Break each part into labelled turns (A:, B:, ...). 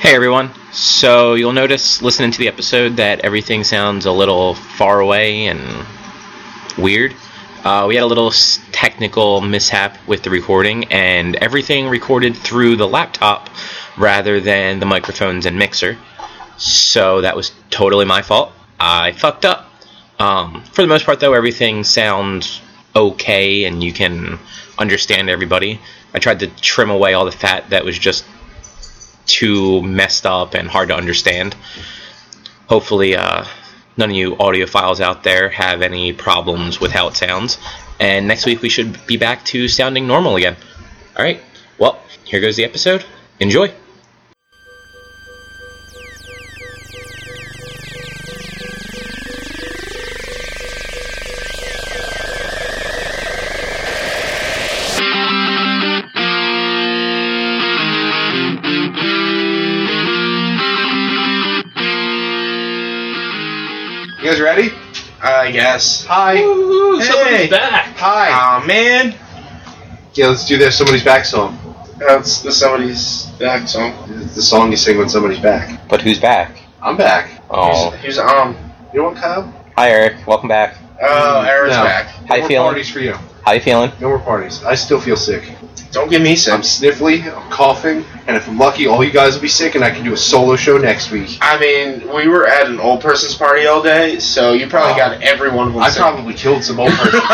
A: Hey everyone. So you'll notice listening to the episode that everything sounds a little far away and weird. Uh, we had a little s- technical mishap with the recording, and everything recorded through the laptop rather than the microphones and mixer. So that was totally my fault. I fucked up. Um, for the most part, though, everything sounds okay, and you can understand everybody. I tried to trim away all the fat that was just too messed up and hard to understand. Hopefully, uh, none of you audiophiles out there have any problems with how it sounds. And next week, we should be back to sounding normal again. All right. Well, here goes the episode. Enjoy.
B: You guys ready? I guess. Hi.
C: Woo,
B: Hey.
C: somebody's back.
B: Hi.
D: Aw, man.
B: yeah, let's do this. Somebody's back song.
D: That's the somebody's back song.
B: It's the song you sing when somebody's back.
A: But who's back?
B: I'm back.
A: Oh,
D: Who's, who's um?
B: You know what, Kyle?
A: hi Eric. Welcome back.
D: Oh, Aaron's
B: No.
D: back.
B: No
A: How you
B: more
A: feeling?
B: parties for you.
A: How you feeling?
B: No more parties. I still feel sick.
D: Don't give me
B: I'm
D: sense.
B: sniffly. I'm coughing. And if I'm lucky, all you guys will be sick, and I can do a solo show next week.
D: I mean, we were at an old person's party all day, so you probably
B: Oh.
D: got everyone.
B: I probably killed some old person.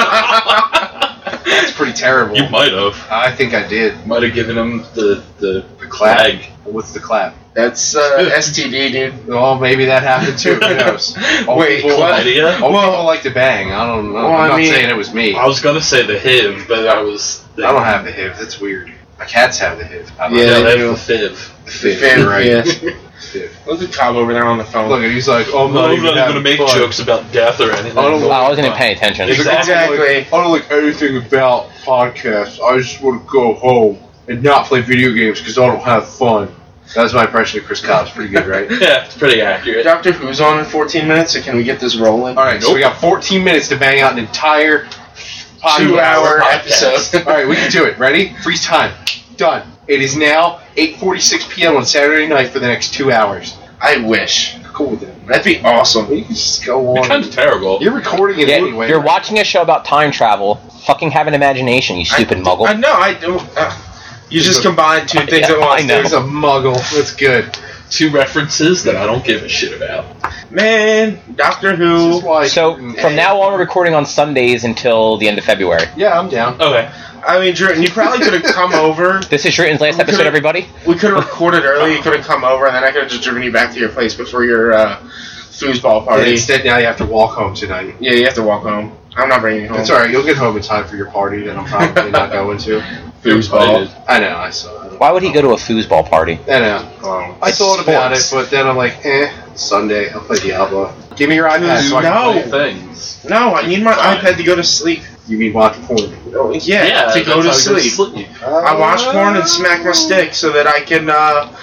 B: That's pretty terrible.
C: You might have.
B: I think I did.
C: Might have given him the the
B: The clap.
C: flag.
B: What's the clap?
D: That's uh, STD, dude.
B: Well, maybe that happened too. Who knows? All
D: Wait,
B: people,
D: what?
C: Chlamydia?
B: All people like to bang. I don't know.
D: Well,
B: I'm
D: I
B: not
D: mean-
B: saying it was me.
C: I was gonna say the HIV, but I was.
B: I don't have the HIV. That's weird. My cats have the HIV. I don't
D: Yeah,
C: Yeah,
B: have
D: they
C: that's
D: do.
C: the FIV.
B: the HIV,
D: Finn,
B: right?
D: yeah.
B: HIV.
D: Look at Cobb over there on the phone.
B: Look, and he's like, oh,
C: I'm not even
B: having
C: gonna make
B: fun.
C: jokes about death or anything.
B: I don't
A: Wow,
B: know.
A: Oh, I wasn't even paying attention.
B: He's like, I
D: Exactly.
B: don't, like, I don't like anything about podcasts. I just want to go home and not play video games because I don't have fun. That was my impression of Chris Cobb's. Pretty good, right?
C: Yeah, it's pretty accurate.
D: Doctor Who's on in 14 minutes, so can we get this rolling?
B: All right, so we got 14 minutes to bang out an entire podcast.
D: Two-hour
C: podcast.
D: episode.
B: All right, we can do it. Ready? Freeze time. Done. It is now 8:46 p.m. on Saturday night for the next two hours.
D: I wish.
B: Cool with it.
D: That'd be awesome.
B: You can just go
C: You're
B: on.
C: kind of terrible.
B: You're recording it
A: Yeah,
B: anyway.
A: you're watching a show about time travel. Fucking have an imagination, you stupid
D: I,
A: muggle.
D: I know. I do. Uh, you just combined two things
A: Yeah,
D: at once.
A: I know.
B: There's a muggle. That's good.
C: Two references that I don't give a shit about.
D: Man, Doctor
B: This
D: Who.
B: is why-
A: so from now on, we're recording on Sundays until the end of February.
B: Yeah, I'm down.
C: Okay.
D: I mean, Drew, and you probably could have come over.
A: This is Jordan's last
D: I'm
A: episode,
D: gonna-
A: everybody.
D: We could have recorded early. You could have come over, and then I could have just driven you back to your place before your uh, foosball
B: And
D: party.
B: instead, now you have to walk home tonight.
D: yeah, you have to walk home. I'm not bringing you home.
B: That's all right. You'll get home in time for your party that I'm probably not going to.
C: Foosball.
B: I know. I saw. it.
A: Why would he go to a foosball party?
B: I know.
D: Um,
B: I
D: it's
B: thought about it,
D: sports.
B: but then I'm like, eh. Sunday, I'll play Diablo. Give me your
C: Uh,
B: iPad. So I can
D: No.
B: play it.
C: Things.
D: No, I need my
C: Fine.
D: iPad to go to sleep.
B: You mean watch porn?
D: Oh, yeah, to
C: that's
D: go
C: how
D: to
C: I
D: sleep. I watch porn and smack my stick so that I can uh,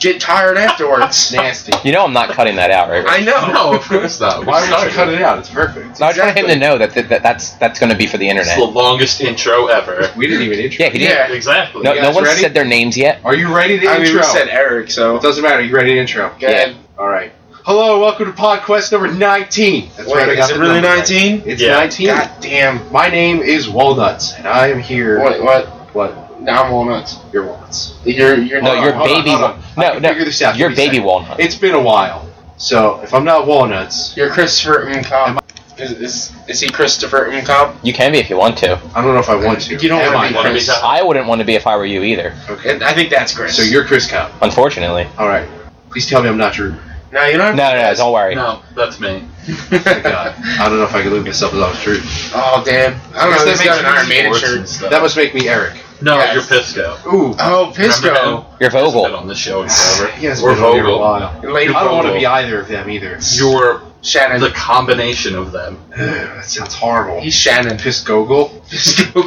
D: get tired afterwards.
B: Nasty.
A: You know I'm not cutting that out, right?
D: I know.
C: No, of course not.
B: Why would you
C: Sorry.
B: cut it out? It's perfect.
A: So I just want him to know that, that, that that's that's going to be for the
C: It's
A: internet.
C: the longest intro ever.
B: We didn't even intro.
A: Yeah, he did.
D: Yeah.
C: Exactly.
A: No,
B: You
A: no
B: guys
A: one
B: ready?
A: said their names yet.
B: Are you ready to
D: I mean,
B: intro?
D: we said Eric, so.
B: it doesn't matter. You ready to intro?
D: Go ahead.
B: All right. Hello, welcome to PodQuest number 19. That's right, I
D: Wait,
B: got
D: is it
B: the
D: really
B: number right.
D: 19?
B: It's
C: Yeah.
B: 19.
D: God damn.
B: My name is Walnuts, and I am here.
D: What? What?
B: What?
D: Now I'm walnuts.
B: You're Walnuts.
D: You're you're
A: No,
D: not.
A: you're
B: hold on,
A: baby.
B: hold
A: wa-
B: on. I
A: No,
B: can
A: no,
B: figure this out.
A: you're
B: Give me a
A: baby
B: second.
A: walnut.
B: It's been a while, so if I'm not Walnuts,
D: You're Christopher M. Cobb. Is, is, is he Christopher M. Cobb?
A: You can be if you want to.
B: I don't know if I want to.
D: You don't
B: Am
D: wanna be
B: I?
C: Wanna be
D: Chris.
C: that-
A: I wouldn't want to be if I were you either.
B: Okay.
D: And I think that's Chris.
B: So you're Chris Cobb.
A: Unfortunately.
B: All right. Please tell me I'm not Drew.
D: No, you don't.
A: No, no, no don't worry.
C: No, that's me.
B: Thank God. I don't know if I can look this up as I was Drew.
D: oh damn! I don't
B: Guess
D: know.
B: that
D: He's
B: makes
D: got an Iron Maiden
C: Sports
D: shirt.
C: and stuff.
B: That must make me Eric.
C: no,
D: Yes.
C: you're Pisco.
B: Ooh.
D: Oh, Pisco.
C: Remember him?
A: You're
C: He's been
A: Vogel.
C: on the show forever.
B: He hasn't
C: We're
B: been on here in a
C: Vogel.
B: while.
D: Lady
B: I don't want to
D: Bobo.
B: be either of them either.
C: You're
D: Shannon.
C: the combination of them.
B: Ugh, that sounds horrible.
D: He's Shannon.
B: Piss Gogol?
D: Pisco.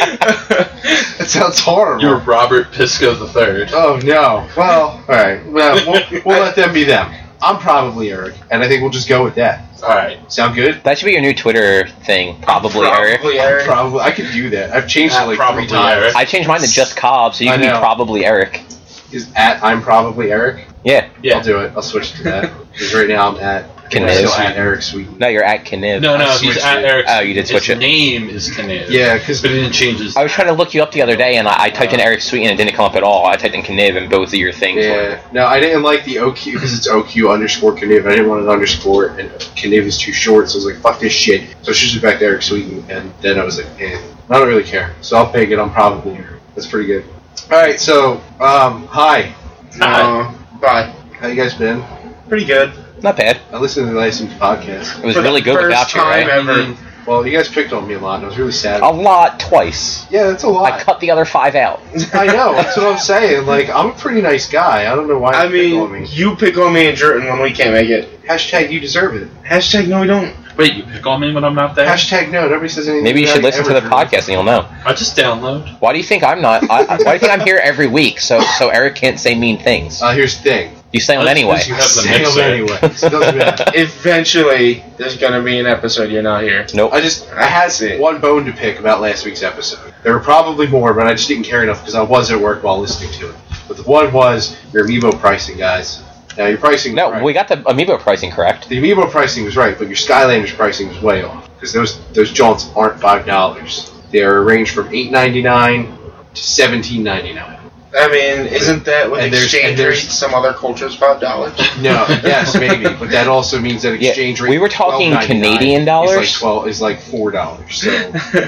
B: That sounds horrible.
C: You're Robert Pisco the Third.
B: oh no. Well, all right. Well, we'll, we'll let them be them. I'm probably Eric, and I think we'll just go with that.
C: All right.
B: Sound good?
A: That should be your new Twitter thing, probably, Eric.
D: Probably Eric.
B: Probably. I could do that. I've changed
C: Ah,
B: it like
C: probably
B: three times.
C: Eric.
A: I changed mine to just Cobb, so you
B: I
A: can be
B: know.
A: probably Eric.
B: is at I'm probably Eric.
A: Yeah.
C: Yeah.
B: I'll do it. I'll switch to that because right now I'm at
A: Can
B: I'm
A: it-
B: still at Eric Sweeten.
A: No, you're at Kniv.
C: No, no,
B: I
C: he's
B: switched
C: at
B: it.
C: Eric's.
A: Oh, you did switch
C: his
A: it.
C: name is Kinnear.
B: Yeah, because
C: But it didn't change his
A: I was trying to look you up the other day, and I, I typed in Eric Sweet, and it didn't come up at all. I typed in Kniv, and both of your things. were-
B: yeah, no, I didn't like the OQ because it's OQ underscore Kniv. I didn't want an underscore, and Kniv is too short, so I was like, fuck this shit. So I switched it back to Eric Sweeten, and then I was like, eh, I don't really care. So I'll pick it. I'm probably Eric. That's pretty good. All right, so um, hi,
C: Hi.
D: Uh, bye.
B: how you guys been?
D: Pretty good.
A: Not bad.
B: I listened to the Nice podcast.
A: It was
D: For the
A: really good
D: first
A: without you, right?
D: time ever.
B: Well, you guys picked on me a lot, and I was really sad.
A: A lot twice.
B: yeah, that's a lot.
A: I cut the other five out.
B: I know. That's what I'm saying. Like, I'm a pretty nice guy. I don't know why.
D: I
B: you pick on
D: mean,
B: me.
D: you pick on me and Jordan when we can't make it.
B: hashtag you deserve it.
D: Hashtag no, we don't.
C: Wait, you pick on me when I'm not there?
B: Hashtag no. Nobody says anything.
A: Maybe you
B: about
A: should
B: it
A: listen to
B: ever.
A: the podcast, and you'll know.
C: I just download.
A: Why do you think I'm not? I, I- why do you think I'm here every week? So so Eric can't say mean things.
B: Uh, here's the thing.
A: You say them
C: Let's-
A: anyway.
C: You have the
B: Say
C: mixer.
B: them anyway. So it doesn't matter.
D: Eventually, there's gonna be an episode you're not here.
A: Nope.
B: I just I had
D: That's it.
B: one bone to pick about last week's episode. There were probably more, but I just didn't care enough because I was at work while listening to it. But the one was your amiibo pricing, guys. Now your pricing.
A: No,
B: right.
A: we got the amiibo pricing correct.
B: The Amiibo pricing was right, but your Skylanders pricing was way off because those those jaunts aren't five dollars. They are ranged from eight ninety nine to seventeen ninety nine.
D: I mean, isn't that with
B: And there's- and
D: exchange
B: there's-
D: rates? Some other cultures five dollars.
B: No, yes, maybe, but that also means that
A: Yeah,
B: exchange rate.
A: we were talking
B: $12.99
A: Canadian
B: Is like
A: dollars?
B: twelve is like four dollars. So,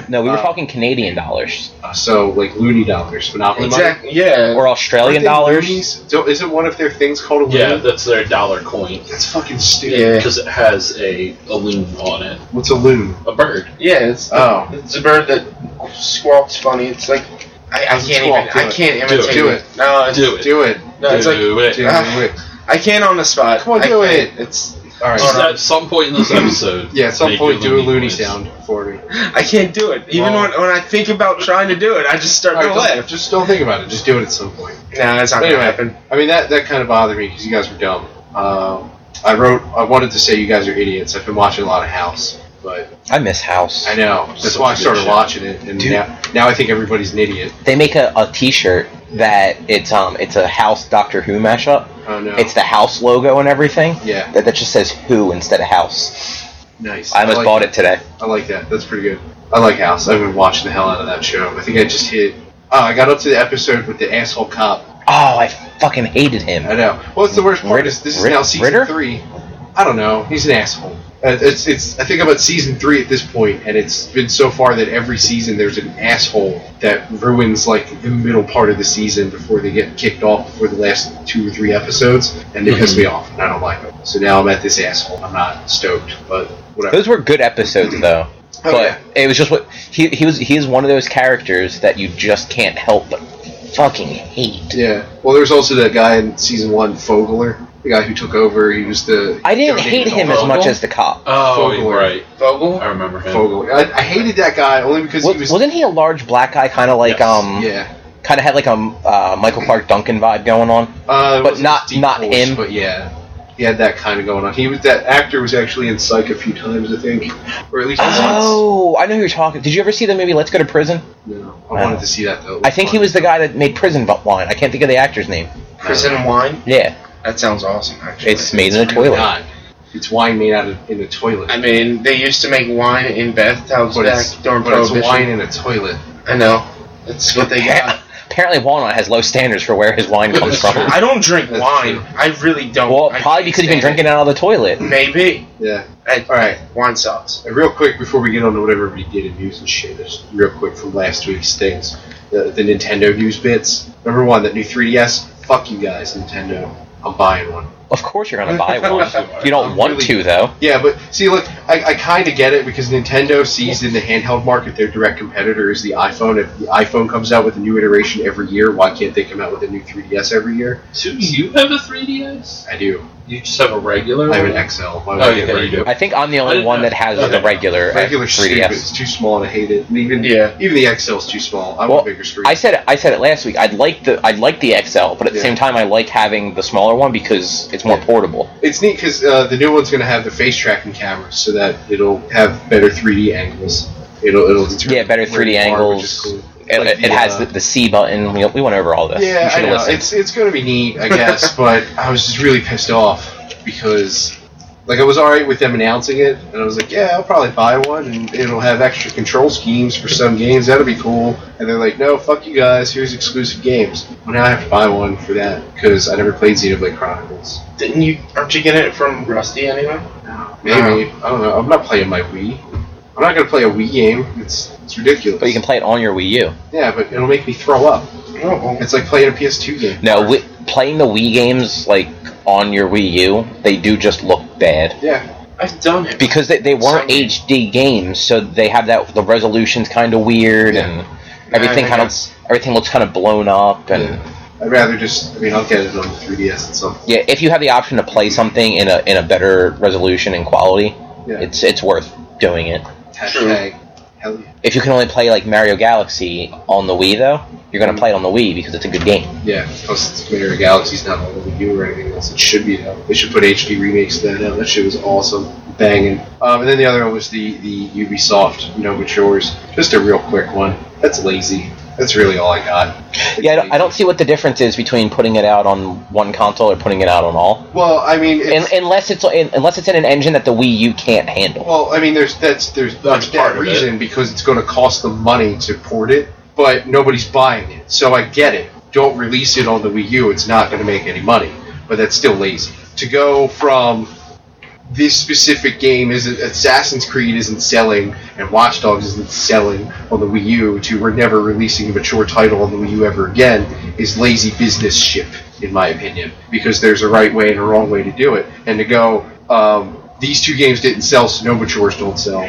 A: No, we were
B: Uh,
A: talking Canadian dollars
B: uh, so like loony dollars, monopoly money.
D: exactly. Yeah.
A: or Australian
B: Aren't they
A: dollars.
B: loonies? So isn't one of their things called a loony?
C: Yeah, that's their dollar coin.
B: that's fucking stupid.
D: yeah.
C: Because it has a, a loon on it.
B: What's a loon?
C: A bird.
D: Yeah. It's the,
B: Oh.
D: it's a bird that squawks funny. It's like I, I
B: Doesn't
D: can't
B: squawk, do
D: even. I
B: it.
D: can't
C: Do it.
D: imitate.
B: Do it.
D: No, it's,
C: Do it.
B: Do it.
D: no, it's like
C: do it.
B: Do
D: Ah.
B: it.
D: I can't on the spot.
B: Come on,
D: I
B: do
D: can't. It's
B: All right.
C: Just
D: Hold on.
C: at some point in this episode.
B: Yeah, at some
C: make
B: point
C: your
B: do a loony
C: voice.
B: sound for me.
D: I can't do it. Even
B: Well-
D: when, when I think about trying to do it, I just start
B: All right,
D: to
B: don't-
D: laugh.
B: Just don't think about it. Just do it at some point.
D: Nah, that's not
B: Anyway.
D: gonna happen.
B: I mean, that, that kind of bothered me because you guys were dumb. Um, I wrote, I wanted to say you guys are idiots. I've been watching a lot of House, but
A: I miss House.
B: I know. That's
C: Such
B: why
C: a
B: I
C: good
B: started
C: show.
B: watching it, and
A: Dude.
B: now, now I think everybody's an idiot.
A: They make a, a T-shirt that it's um it's a House Doctor Who mashup.
B: Oh, no.
A: It's the House logo and everything.
B: yeah,
A: That, that just says Who instead of House.
B: nice.
A: I almost
B: like,
A: bought it today.
B: I like that. That's pretty good. I like House. I've been watching the hell out of that show. I think I just hit. Oh, I got up to the episode with the asshole cop.
A: Oh, I fucking hated him.
B: I know. Well, it's the worst part
A: Ritter-
B: is this is
A: Rit-
B: now season
A: Ritter?
B: three. I don't know. He's an asshole. Uh, It's it's. I think I'm at season three at this point, and it's been so far that every season there's an asshole that ruins like the middle part of the season before they get kicked off before the last two or three episodes, and they
A: Mm-hmm.
B: piss me off, and I don't like them. So now I'm at this asshole. I'm not stoked, but whatever.
A: Those were good episodes though.
B: Oh,
A: but
B: yeah.
A: it was just what he he was he is one of those characters that you just can't help but fucking hate.
B: Yeah. Well, there's also that guy in season one, Fogler, the guy who took over. He was the.
A: I didn't hate
B: donated
A: him
B: all-
A: as much
C: Vogel?
A: as the cop.
C: Oh,
B: Fogel.
C: right.
D: Vogel?
C: I remember him.
B: Fogler. I, I hated that guy only because
A: Wa-
B: he was.
A: Wasn't he a large black guy, kind of like
C: Yes.
A: um,
B: yeah.
A: kind of had like a uh, Michael Clark Duncan vibe going on?
B: Uh, it
A: um, But
B: wasn't
A: not-
B: his deep
A: not
B: voice,
A: him.
B: But yeah, he had that kind of going on. He was that actor was actually in Psych a few times, I think, or at least once.
A: Oh, I know who you're talking. Did you ever see the movie Let's Go to Prison?
B: No, I
A: Wow.
B: wanted to see that though.
A: I think he was the guy that made Prison Bu- Wine. I can't think of the actor's name.
D: Prison wine?
A: Yeah,
D: That sounds awesome, actually.
A: it's made in a
B: Really
A: toilet.
B: not. Oh It's wine made out of in a toilet.
D: I mean, they used to make wine in bathtubs
B: but
D: back
B: it's,
D: during
B: but it's
D: Prohibition.
B: wine in a toilet.
D: I know. That's what they got.
A: Apparently, Walnut has low standards for where his wine comes
B: That's
A: from.
B: true.
D: I don't drink
B: That's
D: wine.
B: true.
D: I really don't.
A: Well,
D: I
A: probably
D: can't
A: because you've been
D: stand
A: drinking out of the toilet.
D: it. Maybe.
B: Yeah.
D: I, uh,
B: All right.
D: Wine sucks.
B: And real quick before we get on to whatever we did in news and shit, just real quick from last week's things, the, the Nintendo news bits. Number one, that new 3DS. Fuck you guys, Nintendo. I'm buying one.
A: Of course, you're gonna buy one.
C: Fogel.
A: You don't
B: I'm
A: want
B: really-
A: to though.
B: Yeah, but see, look, I, I kind of get it because Nintendo sees in the handheld market their direct competitor is the iPhone. If the iPhone comes out with a new iteration every year, why can't they come out with a new 3DS every year?
C: Do you have a 3DS?
B: I do.
C: You just have a regular
B: I have
C: one?
B: an XL. Why would
C: Oh,
B: I get
C: yeah, you
B: regular?
C: do.
A: I think I'm the
C: I
A: only
C: didn't
A: one
C: know.
A: that has
C: Okay.
A: the regular uh,
B: Regular stupid.
A: 3ds.
B: It's too small and I hate it. And even
D: Yeah.
B: even the XL is too small. I want
A: Well,
B: a bigger screen.
A: I said I said it last week. I'd like the I'd like the XL, but at the
B: Yeah.
A: same time, I like having the smaller one because it's more
B: Yeah.
A: portable.
B: it's neat because uh, the new one's going to have the face tracking cameras, so that it'll have better 3D angles. It'll it'll determine
A: Yeah, better
B: where
A: 3D
B: you are, which
A: angles.
B: is cool.
A: It,
C: Like
A: it
C: the,
A: has
C: uh,
A: the, the C button. We, we went over all this.
B: Yeah,
A: you
B: I
A: should
B: know.
A: have listened.
B: It's it's gonna be neat, I guess. but I was just really pissed off because, like, I was all right with them announcing it, and I was like, yeah, I'll probably buy one, and it'll have extra control schemes for some games. That'll be cool. And they're like, no, fuck you guys. Here's exclusive games. Well, now I have to buy one for that because I never played Xenoblade Chronicles.
D: Didn't you? Aren't you getting it from Rusty anyway?
B: Maybe
A: Uh,
B: I don't know. I'm not playing my Wii. I'm not gonna play a Wii game. It's it's ridiculous.
A: But you can play it on your Wii U.
B: yeah, but it'll make me throw up.
D: No.
B: It's like playing a PS2 game.
A: No, wi- playing the Wii games like on your Wii U, they do just look bad
B: Yeah,
D: I've done it.
A: because they, they weren't
D: Some-
A: HD games, so they have that the resolution's kind of weird
B: Yeah.
A: and
D: I
A: everything
D: think
A: kind of
D: that's-
A: everything looks kind of blown up and.
B: Yeah. I'd rather just. I mean, I'll get it on 3DS at some
A: Yeah, if you have the option to play something in a in a better resolution and quality,
B: Yeah.
A: it's it's worth doing it.
B: Hashtag hell yeah.
A: If you can only play like Mario Galaxy on the Wii though, you're
B: Mm-hmm.
A: gonna play it on the Wii because it's a good game.
B: Yeah, plus it's Commander Galaxy's not on the Wii U or anything else. It should be though. They should put HD remakes to that out. That shit was awesome. Banging. Um, and then the other one was the, the Ubisoft Nova Chores. Just a real quick one. That's lazy. That's really all I got. It's
A: Yeah, I don't, I don't
B: lazy.
A: see what the difference is between putting it out on one console or putting it out on all,
B: Well, I mean, it's,
A: Un unless it's un- unless it's in an engine that the Wii U can't handle.
B: Well, I mean, there's that's there's there's
C: That's part
B: that
C: of
B: reason because it's going to cost them money to port it, but nobody's buying it. So I get it. Don't release it on the Wii U. It's not going to make any money, but that's still lazy. To go from this specific game is Assassin's Creed isn't selling and Watch Dogs isn't selling on the Wii U to we're never releasing a mature title on the Wii U ever again is lazy business ship in my opinion because there's a right way and a wrong way to do it and to go um, these two games didn't sell so no matures don't sell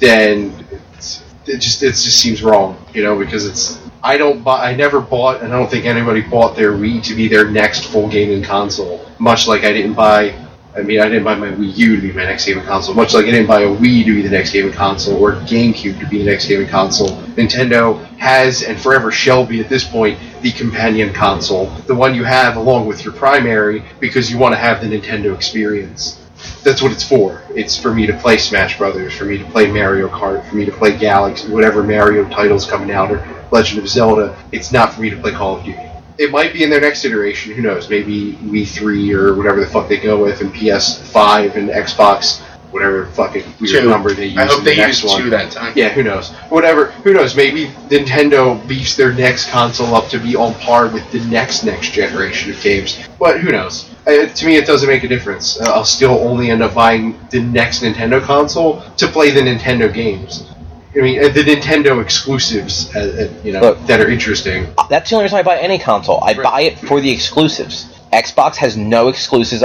B: then it's, it just it just seems wrong you know because it's I don't buy I never bought and I don't think anybody bought their Wii to be their next full gaming console much like I didn't buy I mean, I didn't buy my Wii U to be my next gaming console, much like I didn't buy a Wii to be the next gaming console or GameCube to be the next gaming console. Nintendo has and forever shall be at this point the companion console, the one you have along with your primary because you want to have the Nintendo experience. That's what it's for. It's for me to play Smash Brothers, for me to play Mario Kart, for me to play Galaxy, whatever Mario title's coming out, or Legend of Zelda. It's not for me to play Call of Duty it might be in their next iteration. Who knows? Maybe Wii three or whatever the fuck they go with, and PS five and Xbox, whatever fucking weird
D: Two.
B: number they use.
D: I hope
B: in the
D: they
B: next
D: use
B: one.
D: two that time.
B: Yeah, who knows? Whatever. Who knows? Maybe Nintendo beefs their next console up to be on par with the next next generation of games. But who knows? Uh, to me, it doesn't make a difference. Uh, I'll still only end up buying the next Nintendo console to play the Nintendo games. I mean, uh, the Nintendo exclusives, uh, uh, you know,
A: Look.
B: that are interesting.
A: That's the only reason I buy any console. I
B: Right.
A: buy it for the exclusives. Xbox has no exclusives.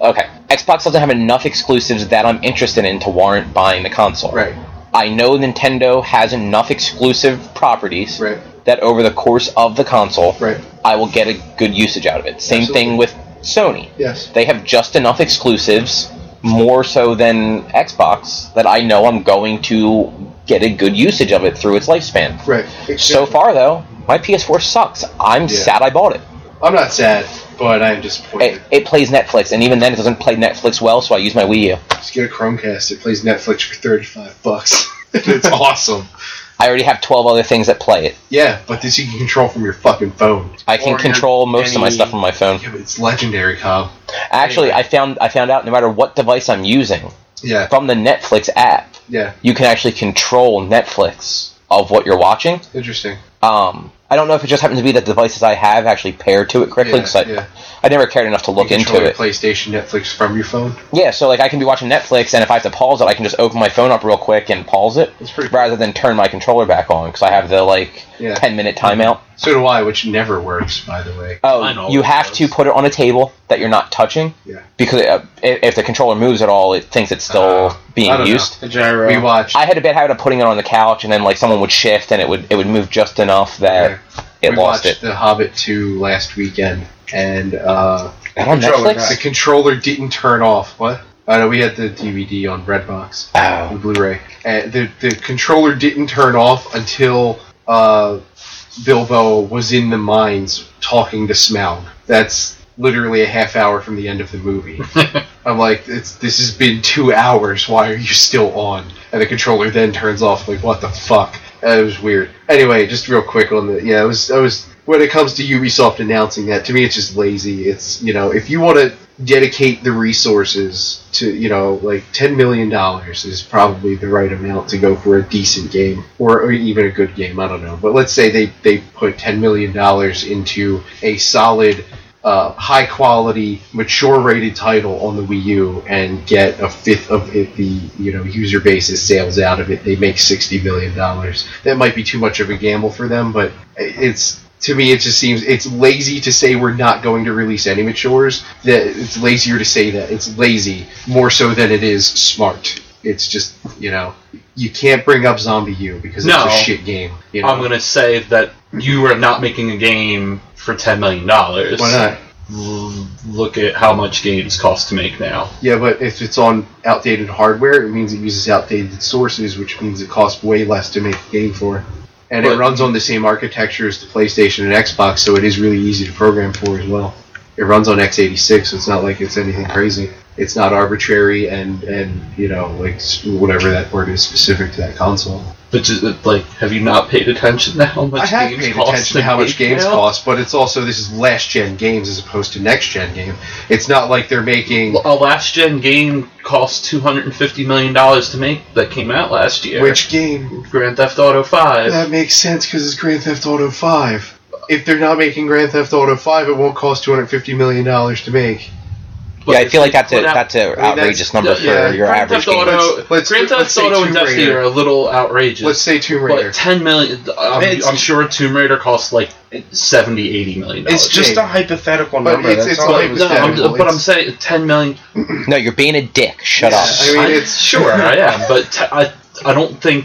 A: Okay, Xbox doesn't have enough exclusives that I'm interested in to warrant buying the console.
B: Right.
A: I know Nintendo has enough exclusive properties
B: Right.
A: that over the course of the console,
B: Right.
A: I will get a good usage out of it. Same
B: Absolutely.
A: thing with Sony.
B: Yes.
A: They have just enough exclusives, more so than Xbox, that I know I'm going to get a good usage of it through its lifespan.
B: Right.
A: So far, though, my PS4 sucks. I'm
B: Yeah.
A: sad I bought it.
B: I'm not sad, but I'm
A: it.
B: disappointed.
A: It plays Netflix, and even then, it doesn't play Netflix well, so I use my Wii U.
B: Just get a Chromecast. It plays Netflix for 35 bucks. it's awesome.
A: I already have 12 other things that play it.
B: Yeah, but this you can control from your fucking phone.
A: I can
D: Or
A: control most of my
D: any-
A: stuff on my phone.
B: Yeah, but it's legendary, Cobb.
A: Actually, I found I found out no matter what device I'm using
B: Yeah,
A: from the Netflix app,
B: yeah.
A: you can actually control Netflix of what you're watching.
B: Interesting.
A: Um, I don't know if it just happens to be that the devices I have actually pair to it correctly.
B: Yeah,
A: 'cause I,
B: yeah.
A: I never cared enough to look
B: you
A: into
B: control your
A: it.
B: PlayStation Netflix from your phone.
A: Yeah, so like I can be watching Netflix, and if I have to pause it, I can just open my phone up real quick and pause it,
B: That's pretty cool.
A: rather than turn my controller back on because I have the like
B: Yeah.
A: ten minute timeout.
B: So do I, which never works, by the way.
A: Oh,
C: Mine always
A: you have
C: does.
A: to put it on a table that you're not touching
B: Yeah.
A: because uh, if, if the controller moves at all, it thinks it's still
B: Uh, I
A: being
B: don't know.
A: used.
D: The gyro.
B: We watched.
A: I had a bad habit of putting it on the couch, and then like someone would shift, and it would it would move just enough that it
B: we
A: lost
B: watched
A: it.
B: The Hobbit 2 last weekend, and uh,
A: That on
D: controller
A: Netflix?
B: the controller didn't turn off. What? I know we had the DVD on Redbox. the
A: Oh,
B: Blu-ray. And the the controller didn't turn off until uh, Bilbo was in the mines talking to Smaug. That's literally a half hour from the end of the movie. I'm like, it's, this has been two hours. Why are you still on? And the controller then turns off. Like, what the fuck? Uh, it was weird. Anyway, just real quick on the yeah, it was I was when it comes to Ubisoft announcing that to me it's just lazy. It's you know if you want to dedicate the resources to you know like ten million dollars is probably the right amount to go for a decent game or, or even a good game. I don't know, but let's say they they put ten million dollars into a solid. Uh, high quality, mature rated title on the Wii U and get a fifth of it, the you know user base's sales out of it. They make sixty million dollars. That might be too much of a gamble for them, but it's to me it just seems it's lazy to say we're not going to release any matures. That it's lazier to say that it's lazy more so than it is smart. It's just you know you can't bring up Zombie U because it's
C: No.
B: a shit game. You know
C: I'm gonna say that you are not making a game for ten million dollars.
B: why not?
C: Look at how much games cost to make now.
B: Yeah, but if it's on outdated hardware, it means it uses outdated sources, which means it costs way less to make a game for. And it
C: But-
B: runs on the same architecture as the PlayStation and Xbox, so it is really easy to program for as well. It runs on x86, so it's not like it's anything crazy. It's not arbitrary and, and you know, like s- whatever that word is specific to that console.
C: But just, uh, like, have you not paid attention to how much
B: I have
C: games
B: paid
C: cost
B: attention to how much
C: make
B: games
C: now?
B: cost, but it's also, this is last gen games as opposed to next gen game. It's not like they're making.
C: A last gen game cost two hundred and fifty million dollars to make that came out last year.
B: Which game?
C: Grand Theft Auto Five.
B: That makes sense because it's Grand Theft Auto Five. If they're not making Grand Theft Auto Five, it won't cost two hundred fifty million dollars to make.
C: But
E: yeah, I feel like that's a
C: put out-
E: that's an
B: mean,
E: outrageous
B: that's-
E: number
C: Yeah, yeah.
E: for your
C: Grand
E: average
C: Theft
E: game.
C: Auto,
B: Let's- let's-
C: Grand Theft
B: let's say
C: Auto
B: Tomb
C: and Destiny
B: Raider.
C: are a little outrageous.
B: Let's say Tomb Raider.
C: But 10 million. I'm,
D: It's-
C: I'm sure Tomb Raider costs like 70, 80 million dollars.
D: It's
A: Oh,
D: just a hypothetical
B: But
D: number.
B: it's-
D: that's
B: it's
D: all
B: like-
D: I was
C: no, I'm,
D: saying.
B: hypothetical.
C: but I'm saying 10 million.
E: No, you're being a dick. Shut
B: Yeah,
E: up.
B: I mean,
C: I'm-
B: it's-
C: sure I am, but t- I, I don't think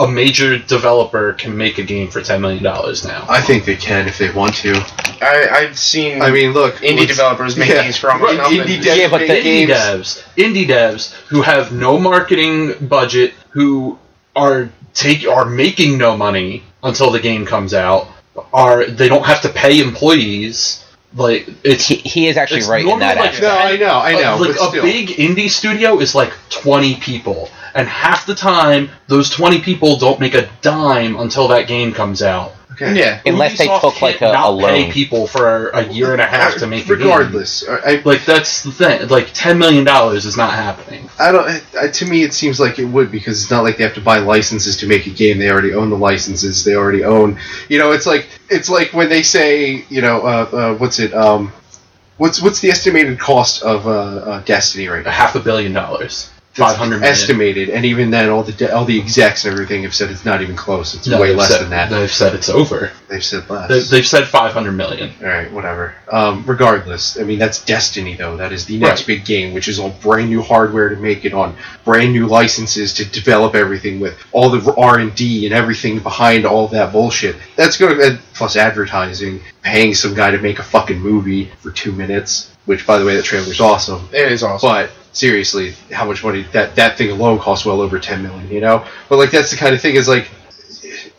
C: a major developer can make a game for 10 million dollars now.
B: I think they can if they want to.
D: I, I've seen
B: I mean, look,
D: indie
B: let's-
D: developers make
B: yeah.
D: these from
B: Right,
D: nothing.
B: indie devs
E: Yeah, but the-
B: make games.
C: Indie devs, indie devs who have no marketing budget, who are take are making no money until the game comes out. Are they don't have to pay employees? Like it's
E: He, he is actually
C: It's
E: right in
C: normally
E: that
C: like
E: aspect.
B: No, I know, I know,
C: A, like,
B: but
C: a
B: still.
C: big indie studio is like 20 people, and half the time those 20 people don't make a dime until that game comes out.
B: Okay.
D: yeah.
E: Unless they
C: Ubisoft
E: took like
C: can't
E: a, a
C: not pay
E: loan.
C: people for a year and a half to make a game.
B: Regardless, I,
C: Like that's the thing. Like 10 million dollars is not happening.
B: I don't. I, to me, it seems like it would because it's not like they have to buy licenses to make a game. They already own the licenses. They already own. You know, it's like it's like when they say, you know, uh, uh, what's it? Um, what's what's the estimated cost of uh, uh, Destiny right now?
C: A half a billion dollars.
B: That's
C: 500 million.
B: estimated, and even then, all the de- all the execs and everything have said it's not even close. It's
C: No,
B: way
C: they've
B: less
C: said-
B: than that.
C: They've said it's over.
B: They've said less.
C: They, they've said 500 million.
B: all right, whatever. Um, regardless, I mean that's Destiny though. That is the next
C: Right.
B: big game, which is on brand new hardware to make it on, brand new licenses to develop everything with all the R and D and everything behind all that bullshit. That's going to plus advertising, paying some guy to make a fucking movie for two minutes. Which, by the way, that trailer's awesome.
D: It is awesome.
B: But seriously, how much money that that thing alone costs well over ten million, you know? But like that's the kind of thing is like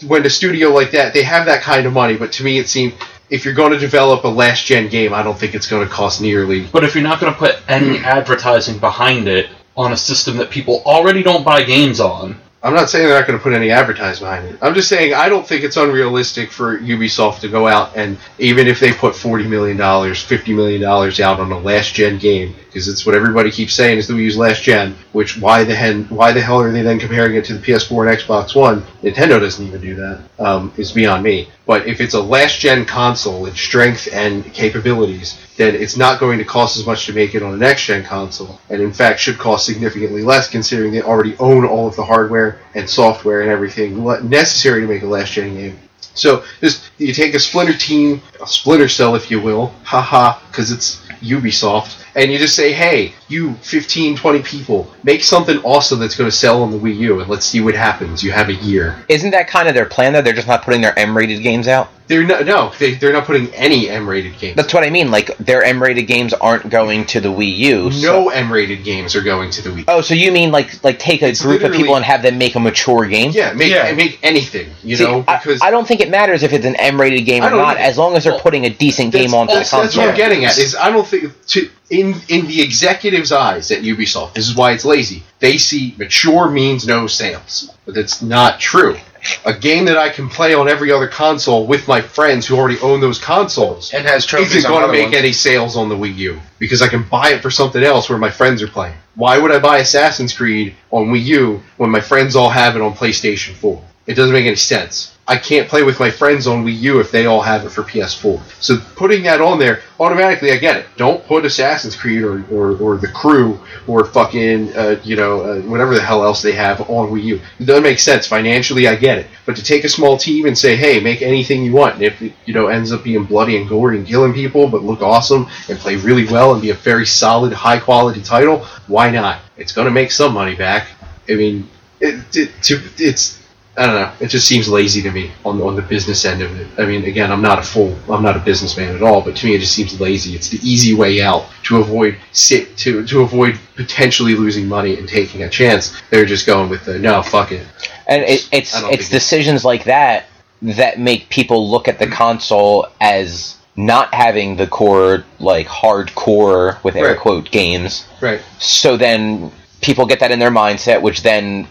B: when a studio like that, they have that kind of money, but to me it seemed if you're going to develop a last gen game, I don't think it's going to cost nearly.
C: But if you're not going to put any
B: Hmm.
C: advertising behind it on a system that people already don't buy games on,
B: I'm not saying they're not going to put any advertising behind it. I'm just saying I don't think it's unrealistic for Ubisoft to go out and even if they put forty million dollars, fifty million dollars out on a last gen game, because it's what everybody keeps saying is that we use last gen. Which why the hen, why the hell are they then comparing it to the PS4 and Xbox One? Nintendo doesn't even do that. Um, it's beyond me. But if it's a last gen console in strength and capabilities, then it's not going to cost as much to make it on a next gen console, and in fact should cost significantly less considering they already own all of the hardware and software and everything le- necessary to make a last gen game. So just you take a splinter team, a splinter cell, if you will, haha, because it's Ubisoft, and you just say, hey, you 15, 20 people, make something awesome that's going to sell on the Wii U, and let's see what happens. You have a year.
E: Isn't that kind of their plan though? They're just not putting their M-rated games out.
B: They're no, no they, they're not putting any M-rated games.
E: That's what I mean. Like their M-rated games aren't going to the Wii U. so-
B: no M-rated games are going to the Wii.
E: Oh, so you mean like like take a
B: It's
E: group of people
B: literally-
E: and have them make a mature game?
B: Yeah, make
D: Yeah.
B: make anything, you
E: See,
B: know,
E: I-
B: because
E: I, don't think it matters if it's an M-rated game
B: I
E: or
B: don't
E: not,
B: either.
E: as long as they're
C: Well,
E: putting a decent game onto the
B: that's, that's
E: console.
B: what I'm getting at. Is I don't think to, in in the executives' eyes at Ubisoft, this is why it's lazy. They see mature means no sales, but that's not true. a game that I can play on every other console with my friends who already own those consoles
D: and has trophies.
B: isn't
D: on
B: going to
D: other
B: make
D: ones.
B: any sales on the Wii U because I can buy it for something else where my friends are playing. Why would I buy Assassin's Creed on Wii U when my friends all have it on PlayStation 4? It doesn't make any sense. I can't play with my friends on Wii U if they all have it for PS4. So putting that on there, automatically I get it. Don't put Assassin's Creed or, or, or The Crew or fucking, uh, you know, uh, whatever the hell else they have on Wii U. It doesn't make sense. Financially, I get it. But to take a small team and say, hey, make anything you want, and if it, you know, ends up being bloody and gory and killing people, but look awesome and play really well and be a very solid, high quality title, why not? It's going to make some money back. I mean, it, it, to, it's I don't know. It just seems lazy to me on on the business end of it. I mean, again, I'm not a fool. I'm not a businessman at all. But to me, it just seems lazy. It's the easy way out to avoid sit to to avoid potentially losing money and taking a chance. They're just going with the no, fuck it.
A: And it, it's
B: I
A: it's
B: don't think it's-
A: decisions like that that make people look
B: Mm.
A: at the console as not having the core like hardcore with air
B: Right.
A: quote games.
B: Right.
A: So then people get that in their mindset, which then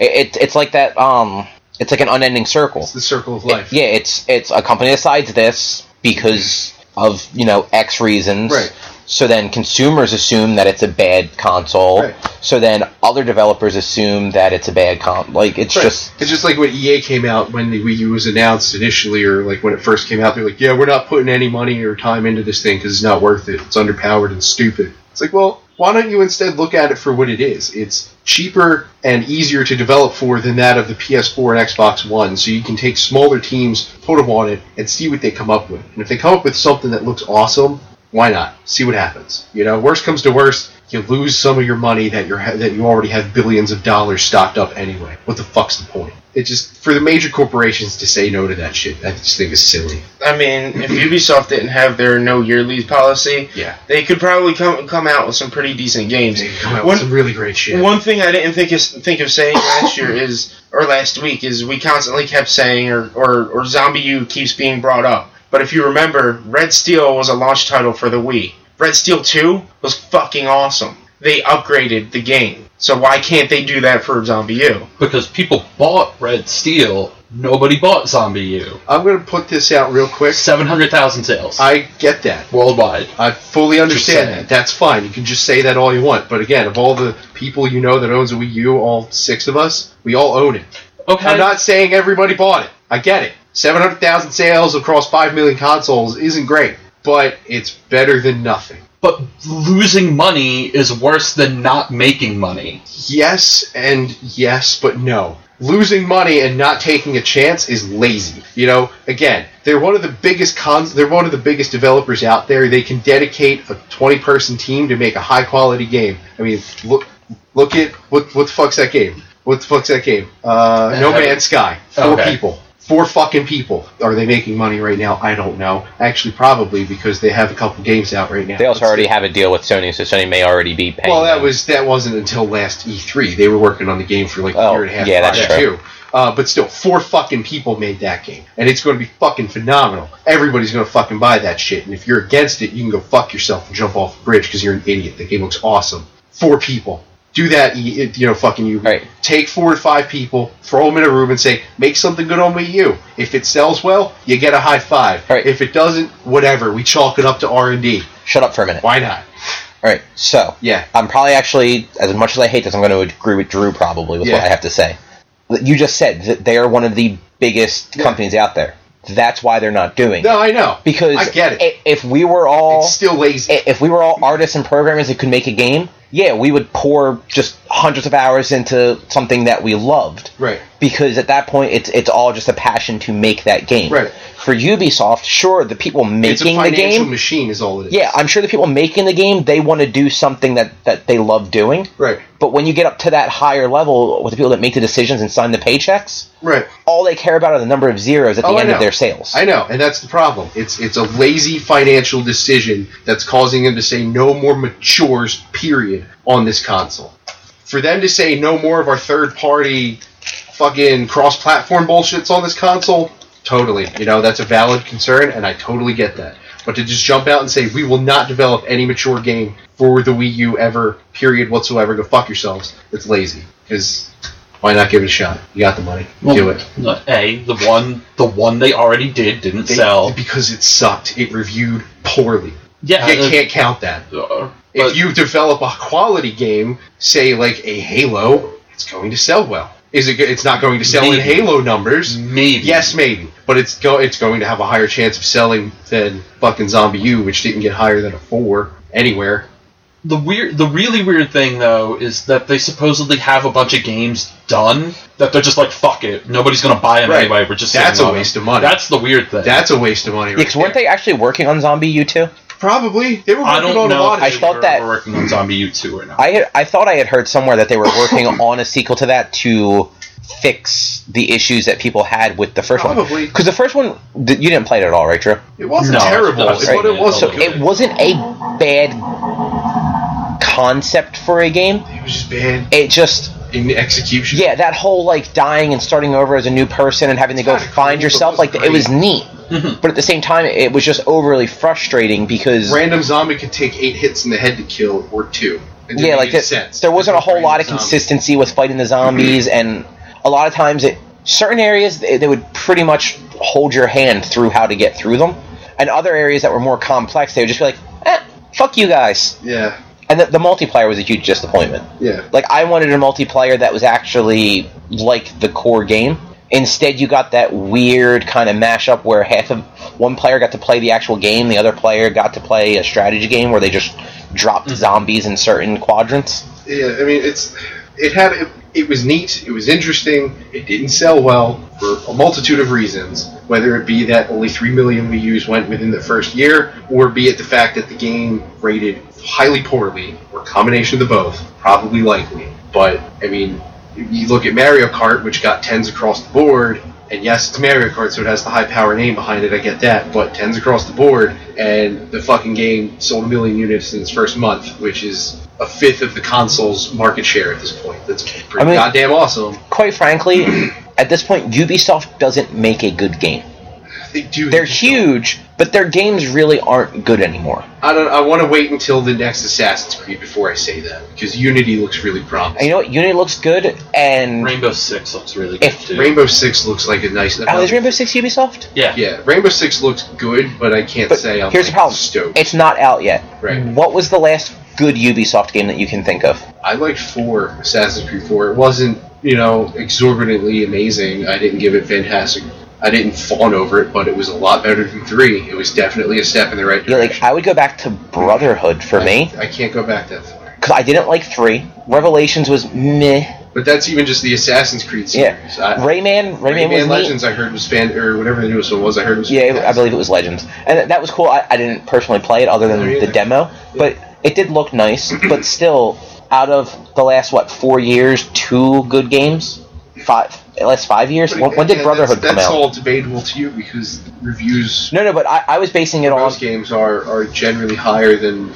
A: it, it's like that. Um, it's like an unending circle.
B: It's the circle of life.
A: Yeah, it's it's a company decides this because of you know X reasons.
B: Right.
A: So then consumers assume that it's a bad console.
B: Right.
A: So then other developers assume that it's a bad con. Like it's
B: Right.
A: just
B: it's just like when EA came out when the Wii U was announced initially, or like when it first came out, they're like, "Yeah, we're not putting any money or time into this thing because it's not worth it. It's underpowered and stupid." It's like, well, why don't you instead look at it for what it is? It's cheaper and easier to develop for than that of the PS4 and Xbox One, so you can take smaller teams, put them on it, and see what they come up with. And if they come up with something that looks awesome, why not? See what happens. You know, worst comes to worst, you lose some of your money that you're that you already have billions of dollars stocked up anyway. What the fuck's the point? It just for the major corporations to say no to that shit. I just think is silly.
D: I mean, if Ubisoft didn't have their no yearly policy,
B: Yeah,
D: they could probably come come out with some pretty decent games.
B: they come out
D: One-
B: with some really great shit.
D: One thing I didn't think is, think of saying last year is, or last week is, we constantly kept saying, or or or Zombie U keeps being brought up. But if you remember, Red Steel was a launch title for the Wii. Red Steel Two was fucking awesome. They upgraded the game, so why can't they do that for Zombie U?
C: Because people bought Red Steel, nobody bought Zombie U.
B: I'm gonna put this out real quick.
C: 700,000 sales
B: I get that.
C: worldwide.
B: I fully understand
C: saying.
B: that. That's fine. You can just say that all you want. But again, of all the people you know that owns a Wii U, all six of us, we all own it.
C: Okay.
B: I'm not saying everybody bought it. I get it. 700,000 sales across 5 million consoles isn't great, but it's better than nothing.
C: but losing money is worse than not making money.
B: Yes and yes, but no. Losing money and not taking a chance is lazy. You know, again, they're one of the biggest cons. They're one of the biggest developers out there. They can dedicate a 20-person team to make a high-quality game. I mean, look, look at what what the fuck's that game? What the fuck's that game? Uh, no Man's Sky. Four
C: Okay.
B: people. Four fucking people. Are they making money right now? I don't know. Actually, probably because they have a couple games out right now.
A: they also
B: Let's
A: already have a deal with Sony, so Sony may already be paying.
B: well, that
A: them.
B: was that wasn't until last E3. They were working on the game for like a
A: Oh,
B: year and a half
A: yeah, that's
B: prior to. Uh, but still, four fucking people made that game, and it's going to be fucking phenomenal. Everybody's going to fucking buy that shit, and if you're against it, you can go fuck yourself and jump off a bridge because you're an idiot. The game looks awesome. Four people. Do that, E- it- you know, fucking you.
A: Right.
B: Take four or five people, throw them in a room, and say, make something good on Wii U. If it sells well, you get a high five.
A: Right.
B: If it doesn't, whatever. We chalk it up to R and D.
A: Shut up for a minute.
B: Why not?
A: All right, so
B: Yeah.
A: I'm probably actually, as much as I hate this, I'm going to agree with Drew probably with what
B: Yeah.
A: I have to say. You just said that they are one of the biggest companies out there. That's why they're not doing. it.
B: No, I know.
A: Because
B: I get it.
A: i- if we were all
B: It's still lazy.
A: i- if we were all artists and programmers that could make a game, yeah, we would pour just hundreds of hours into something that we loved.
B: Right.
A: Because at that point, it's it's all just a passion to make that game.
B: Right.
A: For Ubisoft, sure, the people
B: It's a
A: making the
B: financial
A: game,
B: machine, is all it is.
A: yeah, I'm sure the people making the game they want to do something that that they love doing.
B: Right.
A: But when you get up to that higher level with the people that make the decisions and sign the paychecks,
B: Right.
A: all they care about are the number of zeros at the
B: Oh, I
A: end of
B: know.
A: their sales.
B: I know, and that's the problem. It's it's a lazy financial decision that's causing them to say no more matures. Period on this console. For them to say no more of our third party, fucking cross platform bullshits on this console, totally. You know that's a valid concern, and I totally get that. But to just jump out and say we will not develop any mature game for the Wii U ever, period whatsoever, go fuck yourselves. It's lazy because Why not give it a shot? You got the money. Do it.
C: no, A, the one the one they already did didn't
B: They-
C: sell.
B: because it sucked. It reviewed poorly.
C: Yeah,
B: you
C: uh,
B: can't count that.
C: uh, but-
B: if you develop a quality game, say like a Halo, it's going to sell well. Is it? go- It's not going to sell
C: Maybe.
B: in Halo numbers.
C: maybe
B: Yes, maybe, but it's go. It's going to have a higher chance of selling than fucking Zombie U, which didn't get higher than a four anywhere.
C: The weird, the really weird thing though is that they supposedly have a bunch of games done that they're just like, fuck it, nobody's gonna buy them
B: Right.
C: anyway. We're just
B: That's
C: sitting
B: a
C: on 'em."
B: waste of money.
C: That's the weird thing.
B: That's a waste of money.
A: Because weren't they actually working on Zombie U two?
B: Probably they were working
C: I don't
B: on a
C: know.
B: lot
C: If
B: of.
A: I
C: they
B: shit.
A: thought
C: were
A: that-
C: working on Zombie U two or not.
A: I had, I thought I had heard somewhere that they were working on a sequel to that to fix the issues that people had with the first one.
B: Probably.
A: Because the first one, th- you didn't play it at all, right, Drew?
B: It wasn't
C: No,
B: terrible,
C: that's
B: but
C: right.
B: it was.
A: So
C: Probably.
A: it wasn't a bad concept for a game.
B: It was just bad
A: It just
B: in execution.
A: yeah, that whole like dying and starting over as a new person and having to go
B: kinda
A: find
B: cool,
A: yourself
B: but it
A: like
B: was
A: it was
B: great. Mm-hmm.
A: neat. But at the same time, it was just overly frustrating because
B: random zombie could take eight hits in the head to kill or two. It didn't
A: yeah, like
B: make any
A: there,
B: sense.
A: there wasn't a
B: There's no
A: whole lot of
B: random zombie.
A: consistency with fighting the zombies, and a lot of times it certain areas they, they would pretty much hold your hand through how to get through them, and other areas that were more complex they would just be like, eh, fuck you guys.
B: Yeah,
A: And the, the multiplayer was a huge disappointment.
B: yeah.
A: Like I wanted a multiplayer that was actually like the core game. Instead, you got that weird kind of mashup where half of one player got to play the actual game, the other player got to play a strategy game where they just dropped zombies in certain quadrants.
B: Yeah, I mean, it's it had it, it was neat, it was interesting, it didn't sell well for a multitude of reasons. Whether it be that only three million Wii U's went within the first year, or be it the fact that the game rated highly poorly, or a combination of the both, probably likely. But I mean, you look at Mario Kart, which got tens across the board. And yes, it's Mario Kart, so it has the high power name behind it. I get that, but tens across the board, and the fucking game sold a million units in its first month, which is a fifth of the console's market share at this point. That's pretty
A: I mean-
B: goddamn awesome.
A: Quite frankly, at this point, Ubisoft doesn't make a good game.
B: They do.
A: They're
B: they just don't.
A: huge, but their games really aren't good anymore.
B: I don't. I want to wait until the next Assassin's Creed before I say that because Unity looks really
A: And
B: promising.
A: you know what? Unity looks good, and
C: Rainbow Six looks really good
A: If
C: too.
B: Rainbow Six looks like a nice.
A: oh, is Rainbow Six Ubisoft?
C: yeah.
B: yeah, Rainbow Six looks good, but I can't
A: But
B: say I'm
A: here's the
B: like,
A: problem:
B: stoked.
A: it's not out yet.
B: Right.
A: What was the last good Ubisoft game that you can think of?
B: I liked four Assassin's Creed four. It wasn't you know exorbitantly amazing. I didn't give it fantastic. I didn't fawn over it, but it was a lot better than three. It was definitely a step in the right
A: Yeah, like
B: direction.
A: I would go back to Brotherhood for me
B: I can't go back that far.
A: because I didn't like three. Revelations was meh.
B: But that's even just the Assassin's Creed
A: Yeah.
B: series. I,
A: Rayman, Rayman,
B: Rayman
A: was
B: Legends, I heard was fan or whatever the newest one was. I heard was
A: neat. Yeah, I
B: fantastic.
A: believe it was Legends, and that- that was cool. I, I didn't personally play it other than
B: Me
A: the
B: either.
A: demo, but it did look nice. but still, out of the last what four years, two good games, five last five years.
B: But
A: When, when did
B: again,
A: Brotherhood
B: that's,
A: come
B: that's
A: out?
B: all debatable to you because reviews
A: No, no, but I, I was basing it
B: for
A: on
B: most games are are generally higher than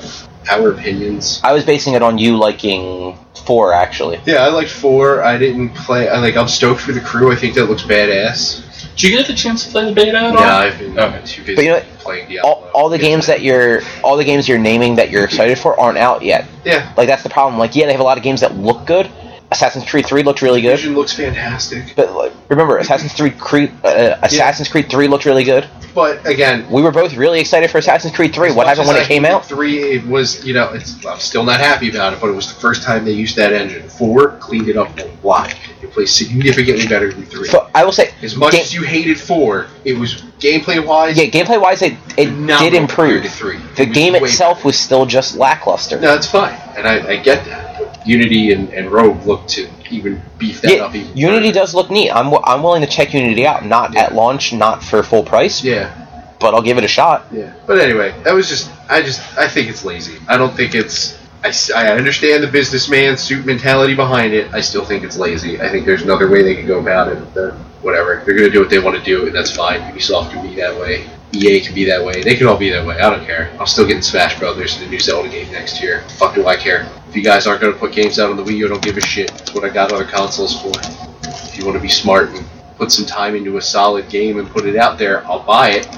B: our opinions.
A: I was basing it on you liking four actually.
B: Yeah, I liked four. I didn't play. I like. I'm stoked for the crew. I think that looks badass.
C: Did you get the chance to play the beta at all?
B: Yeah, I've been
C: Okay.
B: too busy
A: But you know what?
B: playing Diablo.
A: all, all the games that you're all the games you're naming that you're excited for aren't out yet.
B: yeah,
A: Like that's the problem. Like yeah, they have a lot of games that look good. Assassin's Creed Three looked really good,
B: Vision looks fantastic.
A: but like, remember Assassin's Creed, Creed uh, Assassin's Creed Three looked really good.
B: But again,
A: We were both really excited for Assassin's Creed Three.
B: as
A: What
B: much
A: happened
B: as
A: when
B: I
A: it came
B: hated
A: out?
B: Three, it was you know, it's, I'm still not happy about it, but it was the first time they used that engine. Four cleaned it up a lot. It plays significantly better than three.
A: So I will say,
B: as much
A: ga-
B: as you hated four, it was gameplay wise.
A: yeah, gameplay wise, it, it did improve.
B: To three.
A: The
B: It was
A: game
B: way
A: itself was still just lackluster.
B: No, that's fine, and I, I get that. But Unity and, and Rogue look to even beef that
A: Yeah,
B: up. Even
A: Unity
B: further.
A: does look neat. I'm, wi- I'm willing to check Unity out. Not
B: Yeah.
A: at launch, not for full price,
B: Yeah,
A: but I'll give it a shot.
B: yeah. But anyway, that was just. I just. I think it's lazy. I don't think it's. I, s- I understand the businessman suit mentality behind it. I still think it's lazy. I think there's another way they could go about it. They're- whatever. They're going to do what they want to do, and that's fine. Ubisoft can be that way. EA can be that way. They can all be that way. I don't care. I'm still getting Smash Brothers and the new Zelda game next year. Fuck do I care? If you guys aren't going to put games out on the Wii U, I don't give a shit. That's what I got other consoles for. If you want to be smart and put some time into a solid game and put it out there, I'll buy it.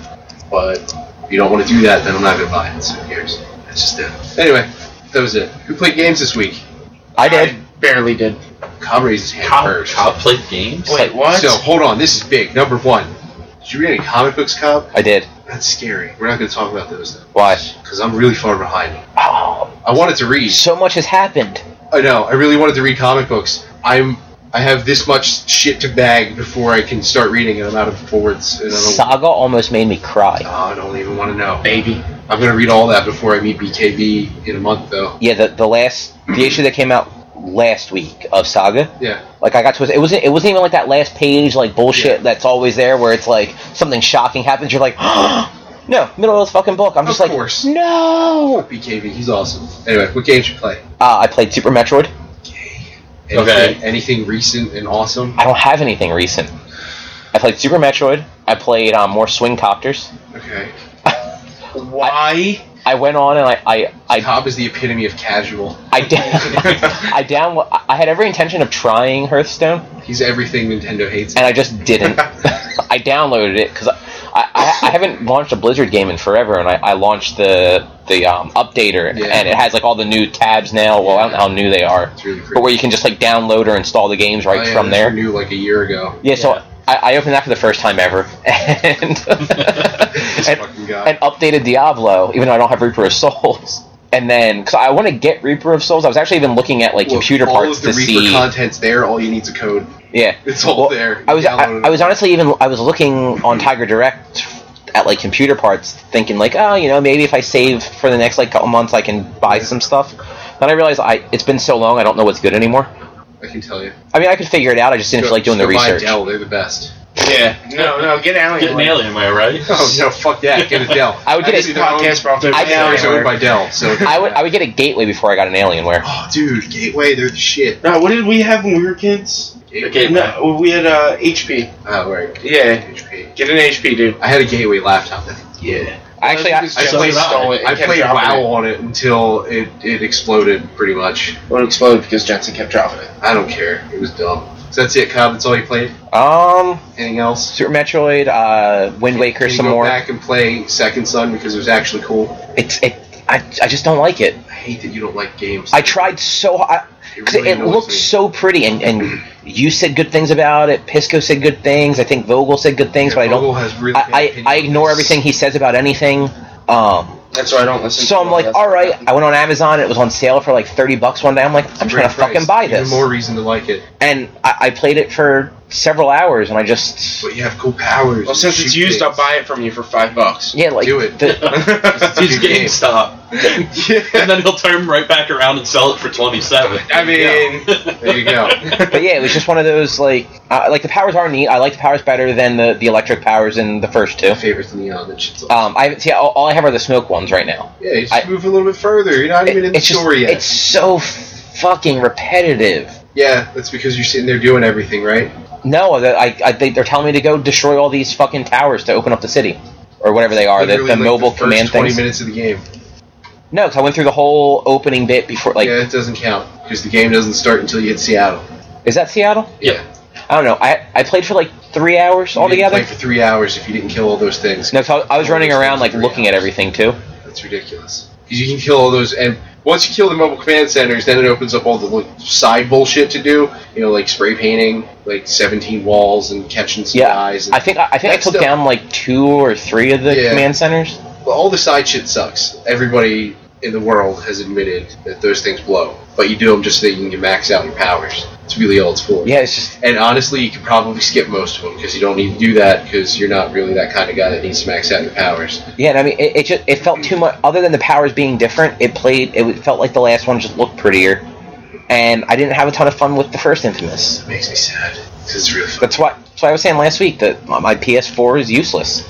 B: But if you don't want to do that, then I'm not going to buy it. So who cares? That's just it. Anyway, that was it. Who played games this week?
A: I did.
D: barely did.
B: Cobb raises hand
C: Cobb,
B: first.
C: Cobb played games?
D: Wait, what?
B: So hold on, this is big. Number one, did you read any comic books, Cobb?
A: I did.
B: That's scary. We're not going to talk about those though,
A: Why?
B: because I'm really far behind.
A: Oh,
B: I wanted to read.
A: so much has happened.
B: I know. I really wanted to read comic books. I'm. I have this much shit to bag before I can start reading, and I'm out of forwards. And I don't,
A: Saga almost made me cry.
B: Oh, I don't even want to know.
D: Baby.
B: I'm gonna read all that before I meet BKB in a month, though.
A: Yeah, the the last the issue that came out last week of Saga.
B: Yeah.
A: Like I got to it wasn't it wasn't even like that last page like bullshit that's always there where it's like something shocking happens you're like no middle of this fucking book I'm just
B: Of
A: like
B: course.
A: no
B: BKB, he's awesome. Anyway, what games you play?
A: uh, I played Super Metroid
B: Anything,
C: Okay.
B: Anything recent and awesome?
A: I don't have anything recent I played Super Metroid I played um, more Swing Copters
B: Okay.
D: Why?
A: I went on and I I I,
B: Cobb is the epitome of casual.
A: I, I, I down I had every intention of trying Hearthstone
B: He's everything Nintendo hates.
A: and I just didn't. I downloaded it because I, I, I haven't launched a Blizzard game in forever, and I, I launched the the um, updater,
B: Yeah.
A: and it has like all the new tabs now. Well, I don't know how new they are,
B: It's really crazy.
A: but where you can just like download or install the games right
B: Oh, yeah,
A: from there.
B: those were New like a year ago.
A: yeah, so I, I opened that for the first time ever, and
B: This
A: and,
B: fucking guy.
A: and updated Diablo, even though I don't have Reaper of Souls. And then, because I want to get Reaper of Souls, I was actually even looking at like
B: Look,
A: computer
B: all
A: parts
B: of the
A: to
B: Reaper
A: see.
B: content's there. All you need's a code.
A: yeah,
B: It's all
A: Well,
B: there.
A: I was I,
B: Download it.
A: I was honestly even I was looking on Tiger Direct at like computer parts, thinking like, oh, you know, maybe if I save for the next like couple months, I can buy some stuff. Then I realized I it's been so long, I don't know what's good anymore.
B: I can tell you.
A: I mean, I could figure it out. I just didn't
B: Go-
A: feel like doing the
B: just go buy
A: research.
B: Dell, they're the best.
D: Yeah. No, no, get
C: Get an
D: Alien. Away.
C: Alienware, right?
B: Oh no, fuck that. Get a Dell.
A: I would get
B: Actually,
A: a-
D: This
B: their own-
D: podcast brought
B: Their
D: up
A: I-
B: own is owned by
D: Alienware.
B: Dell. So
A: I would I would get a Gateway before I got an Alienware.
B: Oh, dude, Gateway, they're the shit.
D: No, what did we have when we were kids?
B: Gateway.
D: No, we had uh, HP.
B: Oh, right.
D: Yeah.
B: HP.
D: Get an HP, dude.
B: I had a Gateway laptop. That, yeah.
A: Actually, I,
B: I
D: Jeffrey
B: played-
D: stole it. and
B: I
D: kept
B: played
D: dropping
B: WoW on
D: It.
B: it until it, it exploded, pretty much.
D: Well, it exploded because Jensen kept dropping it.
B: I don't care. It was dumb. So that's it, Cobb. That's all you played?
A: um
B: Anything else?
A: Super Metroid, uh, Wind Waker,
B: Can you
A: some
B: go
A: more.
B: back and play Second Son because it was actually cool.
A: It's it. I, I just don't like it.
B: I hate that you don't like games.
A: I tried so hard.
B: It
A: Because
B: really
A: it
B: annoys
A: looked
B: me.
A: so pretty, and, and you said good things about it. Pisco said good things. I think Vogel said good things,
B: Yeah,
A: but I
B: Vogel
A: don't.
B: has really bad
A: I,
B: opinions.
A: I, I ignore everything he says about anything. Um,
D: That's why I don't listen.
A: so
D: to
A: I'm like,
D: podcasts.
A: all right. I went on Amazon. It was on sale for like thirty bucks one day. I'm like, I'm just
B: Great
A: gonna fucking
B: price.
A: buy
B: Even
A: this.
B: more reason to like it.
A: And I, I played it for several hours, and I just
B: But you have cool powers.
D: Well, since it's used, I'll buy it from you for five bucks.
A: yeah, like
B: Do it.
A: the-
C: He's GameStop.
D: yeah.
C: And then he'll turn right back around and sell it for 27
D: I mean,
B: There you go.
A: but yeah, it was just one of those like uh, like the powers are neat. I like the powers better than the, the electric powers in the first two.
B: My favorite's Neon. That shit's
A: Um,
B: awesome.
A: I see. All, all I have are the smoke ones right now.
B: Yeah, you just
A: I-
B: move a little bit further. You're not even in the
A: it's just-
B: story yet.
A: It's so fucking repetitive.
B: Yeah, that's because you're sitting there doing everything, right?
A: No, the- I, I, they, they're telling me to go destroy all these fucking towers to open up the city. Or whatever they are, the,
B: Literally,
A: the
B: like,
A: mobile
B: first
A: command
B: 20
A: things.
B: minutes of the game.
A: No, because I went through the whole opening bit before. Like,
B: yeah, it doesn't count because the game doesn't start until you hit Seattle.
A: is that Seattle?
C: Yeah.
A: I don't know. I I played for like three hours
B: You didn't play
A: altogether.
B: for three hours if you didn't kill all those things.
A: No, 'cause I, I was running
B: Almost
A: around like
B: three
A: looking at
B: hours.
A: everything too.
B: That's ridiculous. Because you can kill all those, and once you kill the mobile command centers, then it opens up all the like, side bullshit to do. You know, like spray painting, like 17 walls, and catching some
A: Yeah,
B: guys. And
A: I think I, I think I
B: That's
A: took
B: still-
A: down like two or three of the
B: Yeah.
A: command centers.
B: But all the side shit sucks. Everybody in the world has admitted that those things blow, but you do them just so that you can max out your powers. It's really all it's for.
A: Yeah, it's just
B: And honestly, you could probably skip most of them because you don't need to do that because you're not really that kind of guy that needs to max out your powers.
A: yeah. and I mean, it, it just it felt too much. Other than the powers being different, it played. It felt like the last one just looked prettier, and I didn't have a ton of fun with the first Infamous.
B: It makes me sad because it's really fun.
A: That's why. That's why I was saying last week that my my PS4 is useless.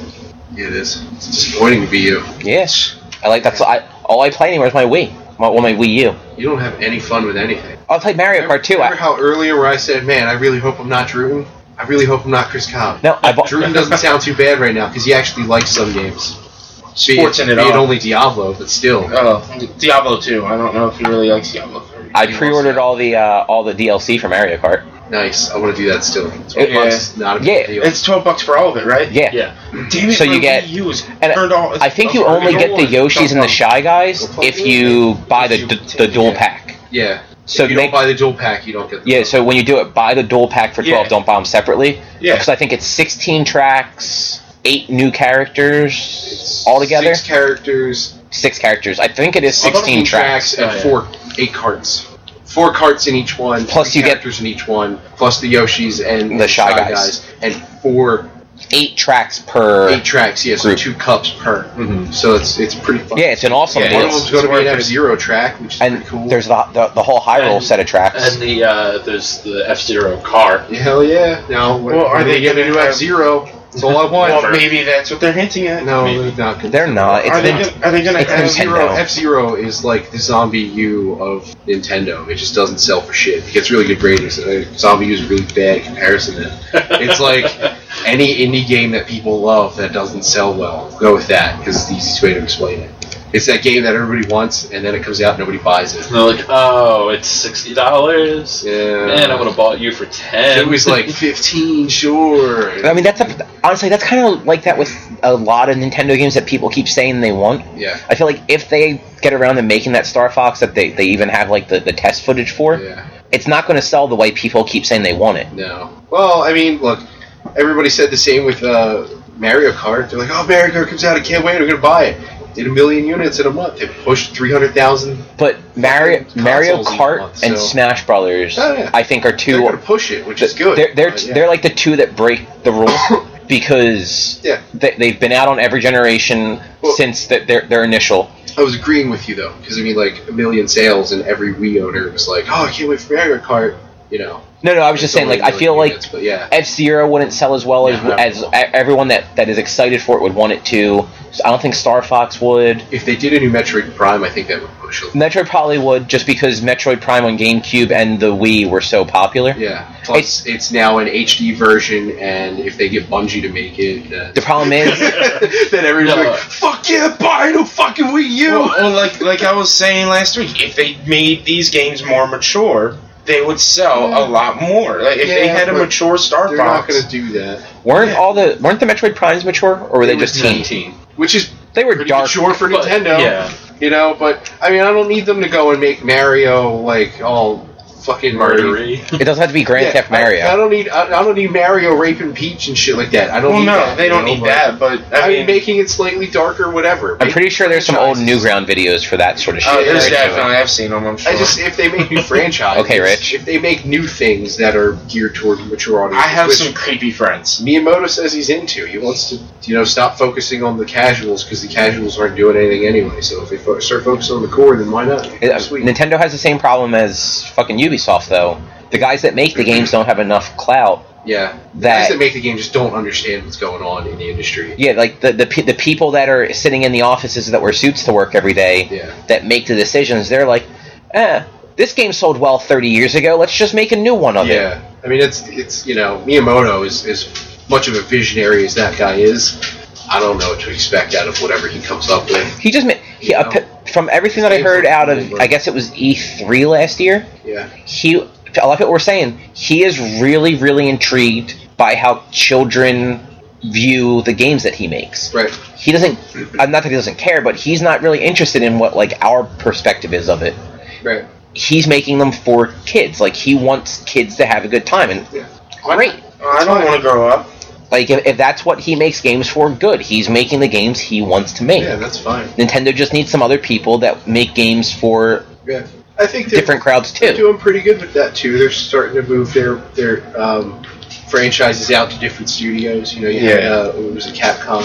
B: Yeah, it is. It's disappointing to be you.
A: Yes, I like that's I all I play anymore is my Wii. My, well, my Wii U.
B: You don't have any fun with anything.
A: Oh, I played Mario
B: Remember,
A: Kart 2.
B: remember
A: I,
B: how earlier where I said, "Man, I really hope I'm not Druten. I really hope I'm not Chris Cobb."
A: no, I bought.
B: Druten doesn't sound too bad right now because he actually likes some games. Be it,
D: Sporting it
B: be it
D: up.
B: only Diablo, but still.
D: oh, Diablo 2. I don't know if he really likes Diablo 3.
A: I pre-ordered all the uh, all the DLC for Mario Kart.
B: Nice. I want to do that still.
A: It-
B: Twelve bucks, not a big
A: yeah.
B: deal.
D: It's 12 bucks for all of it, right?
A: Yeah,
C: Yeah.
D: Damn it,
A: So you
D: my
A: get-
D: Wii U is
A: and
D: turned all,
A: I think you
D: I'm
A: only
D: freaking
A: get the
D: old.
A: Yoshis and the
D: Don't-
A: Shy Guys if you buy the the dual pack.
B: yeah,
A: So
B: if you
A: make,
B: don't buy the dual pack, you don't get the
A: yeah, so when you do it, buy the dual pack for twelve.
D: Yeah.
A: Don't buy them separately.
D: Yeah.
A: because I think it's sixteen tracks, eight new characters altogether.
B: Six characters,
A: Six characters. I think it is sixteen tracks.
B: and
C: Oh,
B: four eight carts. Four carts in each one,
A: Plus
B: three
A: you get-
B: characters in each one, plus the Yoshis and
A: The Shy Guys.
B: and four
A: Eight tracks per.
B: eight tracks. Yeah, so
A: Group. Mm-hmm.
B: two cups per. So it's it's pretty fun.
A: Yeah, it's an awesome
C: Yeah,
B: one of
A: deal.
B: them's going to be an
D: It's-
B: F Zero track, which is
A: And
B: pretty cool.
A: there's the, the the whole Hyrule
C: And-
A: set of tracks.
C: And the uh, there's the F Zero car.
B: Hell yeah! Now, when-
D: Well, are
B: when
D: they
B: we get a
D: gonna
B: new
D: have-
B: F Zero? That's all I want.
D: Well, maybe that's what they're hinting at.
B: no,
D: Maybe.
B: they're not. gonna-
A: They're not. It's
D: Are they,
A: been-
D: gonna, are they gonna
A: it's been
D: have
A: ten-
B: Zero
A: Nintendo.
B: F Zero is like the zombie U of Nintendo. It just doesn't sell for shit. It gets really good ratings. Uh, Zombie U is a really bad comparison. To It's like any indie game that people love that doesn't sell well. Go with that because it's the easiest way to explain it. It's that game that everybody wants, and then it comes out and nobody buys it.
C: And they're like, oh, it's sixty dollars.
B: Yeah.
C: Man, I would have bought you for ten.
B: It was like fifteen, sure.
A: I mean, that's a, honestly that's kind of like that with a lot of Nintendo games that people keep saying they want.
B: yeah,
A: I feel like if they get around to making that Star Fox that they, they even have like the, the test footage for,
B: yeah.
A: it's not going to sell the way people keep saying they want it.
B: No. Well, I mean, look, everybody said the same with uh, Mario Kart. They're like, oh, Mario Kart comes out, I can't wait, I'm going to buy it. Did a million units in a month. They pushed 300,000.
A: But Mario
B: Fucking
A: Mario
B: consoles
A: Kart
B: you want,
A: and
B: so-
A: Smash Brothers,
B: Oh, yeah.
A: I think are
B: They're
A: two.
B: going to push it, which is good.
A: They're they're,
B: But, yeah.
A: they're like the two that break the rule because
B: Yeah.
A: they, they've been out on every generation
B: Well-
A: since that their their initial.
B: I was agreeing with you, though, because, I mean, like, a million sales, and every Wii owner was like, oh, I can't wait for Mario Kart. You know.
A: No, no, I was just saying like I feel like
B: But yeah.
A: F Zero wouldn't sell as well as
B: No,
A: as
B: no.
A: e- everyone that, that is excited for it would want it to. So I don't think Star Fox would.
B: If they did a new Metroid Prime, I think that would push it.
A: Metroid probably would just because Metroid Prime on GameCube and the Wii were so popular.
B: Yeah. Plus, it's, now an HD version, and if they get Bungie to make it, then
A: The problem is,
B: then everybody's
C: No. uh,
B: like, "Fuck yeah, buy the fucking Wii U."
D: Well, well, like like I was saying last week, if they made these games more mature, they would sell a lot more. Like if they
B: Yeah,
D: had a
B: but
D: mature Star
B: They're not
D: Fox,
B: going to do that.
A: weren't all the weren't the Metroid Primes mature or were they, just teen?
B: Which is
A: They were
B: pretty
A: dark.
B: mature for
C: But,
B: Nintendo.
C: yeah.
B: You know, but I mean, I don't need them to go and make Mario like all fucking
C: murdery.
A: It doesn't have to be Grand
B: Yeah,
A: Theft
B: I-
A: Mario.
B: I, don't need. I, I don't need Mario raping Peach and shit like that. I don't.
D: well,
B: need
D: no,
B: that,
D: they
B: you
D: don't
B: know,
D: need
B: but-
D: that. But I,
B: I mean,
D: mean,
B: making it slightly darker, whatever.
A: I'm pretty sure there's some old
B: franchises.
A: Newground videos for that sort of shit.
D: oh,
B: yeah,
D: there's
B: yeah.
D: definitely I've seen them. I'm sure.
B: I just if they make new franchises.
A: Okay, Rich.
B: If they make new things that are geared toward mature audiences,
D: I have
B: which-
D: some creepy friends.
B: Miyamoto says he's into. He wants to, you know, stop focusing on the casuals because the casuals aren't doing anything anyway. So if they fo- start focusing on the core, then why not?
A: Yeah,
B: Sweet.
A: Uh, Nintendo has the same problem as fucking Ubisoft though. The guys that make
B: Mm-hmm.
A: the games don't have enough clout.
B: Yeah.
A: That-
B: Guys that make the game just don't understand what's going on in the industry.
A: Yeah, like the the, pe- the people that are sitting in the offices that wear suits to work every day
B: Yeah.
A: that make the decisions, they're like, eh, this game sold well 30 years ago. Let's just make a new one of it.
B: Yeah. I mean, it's it's you know Miyamoto is as much of a visionary as that guy is. I don't know what to expect out of whatever he comes up with.
A: He just made he,
B: You
A: uh,
B: know?
A: p- from everything that I heard out of I guess it was E3 last year.
B: Yeah.
A: He a lot of people were saying he is really really intrigued by how children view the games that he makes.
B: Right.
A: he doesn't uh, not that he doesn't care but he's not really interested in what like our perspective is of it
B: Right.
A: he's making them for kids like he wants kids to have a good time and
B: Yeah.
A: great
D: I don't want to grow up.
A: like if, if that's what he makes games for good he's making the games he wants to make
B: Yeah, that's fine.
A: nintendo just needs some other people that make games for
B: Yeah. I think that-
A: different crowds
B: They're
A: too
B: doing pretty good with that too. They're starting to move their their um, franchises out to different studios. You know, you had,
D: Yeah.
B: uh, it was a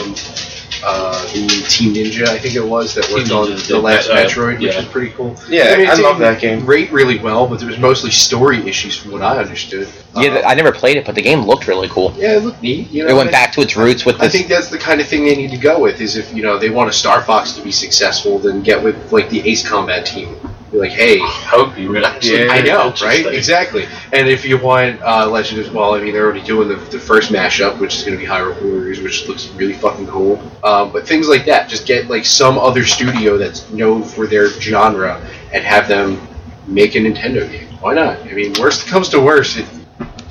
B: Capcom, uh, the Team Ninja, I think it was, that worked
C: Team
B: on
C: Ninja
B: the
C: did
B: last
C: that, uh,
B: Metroid, which
C: yeah.
B: was pretty cool.
D: Yeah,
B: mean, it
D: I love
B: didn't
D: that game.
B: Rate really well, but there was mostly story issues from what I understood.
A: yeah
B: Uh,
A: th- i never played it but the game looked really cool
B: yeah, it looked neat. You know,
A: it went
B: I-
A: back to its roots with
B: I
A: this
B: think that's the kind of thing they need to go with. Is if you know they want a Star Fox to be successful, then get with like the Ace Combat team. Be like, hey,
C: I hope you would actually.
D: Yeah,
B: I know,
C: Interesting.
B: right? Exactly. And if you want uh, Legend as well, I mean, they're already doing the, the first mashup, which is going to be Hyrule Warriors, which looks really fucking cool. Um, but things like that, just get like some other studio that's known for their genre and have them make a Nintendo game. Why not? I mean, worst comes to worst, it,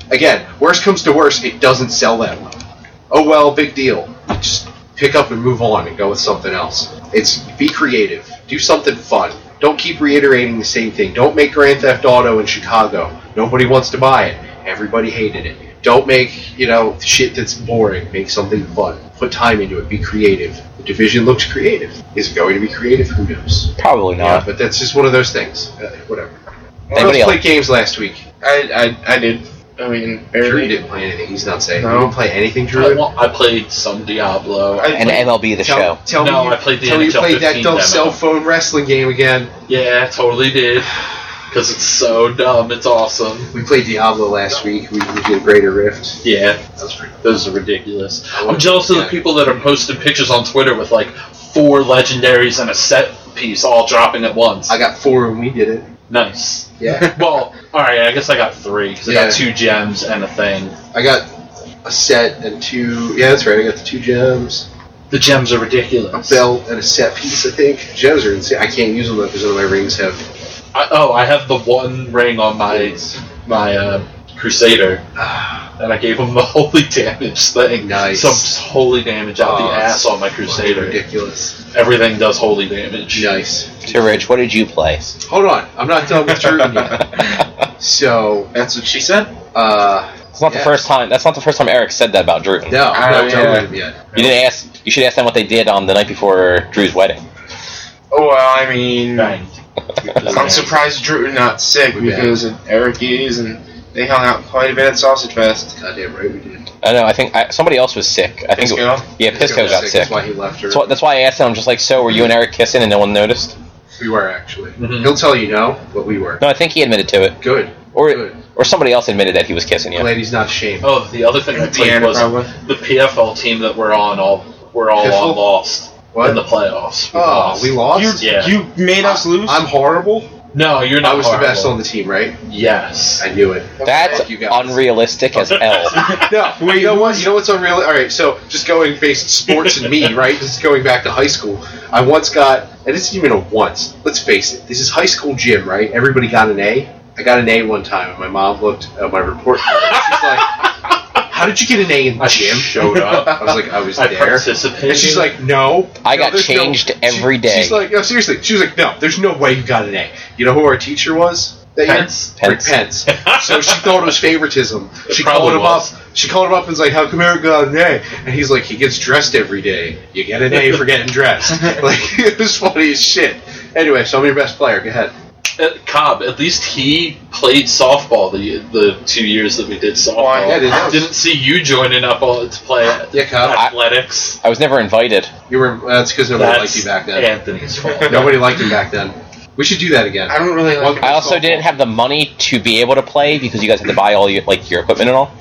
B: again, worst comes to worst, it doesn't sell that well. Oh well, big deal. Just pick up and move on and go with something else. It's be creative, do something fun. Don't keep reiterating the same thing. Don't make Grand Theft Auto in Chicago. Nobody wants to buy it. Everybody hated it. Don't make, you know, shit that's boring. Make something fun. Put time into it. Be creative. The division looks creative. Is it going to be creative? Who knows?
A: Probably
B: Yeah,
A: not.
B: but that's just one of those things. Uh, whatever. Well,
A: Anybody
B: let's play
A: else?
B: games last week.
D: I, I, I did. I mean,
B: Drew
D: barely.
B: didn't play anything. He's not saying.
D: No.
B: You didn't play anything, Drew.
C: I, well, I played some Diablo.
D: I-
A: And MLB the
B: Tell,
A: show.
B: tell
C: No,
B: me you,
C: I played the
B: tell me you
C: NHL
B: played that
C: 15
B: dumb
C: demo.
B: cell phone wrestling game again.
C: yeah, I totally did. Because it's so dumb. It's awesome.
B: We played Diablo last week. We, we did Greater Rift.
C: Yeah,
B: That's pretty.
C: those are ridiculous.
B: I
C: I'm jealous of the
B: yeah.
C: people that are posting pictures on Twitter with like four legendaries and a set piece all dropping at once.
B: I got four when we did it.
C: nice.
B: Yeah,
C: Well, all right. I guess I got three because I
B: Yeah.
C: got two gems and a thing.
B: I got a set and two. Yeah, that's right. I got the two gems,
C: The gems are
B: a
C: ridiculous.
B: belt, and a set piece. I think gems are insane. I can't use them though because none of my rings have.
C: I, oh, I have the one ring on my my uh, Crusader, and I gave him the holy damage thing.
B: Nice.
C: Some just holy damage out
B: Oh,
C: the ass on my Crusader.
B: Ridiculous.
C: Everything does holy damage.
B: Nice.
A: So, Rich, what did you play?
B: Hold on, I'm not done with Drew yet. So,
D: That's what she said.
B: uh,
A: It's not
B: Yeah.
A: the first time. That's not the first time Eric said that about Drew.
B: no, I'm not
D: Oh,
B: done
D: yeah.
B: with him yet.
A: You didn't ask. You should ask them what they did on the night before Drew's wedding.
D: Oh well, I mean,
C: Bang.
D: I'm surprised Drew not sick
B: We bet.
D: because of Eric E's and they hung out quite a bit at Sausage Fest.
B: Goddamn right we did.
A: I know. I think I, somebody else was sick. I think. it-
D: Pisco?
A: yeah, Pisco got sick.
B: That's why he left her.
A: That's why, that's why I asked him. I'm just like, so were you and Eric kissing, and no one noticed?
B: We were actually.
C: Mhm.
B: He'll tell you no, but we were.
A: No, I think he admitted to it,
B: Good.
A: or
B: Good.
A: or somebody else admitted that he was kissing you.
B: Lady's not ashamed.
C: Oh, the other thing I played
D: Deanna
C: was
D: probably.
C: the PFL team that we're on. All we're all
B: Piffle?
C: on lost in the
B: What?
C: playoffs. We
B: Oh,
C: lost.
B: we lost.
C: Yeah.
D: You made us lose.
B: I'm horrible.
C: No, you're not.
B: I was the best on
C: horrible.
B: the team, right?
C: Yes.
B: I knew it.
A: That's
B: Fuck you guys.
A: unrealistic as hell.
B: No, you know what? You know what's unreal? All right, so just going based sports and me, right? Just going back to high school. I once got, and this isn't even a once. Let's face it. This is high school gym, right? Everybody got an A. I got an A one time, and my mom looked at my report card. And she's like, "How did you get an A in
C: I
B: gym?"
C: showed up.
B: I was like, "I was
C: I
B: there."
C: participated.
B: And she's like, no.
A: I
B: No,
A: got
B: there's
A: changed
B: no,
A: every
B: she-
A: day.
B: She's like, no, seriously. She was like, no, there's no way you got an A. You know who our teacher was? That year?
C: Pence.
B: Rick Pence. so she thought it was favoritism. She
C: probably
B: called him
C: was.
B: up. She called him up and was like, how come Eric got an A? And he's like, he gets dressed every day. You get an A for getting dressed. like, it was funny as shit. Anyway, so I'm your best player. Go ahead.
C: Uh, Cobb, at least he played softball the the two years that we did softball.
D: Why,
B: yeah, dude, that
C: I
B: was-
C: didn't see you joining up all to play
B: Yeah, Cobb.
C: athletics.
A: I was never invited.
B: You were, that's because nobody
C: That's
B: liked you back then.
C: Anthony's fault.
B: Nobody liked him back then. We should do that again.
D: I don't really like.
A: I also didn't have the money to be able to play because you guys had to buy all your like your equipment and all,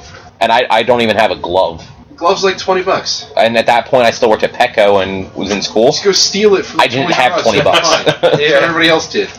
A: and I, I don't even have a glove.
B: Gloves like 20 bucks.
A: And at that point, I still worked at Petco and was in school.
B: Just go steal it from
A: I didn't
B: 20
A: have 20 bucks.
B: Fine.
D: Yeah.
B: Everybody else did.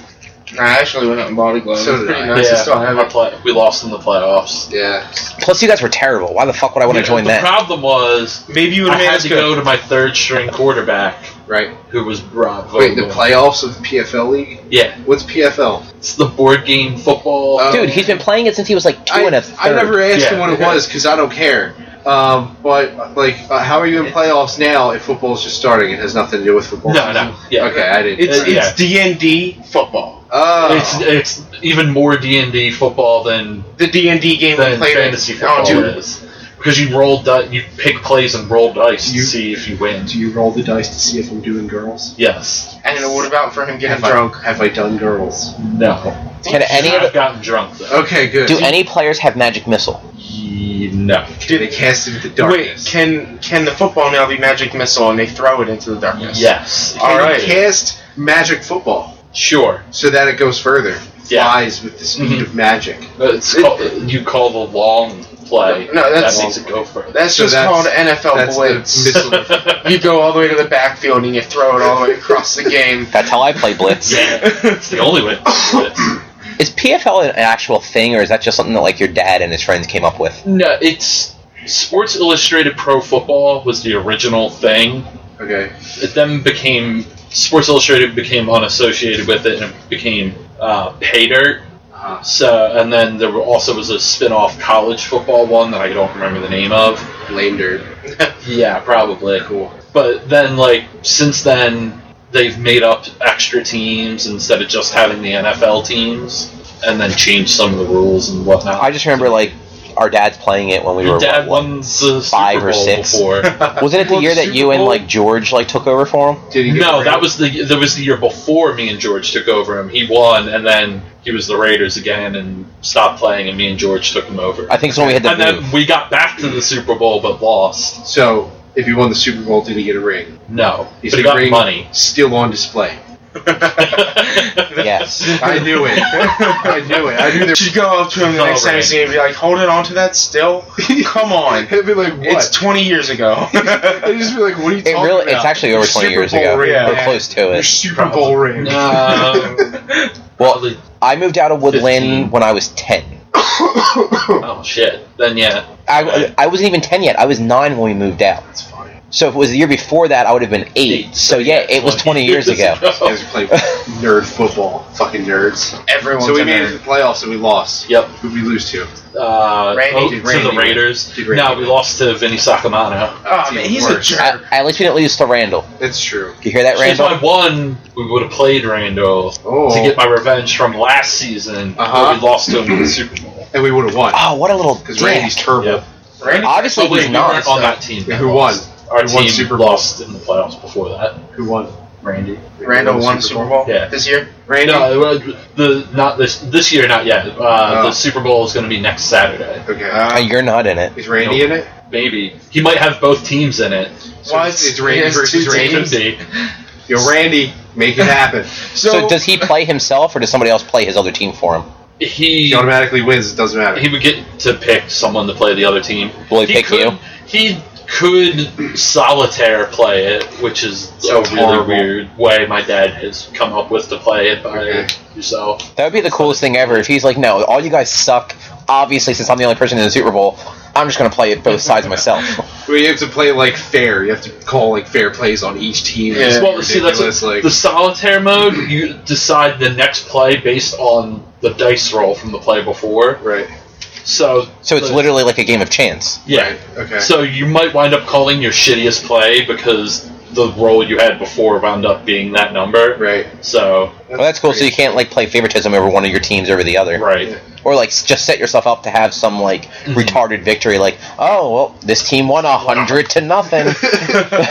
D: I actually went out and bought a glove.
B: So
D: It's
B: did
D: pretty
B: I.
D: nice. I
C: Yeah,
D: still have
C: our
D: it.
C: play- we lost in the playoffs.
B: Yeah.
A: Plus, you guys were terrible. Why the fuck would I want to
C: Yeah,
A: join
C: the
A: that?
C: problem was
D: Maybe you would
C: I
D: have made
C: had
D: us
C: to
D: go.
C: go to my third string quarterback,
B: Right.
C: who was Rob
B: Wait, the
C: Vogel.
B: playoffs of the PFL league?
C: Yeah,
B: What's PFL?
C: it's the board game football.
B: Oh.
A: Dude, he's been playing it since he was like two
B: I,
A: and a
B: I
A: third.
B: never asked
C: Yeah.
B: him what it was because I don't care. Um, but like, uh, how are you in playoffs now if football's just starting? It has nothing to do with football.
C: no, no, yeah.
B: Okay, I didn't.
D: It's
C: Uh,
D: it's D and D football.
B: oh,
C: It's it's even more D and D football than
D: The D and D game we
C: than
D: played.
C: fantasy
D: Oh,
C: football
D: dude.
C: is. Because you roll di- you pick plays and roll dice
B: You-
C: to see if you win.
B: do you roll the dice to see if I'm doing girls?
C: Yes.
D: And what about for him getting
B: Have
D: drunk?
B: I, have I done girls?
C: No.
A: Can any of
C: I've
A: the,
C: gotten drunk though.
B: Okay, good.
A: do any players have magic missile?
C: Ye- No.
B: they cast it into
D: Wait,
B: darkness.
D: can can the football now be magic missile and they throw it into the darkness?
C: Yes.
B: Can
D: All
B: you
D: right.
B: cast magic football
C: Sure.
B: so that it goes further? Mm-hmm.
C: Yeah.
B: Flies with the speed
C: Mhm.
B: of magic.
C: It's called, you call the long play.
D: No, that's-
C: that makes it go for
D: That's
B: So
D: just
B: that's-
D: called NFL
B: That's the
D: blitz.
B: missile.
D: you go all the way to the backfield and you throw it all the way across the game.
A: That's how I play Blitz.
C: yeah. It's the only way. to do it.
A: Is PFL an actual thing, or is that just something that like your dad and his friends came up with?
C: No, it's Sports Illustrated Pro Football was the original thing.
B: okay.
C: it then became Sports Illustrated became unassociated with it and it became uh, pay dirt.
B: Uh-huh.
C: So and then there were also was a spin-off college football one that I don't remember the name of.
B: Lame nerd.
C: Yeah, probably.
B: Cool.
C: But then like since then they've made up extra teams instead of just having the NFL teams, and then changed some of the rules and whatnot.
A: I just remember like our dads playing it when we
C: your
A: were
C: dad
A: what,
C: won the
A: five
C: Super
A: or
C: Bowl
A: six?
C: before.
A: what? Was it at the
C: won
A: year
C: the
A: that
C: Super
A: you and
C: Bowl?
A: like George like took over for him?
B: Did he get
C: no,
B: the
C: that
B: ring?
C: was the that was the year before me and George took over him. He won, and then he was the Raiders again and stopped playing, and me and George took him over.
A: I think it's when we had the
C: and
A: move.
C: then we got back to the Super Bowl but lost.
B: So, if he won the Super Bowl, did he get a ring?
C: No,
B: Is
C: but
B: the
C: he got
B: ring
C: money.
B: still on display?
A: yes.
B: I knew it. I knew it. I knew there.
D: Just go up to him the next time you see him and be like, holding on to that still? Come on.
B: I'd be like, what?
D: It's 20 years ago.
B: I'd just be like, what are you
A: It
B: talking
A: really it's
B: about?
A: actually over twenty
D: Super
A: years
D: Bowl
A: ago.
D: ring,
A: We're
D: yeah.
A: close to
B: Your
A: it.
B: Super Bowl ring.
C: no.
A: Well, I moved out of Woodland
C: 15.
A: when I was ten.
C: Oh shit. Then yeah.
A: I, I wasn't even ten yet. I was nine when we moved out.
B: That's fine.
A: So if it was the year before that, I would have been eight. So yeah, it was twenty years ago.
B: You guys are playing nerd football. Fucking nerds.
D: Everyone's
B: So we
D: a
B: made it to the
D: nerd.
B: playoffs and we lost.
C: Yep.
B: Who'd we lose to?
C: Uh,
D: Randy
C: oh,
D: did-
C: to
D: Randy
C: the
D: did.
C: Raiders.
B: Did Randy
C: No, we
B: win?
C: lost to Vinny Sacamano.
D: Oh, man, he's a
B: Worse.
D: jerk.
A: I, at least we didn't lose to Randall.
B: That's true.
A: You hear that,
C: If
A: Randall?
C: I won, we would have played Randall
B: Oh.
C: to get my revenge from last season. where
B: Uh-huh.
C: We lost to him in the Super Bowl.
B: And we would have won.
A: Oh, what a little
B: Because Randy's
A: dick!
B: terrible.
C: Yep.
D: Randy-
A: Obviously,
C: But wait,
A: he's
C: we
A: not.
C: weren't on that team.
B: And
C: that
B: who won?
C: lost. Our
B: Who won
C: team
B: Super Bowl?
C: lost in the playoffs before that.
B: Who won?
C: Randy.
D: Randall won the Super Bowl
C: Yeah.
D: this year.
B: Randy.
C: No, uh, the not this this year, not yet. Uh,
B: Oh.
C: The Super Bowl is going to be next Saturday.
B: Okay.
A: Oh, you're not in it.
B: is Randy in it?
C: Maybe he might have both teams in it.
B: So
D: What?
B: it's, it's
D: He
B: Randy
D: has
B: versus
D: two
B: Randy.
C: Could
D: teams?
C: be.
B: Yo, Randy, make it happen.
A: So, does he play himself, or does somebody else play his other team for him?
B: He
C: He
B: automatically wins. It doesn't matter.
C: he would get to pick someone to play the other team.
A: Will he pick
C: could,
A: you?
C: He could solitaire play it, which is
B: So
C: a really
B: horrible.
C: weird way my dad has come up with to play it by
B: Okay.
C: yourself.
A: That would be the coolest thing ever if he's like, no, all you guys suck. Obviously, since I'm the only person in the Super Bowl, I'm just going to play it both sides myself.
B: We have to play like fair. You have to call like fair plays on each team.
D: Yeah.
B: It's
C: Well, see, that's
B: ridiculous, like
C: the solitaire mode. You decide the next play based on the dice roll from the play before.
B: right.
C: So,
A: So it's
C: the-
A: literally like a game of chance.
C: yeah.
B: Right. Okay.
C: So you might wind up calling your shittiest play because the roll you had before wound up being that number.
B: right.
C: So
A: Well, that's cool. So you can't like play favoritism over one of your teams over the other,
C: right.
A: or like s- just set yourself up to have some like retarded victory. Like, oh, well, this team won a hundred to nothing.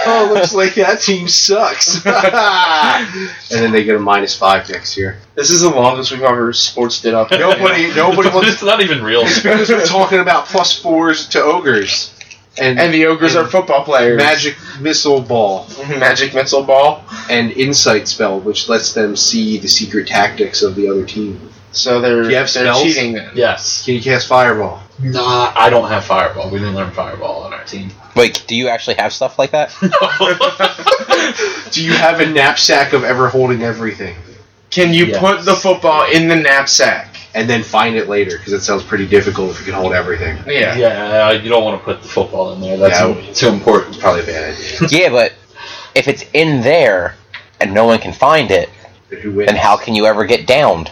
B: oh, looks like that team sucks. and then they get a minus five next year.
D: This is the longest we've ever sports did up.
B: Nobody, nobody wants.
C: it's not even real.
B: Because we're talking about plus fours to ogres, and,
D: And the ogres are football players.
B: magic missile ball
D: Magic missile ball.
B: and insight spell, which lets them see the secret tactics of the other team.
D: So they're
B: Do you have
D: they're
B: spells?
D: cheating then.
C: yes.
B: Can you cast fireball?
C: Nah, I don't have fireball. We didn't learn fireball on our team.
A: Like, do you actually have stuff like that?
B: Do you have a knapsack of ever holding everything?
D: Can you
C: Yes.
D: put the football in the knapsack?
B: and then find it later because it sounds pretty difficult if you can hold everything.
D: Yeah.
C: yeah, you don't want to put the football in there. That's
B: Yeah.
C: too important.
B: Probably a bad idea.
A: yeah, but if it's in there and no one can find it,
B: But who wins?
A: then how can you ever get downed?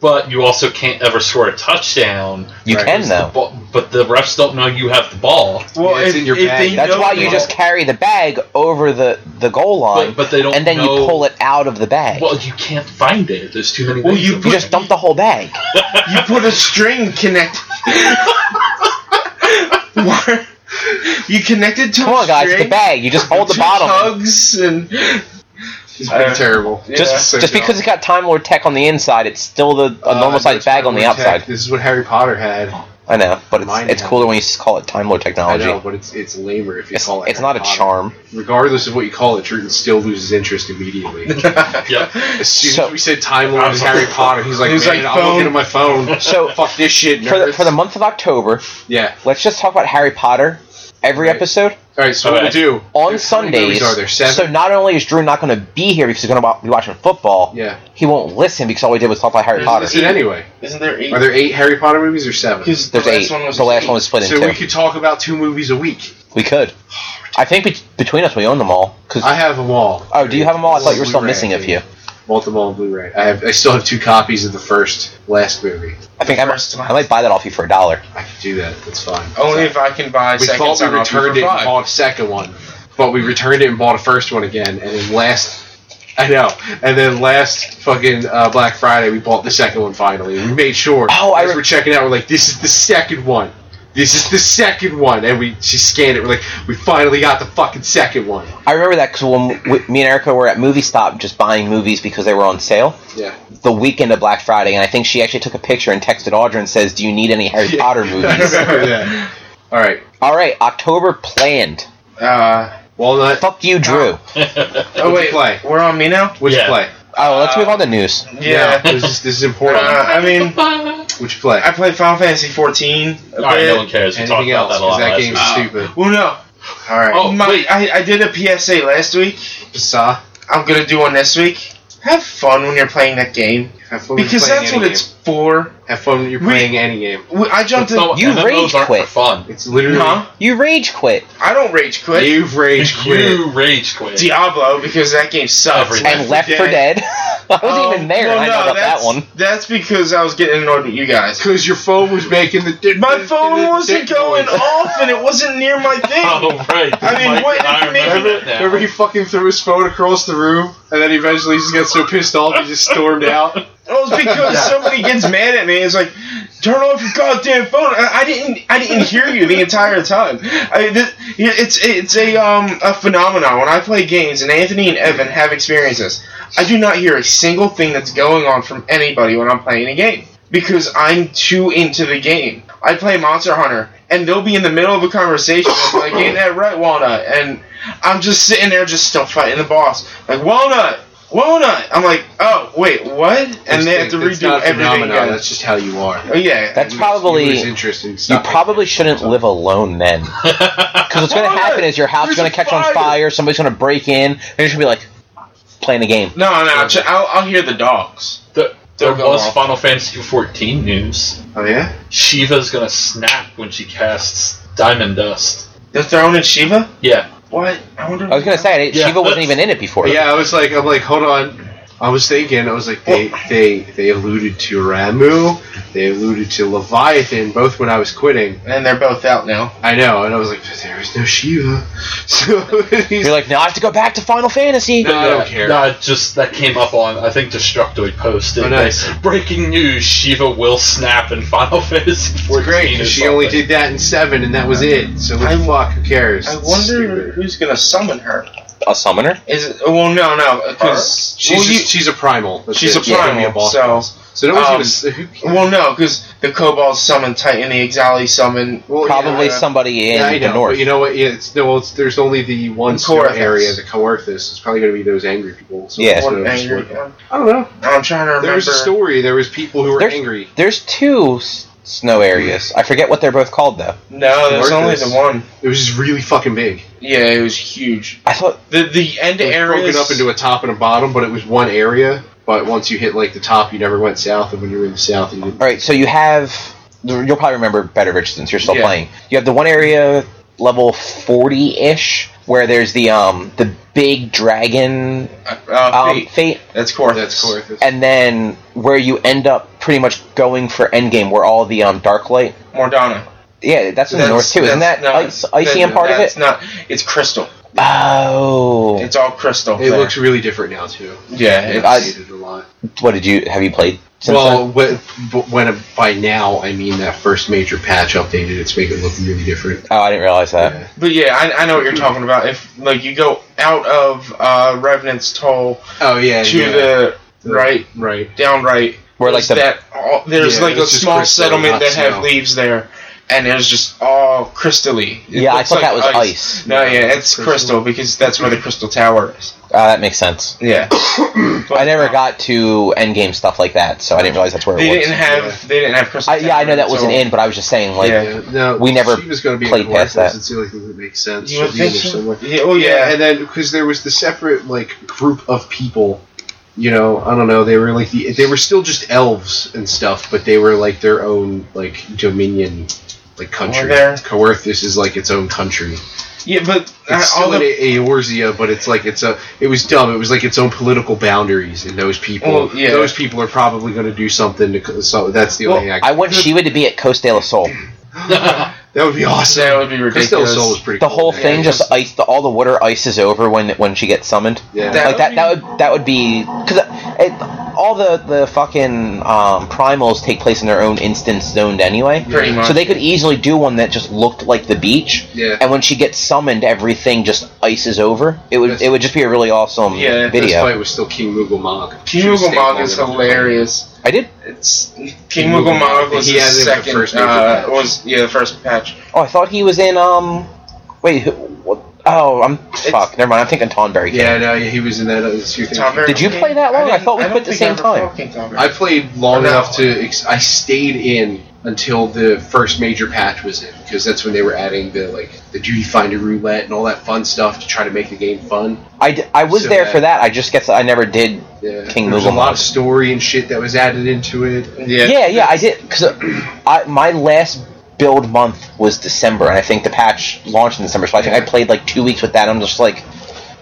C: But you also can't ever score a touchdown.
A: You
B: Right,
A: can
B: it's
A: though.
C: But, but the refs don't know you have the ball.
D: Well,
B: Yeah, it's in your bag.
A: That's why you
D: the-
A: just carry the bag over the, the goal line,
C: But, but they don't.
A: and then you
C: know-
A: pull it out of the bag.
C: Well, you can't find it. There's too many.
D: Well,
C: things
D: you
C: in
A: you
C: there.
A: just dump the whole bag.
D: you put a string connect. Where- you connected to
A: Come
D: a
A: on, guys,
D: string,
A: the bag. You just hold the
D: two
A: bottom.
D: tugs and
B: It's pretty
D: Uh,
B: terrible.
D: yeah.
A: Just,
B: so
A: just
B: dumb.
A: because it's got Time Lord tech on the inside, it's still the a normal
B: Uh,
A: sized bag on the
B: Tech.
A: outside. Oh,
B: This is what Harry Potter had.
A: I know, but it's,
B: Mine
A: it's
B: now.
A: cooler when you s- call it Time Lord
B: I
A: technology.
B: know, but it's it's lamer if you
A: It's,
B: call it.
A: it's
B: Harry
A: not a
B: Potter.
A: charm.
B: Regardless of what you call it, Druten still loses interest immediately.
C: Yeah.
B: As soon
A: So-
B: as we said Time Lord and Harry Potter, he's like,
D: He's
B: "Man,
D: like,
B: I'm looking
D: phone."
B: at my phone.
A: So-
B: fuck this shit, nerds.
A: For the, for the month of October,
B: yeah.
A: let's just talk about Harry Potter every
B: Right.
A: episode
B: All right. So
C: Okay.
B: what we'll do
A: on
B: There's how many
A: Sundays.
B: movies Are there seven?
A: So not only is Drew not going to be here because he's going to be watching football,
B: yeah.
A: he won't listen because all we did was talk about Harry
D: There's-
A: Potter.
B: Is it anyway?
D: Isn't there eight?
B: Are there eight Harry Potter movies or seven?
D: Because
A: There's
D: the
A: eight.
D: Last one was
A: the last
D: eight.
A: one was split
B: So
A: in two.
B: we could talk about two movies a week.
A: We could. I think be- between us we own them all. 'cause-
B: I have them all.
A: oh, do you have them all? I thought you were still
B: Blu-ray,
A: missing a
B: I
A: few.
B: think. Bought them all on Blu-ray. I have. I still have two copies of the first last movie.
A: I think I might,
D: First one.
A: I might buy that off you for a dollar.
B: I could do that. That's fine.
D: Only if I can buy
B: we
D: second
B: thought we
D: time off
B: returned
D: for
B: it and
D: five.
B: bought a second one, but we returned it and bought a first one again, and then last I know. And then last fucking uh, Black Friday, we bought the second one finally. We made sure.
A: Oh, I
B: as
A: re-
B: we're checking out, we're like, this is the second one. This is the second one. And we she scanned it. We're like, we finally got the fucking second one.
A: I remember that because when w- me and Erica were at Movie Stop just buying movies because they were on sale
B: Yeah.
A: the weekend of Black Friday, and I think she actually took a picture and texted Audra and says, "Do you need any Harry Potter
B: I
A: movies?"
B: remember that. All right.
A: All right, October planned.
D: Uh,
B: Walnut,
A: Fuck you, Drew.
D: oh wait,
B: play?
D: we're on me now.
B: which
C: Yeah.
B: play?
A: Oh, let's move on to news.
D: Yeah.
B: No, this, is, this is
D: Uh,
B: important.
D: I mean,
B: which play?
D: I played Final Fantasy 14. a
C: All right,
D: bit.
C: no one cares. We talked
B: Anything
C: about
B: else?
C: that a
B: Because
C: lot.
B: that
C: last
B: game's
C: night.
B: stupid.
D: Well, no.
B: All right.
C: Uh, Oh,
D: My,
C: wait.
D: I, I did a PSA last week.
B: Saw.
D: I'm gonna do one this week. Have fun when you're playing that game
B: Have fun when you're
D: because
B: playing
D: that's
B: any
D: what
B: game.
D: it's for.
B: Have fun when you're
D: We-
B: playing any game.
D: We- I jumped in.
C: No,
A: You
C: MMOs
A: rage
C: aren't
A: quit.
C: for fun.
B: It's literally
D: Huh?
A: You rage quit
D: I don't rage quit
B: you've rage quit.
C: You rage quit.
D: Diablo because that game sucks.
C: Everything.
A: and Left for Dead. I wasn't
D: Oh,
A: even there,
D: well,
A: and I know
D: no,
A: about that
D: that's-
A: one.
D: That's because I was getting annoyed with you guys.
B: Because your phone was making the. Di-
D: My
B: the-
D: phone
B: the
D: wasn't
B: dick
D: going
B: noise.
D: off, and it wasn't near my thing.
C: Oh, right.
D: I mean,
C: Mike,
D: what if
C: I
D: you make-
C: remember that now.
B: Remember, he fucking threw his phone across the room, and then eventually he just got so pissed off he just stormed out.
D: It was Oh, because somebody gets mad at me. It's like, turn off your goddamn phone. I, I didn't. I didn't hear you the entire time. I, this, it's it's a um a phenomenon when I play games, and Anthony and Evan have experienced this. I do not hear a single thing that's going on from anybody when I'm playing a game because I'm too into the game. I play Monster Hunter, and they'll be in the middle of a conversation. and I'm like, ain't that right, Walnut? And I'm just sitting there, just still fighting the boss. Like Walnut, Walnut. I'm like, oh wait, what? And they have to
B: It's
D: redo
B: not a
D: everything
B: phenomenon,
D: again.
B: That's just how you are.
D: Oh, yeah,
A: That's
B: You
A: probably
B: lose interest in
A: You
B: stuff.
A: probably shouldn't live alone then. Because what's going to happen is your house is going to catch on fire, somebody's going to break in, and you're going to be like, playing a game.
D: no, no. ch- I'll, I'll hear the dogs.
C: The- there
D: Don't go
C: was
D: off.
C: Final Fantasy 14 news.
B: Oh yeah.
C: Shiva's gonna snap when she casts Diamond Dust.
D: They're throwing in Shiva.
C: Yeah.
D: What? I wonder.
A: I was going to say, I-
C: Yeah,
A: Shiva wasn't
C: that's-
A: even in it before.
B: But yeah, I was like, I'm like, hold on. I was thinking, I was like, they they they alluded to Ramu, they alluded to Leviathan, both when I was quitting.
D: And they're both out now.
B: I know, and I was like, but there is no Shiva. So he's
A: You're like, now I have to go back to Final Fantasy.
B: No, I don't
C: Yeah,
B: care.
C: No, it just that came up on I think Destructoid posted.
B: Oh, nice.
C: that Breaking news: Shiva will snap in Final Fantasy 14.
B: It's great
C: or
B: 'cause she only
C: something.
B: did that in seven, and that was it. So what
D: I-
B: the fuck? Who cares?
D: I
B: It's
D: wonder
B: stupid.
D: who's gonna summon her.
A: A summoner?
D: Is it, well, no, no, because
B: She's just- she's a primal. That's
D: she's
B: it.
D: a
B: She's gonna be
D: primal,
B: boss
D: so-
B: boss. so no one's
D: um,
B: gonna. s- Who cares?
D: Well, no, because the Cobalt summon Titan, the Exali summon.
B: Well,
A: Probably
B: yeah,
A: somebody in
B: yeah, I
A: the
B: know,
A: north.
B: But you know what? Yeah, it's no. well, It's, there's only the one
D: And
B: snow
D: Coarthas.
B: area, the Coarthus. It's probably gonna be those angry people. So
A: Yeah.
B: it's
D: One
B: gonna just
D: angry.
B: work out. I don't know.
D: I'm trying to remember.
B: There was a story. There was people who were
A: There's-
B: angry.
A: There's two s- snow areas. I forget what they're both called, though.
D: No, there's only
B: Marcus.
D: the one.
B: It was just really fucking big.
D: Yeah, it was huge.
A: I thought,
D: The the end
B: It was
D: area
B: broken up into a top and a bottom, but it was one area. But once you hit like the top, you never went south, and when you were in the south, you didn't.
A: all right, so you have. You'll probably remember better, Rich, since you're still
D: Yeah.
A: playing. You have the one area, level 40 ish, where there's the um the big dragon
D: uh,
A: um,
D: fate.
A: fate
D: That's Corthus.
B: That's Coarthus.
A: and then where you end up pretty much going for endgame, where all the um, dark light.
D: Mordana.
A: Yeah, that's in the
D: That's-
A: north too, isn't
D: that's-
A: that
D: no,
A: ice,
D: it's-
A: ICM
D: that-
A: part of
D: It's
A: it?
D: not. It's crystal.
A: Oh,
D: It's all crystal.
B: It
D: there.
B: looks really different now too.
D: Yeah. It's,
A: I-
B: It's dated a lot.
A: what did you have you played? Since
B: Well, when, but when by now I mean that first major patch updated, it's making it look really different.
A: then? oh, I didn't realize that.
B: Yeah.
D: but yeah, I, I know what you're talking about. If like you go out of uh, Revenant's Toll
B: Oh yeah,
D: to
B: yeah.
D: the right,
B: right.
D: downright,
A: Where like the
D: that all, there's
B: Yeah,
D: like a
B: it's just
D: small
B: crystal,
D: settlement
B: not
D: that have
B: snow.
D: leaves there, and it's just all crystally. It
A: yeah, I
D: looks
A: thought
D: like
A: that was ice.
D: No, yeah, it's
B: Crystal.
D: crystal. because that's where the crystal tower is.
A: Oh, that makes sense.
D: Yeah,
A: I never got to endgame stuff like that, so I didn't realize that's where
D: They
A: it
D: didn't
A: was.
D: have. They didn't have crystal.
A: I, yeah, I know that wasn't
D: in.
A: in, but I was just saying like
D: Yeah.
B: Yeah, no,
A: We never
B: she was going to be
A: played
B: in Oracles.
A: past that.
B: It's the only thing that makes sense.
D: You would
B: She'll be in
D: think
B: there
D: so.
B: somewhere.
D: Yeah, oh
B: Yeah,
D: yeah.
B: and then because there was the separate like group of people, you know, I don't know, they were like the, they were still just elves and stuff, but they were like their own like dominion, like country.
D: there-
B: Coerthus is like its own country.
D: yeah, but uh,
B: It's
D: all
B: still in A-
D: the
B: Eorzea, but it's like it's a it was dumb. It was like its own political boundaries, and those people,
D: Well, yeah.
B: those people are probably going to do something. To, co- so that's the
D: Well,
B: only thing. I,
A: I want Shiva to be at Coast de la Sol.
B: That would be awesome.
D: That would be
B: Crystal
D: ridiculous.
B: Soul was pretty.
A: The
B: cool.
A: whole
D: Yeah,
A: thing just,
D: just-
A: ice. The, all the water ices over when when she gets summoned.
B: Yeah.
D: That
A: like that.
D: would
A: That would that would be because all the the fucking um, primals take place in their own instance zoned anyway.
D: Pretty much.
A: So they could easily do one that just looked like the beach.
B: Yeah.
A: And when she gets summoned, everything just ices over. It would
B: That's-
A: it would just be a really awesome
D: Yeah, that's
B: This
A: video.
B: fight was still King Mugelmog.
D: King Mugelmog is hilarious.
A: I did.
D: It's King Mugelmog was
B: He
D: the
B: has it in the
D: second.
B: first major
D: uh,
B: patch.
D: was yeah the first patch.
A: Oh, I thought he was in um. Wait. Who, what, oh, I'm fuck. Never mind. I'm thinking Tonberry.
B: Yeah, no, yeah, he was in that. uh, Other, two
D: Tom
B: things.
D: Berry-
A: Did you play that long? I
D: didn't-
A: thought we
D: don't
A: quit the
D: think
A: same
D: I ever
A: time.
D: fucking Tom Berry.
B: I played long
D: Or that
B: enough
D: one.
B: to. Ex- I stayed in until the first major patch was in because that's when they were adding the like the duty finder roulette and all that fun stuff to try to make the game fun.
A: I, d- I was
B: So
A: there
B: bad.
A: for that. I just guess I never did.
B: Yeah.
A: King
B: there was a lot
A: Mugelmog.
B: of story and shit that was added into it.
D: Yeah.
A: Yeah, yeah, I did because I my last build month was December, and I think the patch launched in December. So I think I played like two weeks with that. I'm just like,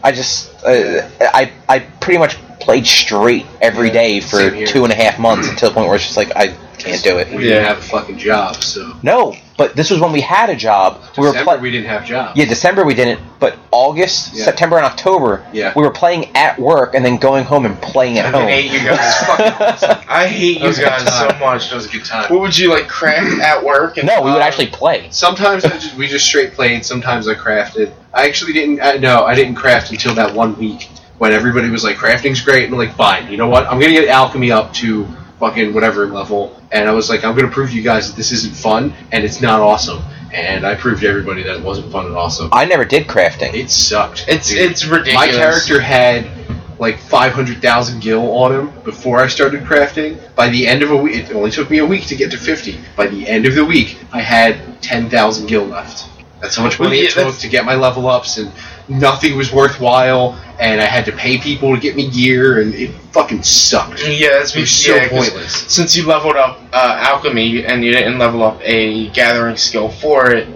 A: I just uh, I I pretty much played straight every day for
B: same here.
A: two and a half months until the point where it's just like I can't do
B: We
A: it.
B: didn't
D: Yeah.
B: have a fucking job, so
A: No, but this was when we had a job. We were
B: December
A: playing.
B: we didn't have jobs.
A: Yeah, December we didn't, but August,
B: Yeah.
A: September, and October,
B: Yeah.
A: we were playing at work and then going home and playing at
D: I hate
A: home.
D: you guys. I hate you
B: Those
D: guys
B: guys
D: so
B: suck.
D: much.
B: That was a good time.
D: What would you like craft at work? And,
A: No, we would
D: um,
A: actually play.
B: Sometimes I just, we just straight played. Sometimes I crafted. I actually didn't. I, no, I didn't craft until that one week when everybody was like, "Crafting's great," and I'm like, "Fine, you know what? I'm gonna get alchemy up to fucking whatever level." And I was like, "I'm gonna prove to you guys that this isn't fun and it's not awesome." And I proved to everybody that it wasn't fun and awesome.
A: I never did crafting.
B: It sucked.
D: It's
B: dude.
D: it's ridiculous.
B: my character had like 500,000 gil on him before I started crafting. By the end of a week, it only took me a week to get to 50. By the end of the week, I had 10,000 gil left. That's how much
D: Well,
B: money
D: yeah,
B: it took
D: that's-
B: to get my level ups, and nothing was worthwhile, and I had to pay people to get me gear, and it fucking sucked. It
D: Yeah, that's
B: was so
D: yeah, 'cause
B: pointless.
D: Since you leveled up uh, alchemy and you didn't level up a gathering skill for it,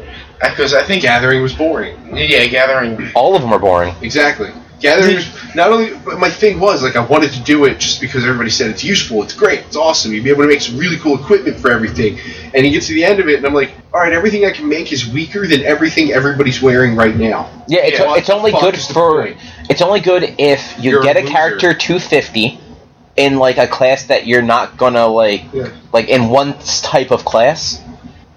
D: because I think
B: Gathering was boring.
D: yeah, gathering.
A: All of them are boring.
B: Exactly. Gathering was not only but my thing was like I wanted to do it just because everybody said it's useful, it's great, it's awesome. You'd be able to make some really cool equipment for everything. And you get to the end of it, and I'm like, all right, everything I can make is weaker than everything everybody's wearing right now.
A: Yeah, it's,
D: Yeah,
B: what
A: it's only
B: the fuck
A: good
B: is the
A: for
B: point?
A: it's only good if you
B: You're a
A: get a
B: loser.
A: character 250 in like a class that you're not gonna like
B: Yeah.
A: like in one s- type of class,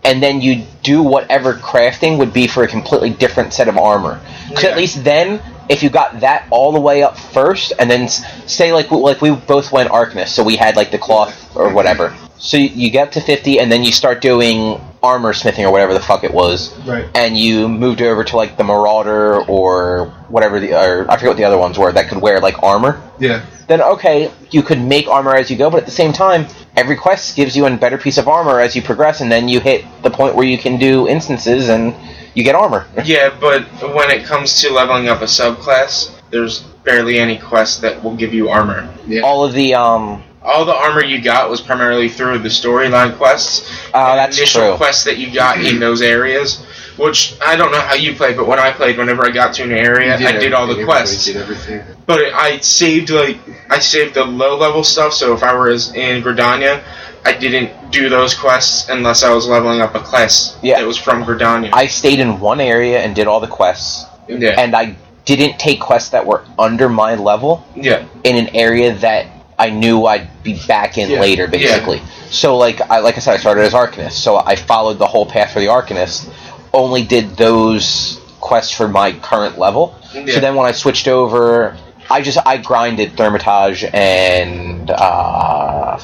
A: and then you do whatever crafting would be for a completely different set of armor. 'Cause
D: Yeah.
A: at least then, if you got that all the way up first, and then s- say like we- like we both went Arcanist, so we had like the cloth or whatever. So you, you get up to fifty, and then you start doing armor smithing or whatever the fuck it was
B: Right.
A: and you moved over to like the Marauder or whatever the or I forget what the other ones were that could wear like armor,
B: Yeah.
A: then okay, you could make armor as you go, but at the same time, every quest gives you a better piece of armor as you progress, and then you hit the point where you can do instances and you get armor.
D: Yeah, but when it comes to leveling up a subclass, there's barely any quest that will give you armor.
B: Yeah.
A: All of the um,
D: All the armor you got was primarily through the storyline quests.
A: oh,
D: and
A: that's
D: initial
A: true.
D: quests that you got in those areas. Which I don't know how you played, but when I played, whenever I got to an area, I did all the
B: everything,
D: quests.
B: everybody did everything.
D: But it, I saved like I saved the low level stuff. So if I was in Gridania, I didn't do those quests unless I was leveling up a class
A: Yeah.
D: that was from Gridania.
A: I stayed in one area and did all the quests,
D: yeah,
A: and I didn't take quests that were under my level.
D: yeah,
A: in an area that I knew I'd be back in
B: Yeah.
A: later, basically. So, like I like I said, I started as Arcanist, so I followed the whole path for the Arcanist. Only did those quests for my current level.
D: Yeah.
A: So then, when I switched over, I just I grinded Thermitage and uh,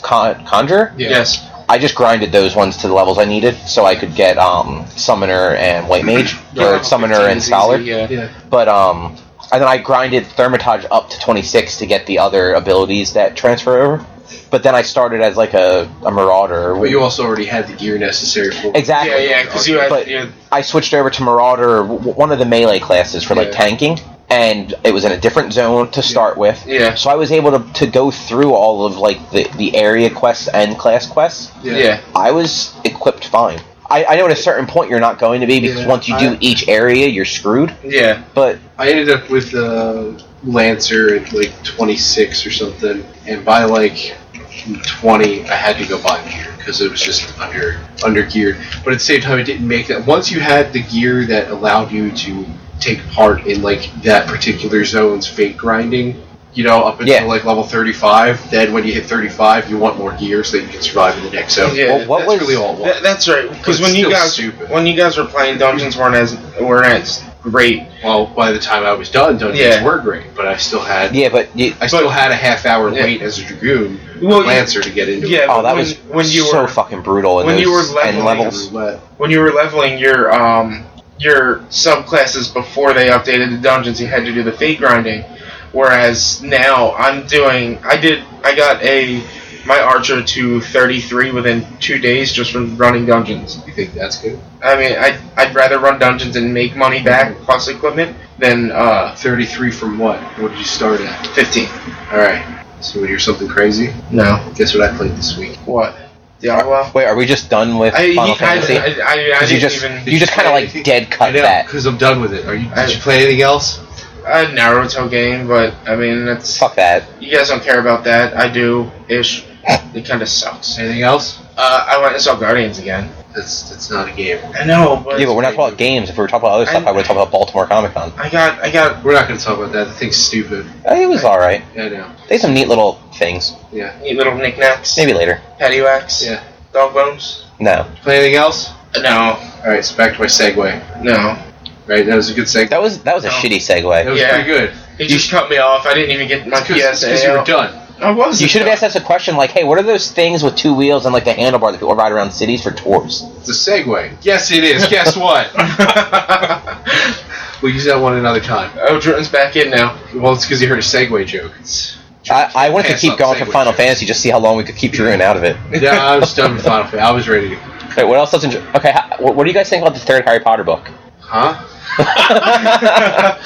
A: Con- Conjure.
B: Yeah.
D: yes,
A: I just grinded those ones to the levels I needed, so I could get um, Summoner and White Mage,
B: Oh,
A: or Summoner and Scholar.
D: Yeah,
B: Yeah.
A: But um, and then I grinded Thermitage up to 26 to get the other abilities that transfer over. But then I started as like a, a Marauder.
B: But Oh, you also already had the gear necessary for
D: yeah,
A: exactly.
D: yeah, because you had
A: But-
D: you-
A: I switched over to Marauder, w- one of the melee classes for like
B: Yeah.
A: tanking, and it was in a different zone to start with.
D: yeah,
A: So I was able to, to go through all of like the, the area quests and class quests.
D: yeah,
A: I was equipped fine. I, I know at a certain point you're not going to be because
B: Yeah,
A: once you do
B: I-
A: each area you're screwed.
D: yeah.
A: But
B: I ended up with uh, Lancer at like 26 or something, and by like 20, I had to go buy gear because it was just under under geared. But at the same time, it didn't make that. Once you had the gear that allowed you to take part in like that particular zone's fake grinding, you know, up until
A: Yeah.
B: like level thirty five. Then when you hit thirty five, you want more gear so that you can survive in the next zone.
D: Yeah,
A: Well, what
B: That's
A: was-
B: really all it was.
D: Th- that's right. Because
B: It's
D: when you
B: still
D: guys
B: stupid.
D: when you guys were playing, dungeons weren't as weren't as great.
B: well, by the time I was done, dungeons
D: Yeah.
B: were great, but I still had
A: Yeah, but you,
B: I still had a half hour
D: Yeah.
B: wait as a dragoon
D: Well, you-
B: lancer to get into
D: yeah.
A: oh, that
D: when,
A: was
D: when you
A: so
D: were
A: fucking brutal. In
D: when you
A: those
D: were
A: end
D: leveling-
A: levels,
B: roulette.
D: when you were leveling your um your subclasses before they updated the dungeons, you had to do the fate grinding. Whereas now I'm doing I did I got a my archer to 33 within two days just from running dungeons.
B: You think that's good?
D: I mean, I'd, I'd rather run dungeons and make money back plus equipment than uh,
B: 33 from what? What did you start at?
D: 15.
B: Alright. So when you're something crazy,
D: No.
B: guess what I played this week?
D: What? Diablo?
A: wait, are we just done with
D: I, he,
A: Final
D: I,
A: Fantasy?
D: I, I,
A: Did
D: I
A: you
D: didn't
A: just
D: even.
A: you just kind of like dead cut that
B: because I'm done with it. Are you?
D: I-
B: Did you play anything else?
D: A Naruto game, but I mean, that's.
A: fuck that
D: You guys don't care about that. I do ish. It kind of sucks. Uh,
B: Anything else?
D: I went and saw Guardians again.
B: That's that's not a game.
D: I know, but.
A: yeah but we're not talking about games if we were talking about other stuff I,
D: I-
A: would have talked about Baltimore Comic Con
D: I got. I got.
B: We're not going to talk about that. The thing's stupid.
A: it was all right
B: I know.
A: they had some neat little things
B: Yeah.
D: Neat little knickknacks.
A: maybe later
D: Paddywhacks.
B: Yeah.
D: Dog bones.
A: no
B: Play anything else?
D: No.
B: All right. So back to my segue.
D: No.
B: Right. That was a good segue.
A: that was that was a
D: No.
A: shitty
B: That
A: segue
B: was
D: Yeah.
B: pretty good.
D: He just cut me off. I didn't even get my
B: Because
D: PSA.
B: you were
D: out.
B: done.
D: I was.
A: you should have asked us a question like hey what are those things with two wheels and like the handlebar that people ride around cities for tours
B: It's a segue. Yes, it is. Guess what? We'll use that one another time.
D: oh, Jordan's back in now.
B: Well, it's because you heard a segue joke. It's-
A: I, I wanted to
B: Pass
A: keep
B: up
A: going for
B: segue
A: Final
B: jokes.
A: Fantasy just see how long we could keep Drew out of it
B: Yeah, I was done with Final Fantasy. I was ready to.
A: Wait, what else doesn't? Okay, ha- what, what do you guys think about the third Harry Potter book?
B: Huh?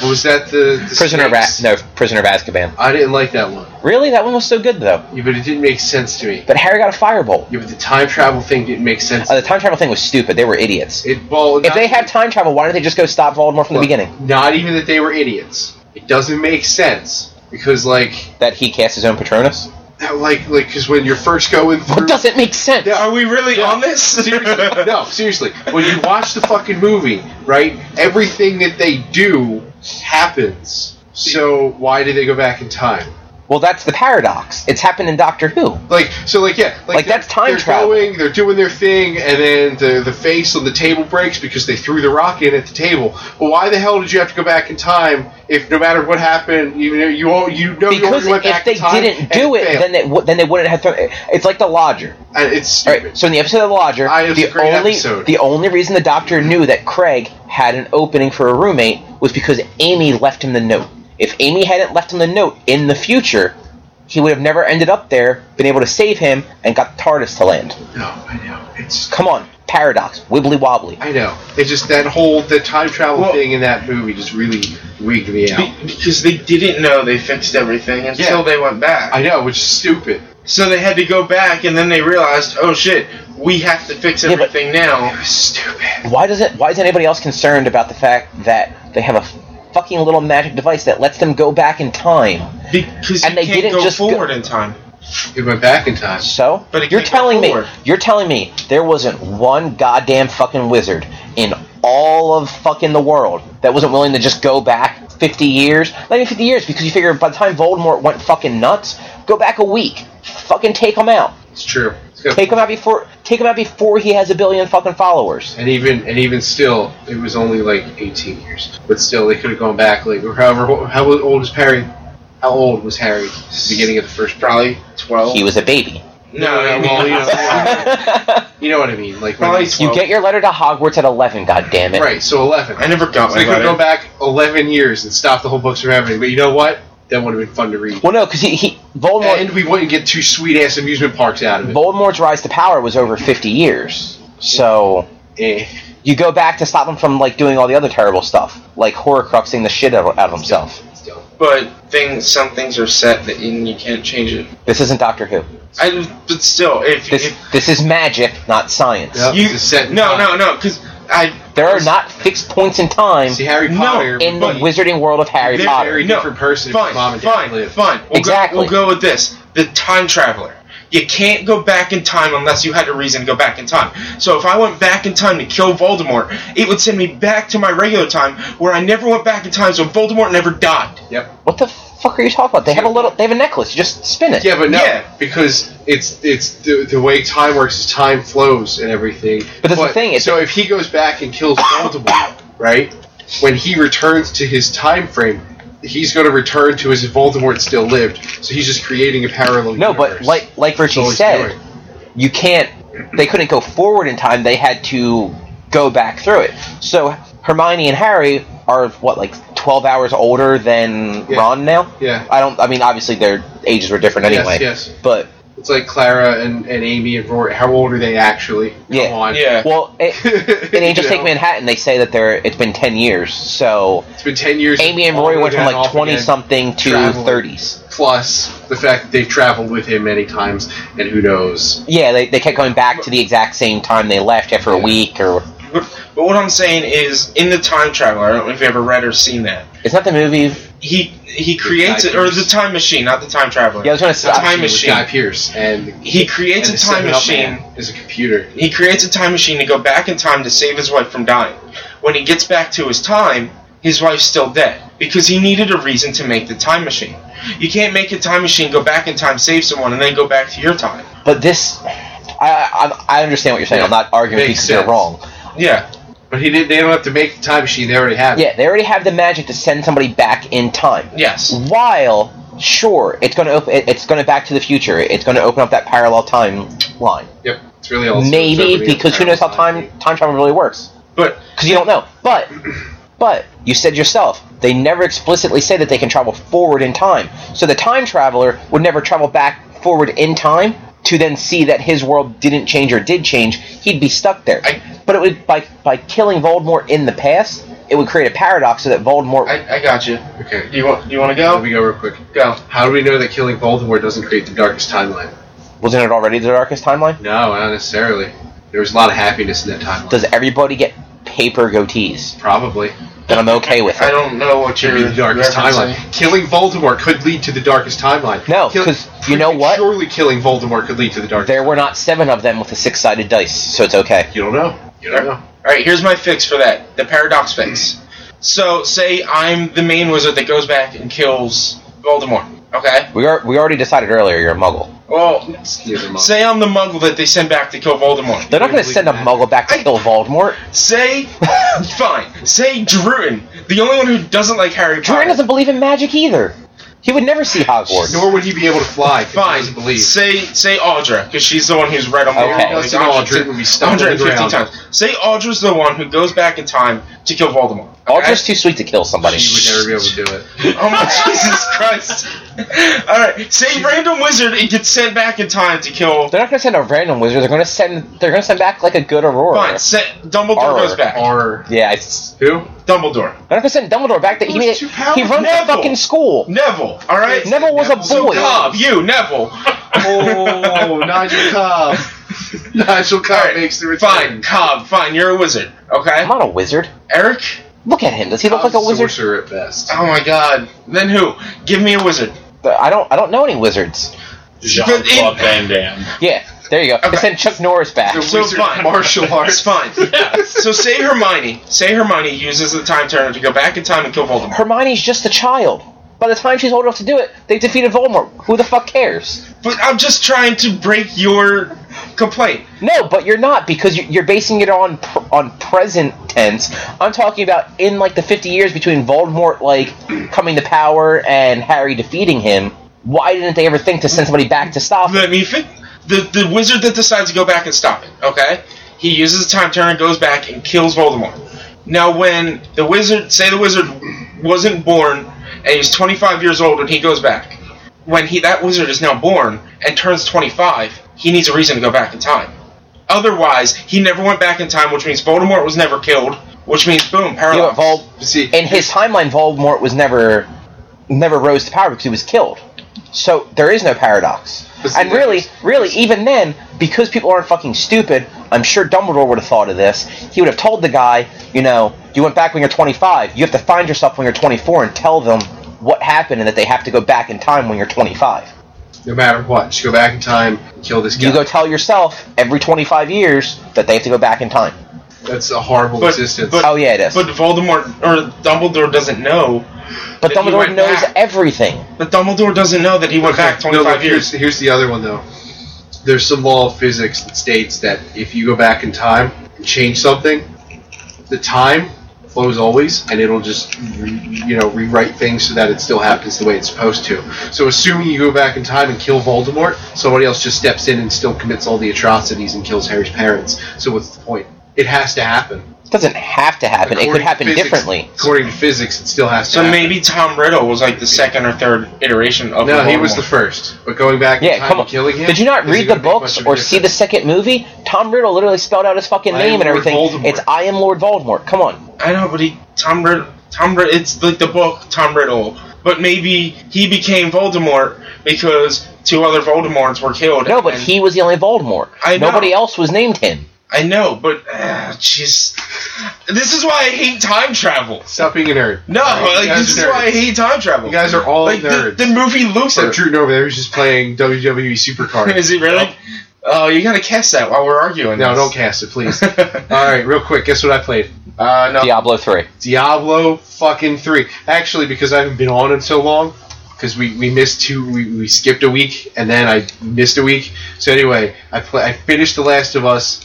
B: Was that the, the
A: Prisoner of
B: snakes?
A: Ra- no, Prisoner of Azkaban.
B: I didn't like that one.
A: Really, that one was so good though.
B: Yeah, but it didn't make sense to me.
A: But Harry got a firebolt.
B: Yeah, but the time travel thing didn't make sense.
A: Uh, the time travel thing was stupid. They were idiots.
B: it well,
A: If they had time travel, why didn't they just go stop Voldemort from the beginning?
B: Not even that they were idiots. It doesn't make sense because like
A: That he cast his own Patronus.
B: that- like like because when you're first going through.
A: What doesn't make sense?
B: Yeah,
D: Are we really on this?
B: Seriously, no, seriously. When you watch the fucking movie, right? Everything that they do happens. So why did they go back in time?
A: Well, that's the paradox. It's happened in Doctor Who.
B: Like so, like yeah, like,
A: Like,
B: they're-
A: that's time
B: they're
A: travel.
B: Going, they're doing their thing, and then the the face on the table breaks because they threw the rock in at the table. Well, why the hell did you have to go back in time if no matter what happened, you know you all you know you
A: Because
B: already went
A: if
B: back
A: they
B: in time
A: didn't
B: and
A: do it,
B: failed.
A: then it w- then they wouldn't have. Thrown, it's like the Lodger.
B: And it's
A: All
B: stupid.
A: right. So in the episode of The Lodger,
B: I- it's
A: the
B: Ah, a great
A: only
B: episode.
A: the only reason the doctor knew that Craig had an opening for a roommate was because Amy left him the note. If Amy hadn't left him the note in the future, he would have never ended up there, been able to save him, and got TARDIS to land.
B: no, I know it's.
A: Come on, paradox, wibbly wobbly.
B: I know. It just that whole the time travel
D: Well-
B: thing in that movie just really wigged me out.
D: because they didn't know they fixed everything until
B: Yeah.
D: they went back.
B: I know, which is stupid.
D: so they had to go back, and then they realized, oh shit, we have to fix
A: but-
D: everything now.
B: Stupid.
A: Why does it? Why is anybody else concerned about the fact that they have a fucking little magic device that lets them go back in time?
D: Because
A: And
D: you
A: they
D: can't
A: didn't
D: go
A: just go-
D: forward in time.
B: It went back in time.
A: So
D: But it
A: you're
D: can't go
A: telling me
D: forward.
A: you're telling me there wasn't one goddamn fucking wizard in all of fucking the world that wasn't willing to just go back 50 years, not even 50 years, because you figure by the time Voldemort went fucking nuts, go back a week, fucking take him out,
B: It's true. It's good.
A: take him out before take him out before he has a billion fucking followers.
B: And even and even still, it was only like 18 years. But still, they could have gone back like or however how old was Harry? How old was Harry at the beginning of the first?
D: Probably 12.
A: He was a baby.
D: no, I mean,
B: well, you know,
A: you
B: you know what I mean. Like when-
D: probably 12.
A: get your letter to Hogwarts at 11, goddammit.
B: right, so 11.
D: I never got
B: So
D: my
B: they could have
D: letter.
B: gone back 11 years and stopped the whole books from happening. But you know what? That would have been fun to read.
A: Well, no, because he, he Voldemort
B: And we wouldn't get two sweet ass amusement parks out of it.
A: Voldemort's rise to power was over 50 years, so.
B: Eh.
A: you go back to stop him from like doing all the other terrible stuff, like horcruxing the shit out of, out of himself.
B: Still.
D: But things, some things are set that you, you can't change it.
A: This isn't Doctor Who.
D: I, but still, if,
A: This
D: if
A: this is magic, not science.
B: Yep.
D: you
B: It's a set in
D: no,
B: time.
D: no, no, because I
A: There are not fixed points in time
B: See Harry
D: No,
B: Potter
A: in the
B: would be
A: wizarding world of Harry
D: They're
A: Potter.
B: very
D: No,
B: different person if
D: fine,
B: his mom and dad
D: fine,
B: lived.
D: fine. We'll
A: Exactly.
D: Go, we'll go with this: the time traveler. You can't go back in time unless you had a reason to go back in time. So if I went back in time to kill Voldemort, it would send me back to my regular time where I never went back in time, so Voldemort never died.
B: Yep.
A: What the fuck are you talking about? They have a little. They have a necklace. You just spin it.
B: Yeah, but no,
D: Yeah.
B: because it's it's the, the way time works is time flows and everything.
A: But that's the thing, it's-
B: so if he goes back and kills Voldemort, right? When he returns to his time frame, he's going to return to as if Voldemort still lived. So he's just creating a parallel.
A: No,
B: universe.
A: but like like
B: That's all
A: Richie
B: he's
A: said,
B: doing.
A: you can't. They couldn't go forward in time. They had to go back through it. So Hermione and Harry are what like twelve hours older than
B: Yeah.
A: Ron now.
B: Yeah.
A: I don't. I mean, obviously their ages were different
B: Yes,
A: anyway.
B: yes.
A: But
B: it's like Clara and, and Amy and Rory. How old are they actually? Come
A: Yeah.
B: on.
D: Yeah.
A: well, it, in Angels
B: You know,
A: Take Manhattan, they say that they're it's been ten years. So
B: It's been ten years.
A: Amy and
B: all
A: Rory
B: the way
A: went from
B: down,
A: like
B: off
A: twenty
B: again.
A: something to
B: Traveling.
A: thirties.
B: Plus the fact that they've traveled with him many times, and who knows?
A: Yeah, they, they kept going back to the exact same time they left after a week or.
D: But, but what I'm saying is, in the Time Traveler, I don't know if you've ever read or seen that.
A: Is that the movie?
D: He he creates it, or the time machine, not the time traveler.
A: Yeah, I was gonna
D: the
A: say.
D: time
B: With
D: machine.
B: Guy Pierce and
D: He creates
B: and
D: a
B: the
D: time
B: 7-Up
D: machine.
B: man is a computer.
D: He creates a time machine to go back in time to save his wife from dying. When he gets back to his time, his wife's still dead because he needed a reason to make the time machine. You can't make a time machine go back in time, save someone, and then go back to your time.
A: But this, I, I I understand what you're saying. I'm not arguing
B: Makes
A: because you're
B: sense.
A: wrong.
D: Yeah,
B: But he didn't. They don't have to make the time machine. They already have. it.
A: Yeah, they already have the magic to send somebody back in time.
D: yes.
A: While sure, it's gonna open. It, it's gonna Back to the Future. It's gonna open up that parallel timeline.
B: Yep. It's really all.
A: Maybe because who knows how time time travel really works?
D: But
A: Because you don't know. But but you said yourself they never explicitly say that they can travel forward in time. So the time traveler would never travel back forward in time to then see that his world didn't change or did change. He'd be stuck there.
D: I-
A: but it would by by killing Voldemort in the past, it would create a paradox so that Voldemort.
D: I, I got you.
B: Okay.
D: You want you want to
B: Let me
D: go?
B: go real quick.
D: Go.
B: How do we know that killing Voldemort doesn't create the darkest timeline?
A: wasn't it already the darkest timeline?
B: No, not necessarily. There was a lot of happiness in that timeline.
A: Does everybody get paper goatees?
B: Probably.
A: Then I'm okay with
D: I
A: it.
D: don't know what you're
B: Maybe the darkest
D: referencing.
B: timeline. Killing Voldemort could lead to the darkest timeline.
A: No,
B: Kill-
A: 'cause you know what?
B: Surely killing Voldemort could lead to the darkest.
A: There were not seven of them with a six-sided dice, so it's okay.
B: You don't know. You don't know.
D: All right, here's my fix for that: the paradox fix. So, say I'm the main wizard that goes back and kills Voldemort. Okay.
A: We are, we already decided earlier you're a muggle.
D: Well,
B: Neither am I.
D: say I'm the Muggle that they send back to kill Voldemort.
A: They're not going to
B: Really
A: send a
B: bad.
A: muggle back to
D: I-
A: kill Voldemort.
D: Say, fine. Say Druin, the only one who doesn't like Harry Potter.
A: Turin doesn't believe in magic either. He would never see Hogwarts.
B: Nor would he be able to fly. 'cause he
D: Fine.
B: doesn't believe.
D: Say say Audra, because she's the one who's read them all.
A: Okay.
D: Like,
B: Listen,
D: Audra
B: Audra
D: did-
B: would be stomped on the
D: 150
B: ground.
D: times. Say Audra's the one who goes back in time to kill Voldemort.
A: All
D: okay?
A: just too sweet to kill somebody.
B: He would never be able to do it.
D: Oh my Jesus Christ! All right, say random wizard it gets sent back in time to kill.
A: They're not going to send a random wizard. They're going to send. They're going to send back like a good Aurora.
D: Fine, set Dumbledore
A: Horror.
D: goes back.
B: Or
A: Yeah, it's,
B: who?
D: Dumbledore,
A: they're not going to send Dumbledore back. That he
D: It was
A: made,
D: too powerful.
A: he runs
D: Neville.
A: the fucking school.
D: Neville. All right,
A: Neville was a
D: So
A: boy.
D: Cobb, you Neville.
B: Oh, Nigel Cobb. Nigel Cobb
D: All right,
B: makes the return.
D: Fine, Cobb. Fine, you're a wizard. Okay,
A: I'm not a wizard.
D: Eric.
A: Look at him. Does he look like a wizard?
B: Sorcerer at best.
D: Oh my God. Then who? Give me a wizard.
A: I don't. I don't know any wizards.
D: But
F: Jean-Claude
D: it-
F: Van Damme.
A: Yeah, there you go. They send Chuck Norris back.
B: The
D: So
B: wizard
D: fine.
B: martial
D: It's
B: arts.
D: fine. so say Hermione. Say Hermione uses the time turner to go back in time and kill Voldemort.
A: Hermione's just a child. By the time she's old enough to do it, they defeated Voldemort. Who the fuck cares?
D: But I'm just trying to break your complaint.
A: No, but you're not because you- you're basing it on pr- on present tense. I'm talking about in like the 50 years between Voldemort like coming to power and Harry defeating him. Why didn't they ever think to send somebody back to stop him?
D: Let me think. The the wizard that decides to go back and stop it. Okay, he uses the time turner, goes back and kills Voldemort. Now, when the wizard say the wizard wasn't born and he's 25 years old and he goes back, when he that wizard is now born and turns 25, he needs a reason to go back in time. Otherwise, he never went back in time, which means Voldemort was never killed, which means boom,
A: You know,
D: parallel.
A: Vol-
B: See,
A: in his timeline, Voldemort was never never rose to power because he was killed. So there is no paradox.
B: But see,
A: And really,
B: that's-
A: really, even then, because people aren't fucking stupid, I'm sure Dumbledore would have thought of this. He would have told the guy, you know, you went back when you're 25. You have to find yourself when you're 24 and tell them what happened and that they have to go back in time when you're 25.
B: no matter what. Just go back in time, and kill this guy.
A: You go tell yourself every 25 years that they have to go back in time.
B: That's a horrible
D: But-
B: existence.
D: but-
A: Oh yeah, it is.
D: But
A: But,
D: Voldemort or Dumbledore doesn't know. that he
A: Dumbledore
D: went
A: knows
D: back.
A: everything.
D: But Dumbledore doesn't know that he went back
B: no,
D: 25
B: look,
D: years.
B: Here's, here's the other one though. There's some law of physics that states that if you go back in time and change something, the time flows always, and it'll just re, you know rewrite things so that it still happens the way it's supposed to. So assuming you go back in time and kill Voldemort, somebody else just steps in and still commits all the atrocities and kills Harry's parents. So what's the point? It has to happen.
A: It doesn't have to happen. it
B: According
A: could
B: to
A: happen
B: physics-
A: differently.
B: According to physics, it still has to.
D: So
B: happen.
D: maybe Tom Riddle was like the second or third iteration of
B: No, he
D: Voldemort.
B: was the first. But going back in
A: Yeah,
B: time
A: come on.
B: and killing him.
A: Did you not
B: isn't
A: read the
B: gonna make
A: books
B: much of a
A: or see the
B: difference.
A: second movie? Tom Riddle literally spelled out his fucking
B: I am
A: name and
B: Lord
A: everything.
B: Voldemort.
A: It's I am Lord Voldemort. Come on.
D: I know, but he Tom Riddle. Tom Riddle. It's like the book Tom Riddle, but maybe he became Voldemort because two other Voldemorts were killed.
A: No, but
D: and-
A: he was the only Voldemort.
D: I know.
A: Nobody else was named him.
D: I know, but ah, jeez, this is why I hate time travel.
B: Stop being a nerd.
D: No,
B: Alright, you
D: like,
B: guys
D: this is
B: are nerds.
D: why I hate time travel.
B: You guys are all
D: like
B: nerds.
D: The, the movie Luther.
B: Except Drewton over there who's just playing E WWE Supercard.
D: Is he really? Oh, you gotta cast that while we're arguing.
B: no, don't
D: this.
B: cast it, please. all right, real quick. Guess what I played?
D: uh, no.
A: Diablo three.
B: Diablo fucking three. Actually, because I haven't been on in so long, because we, we missed two, we, we skipped a week, and then I missed a week. So anyway, I play, I finished The Last of Us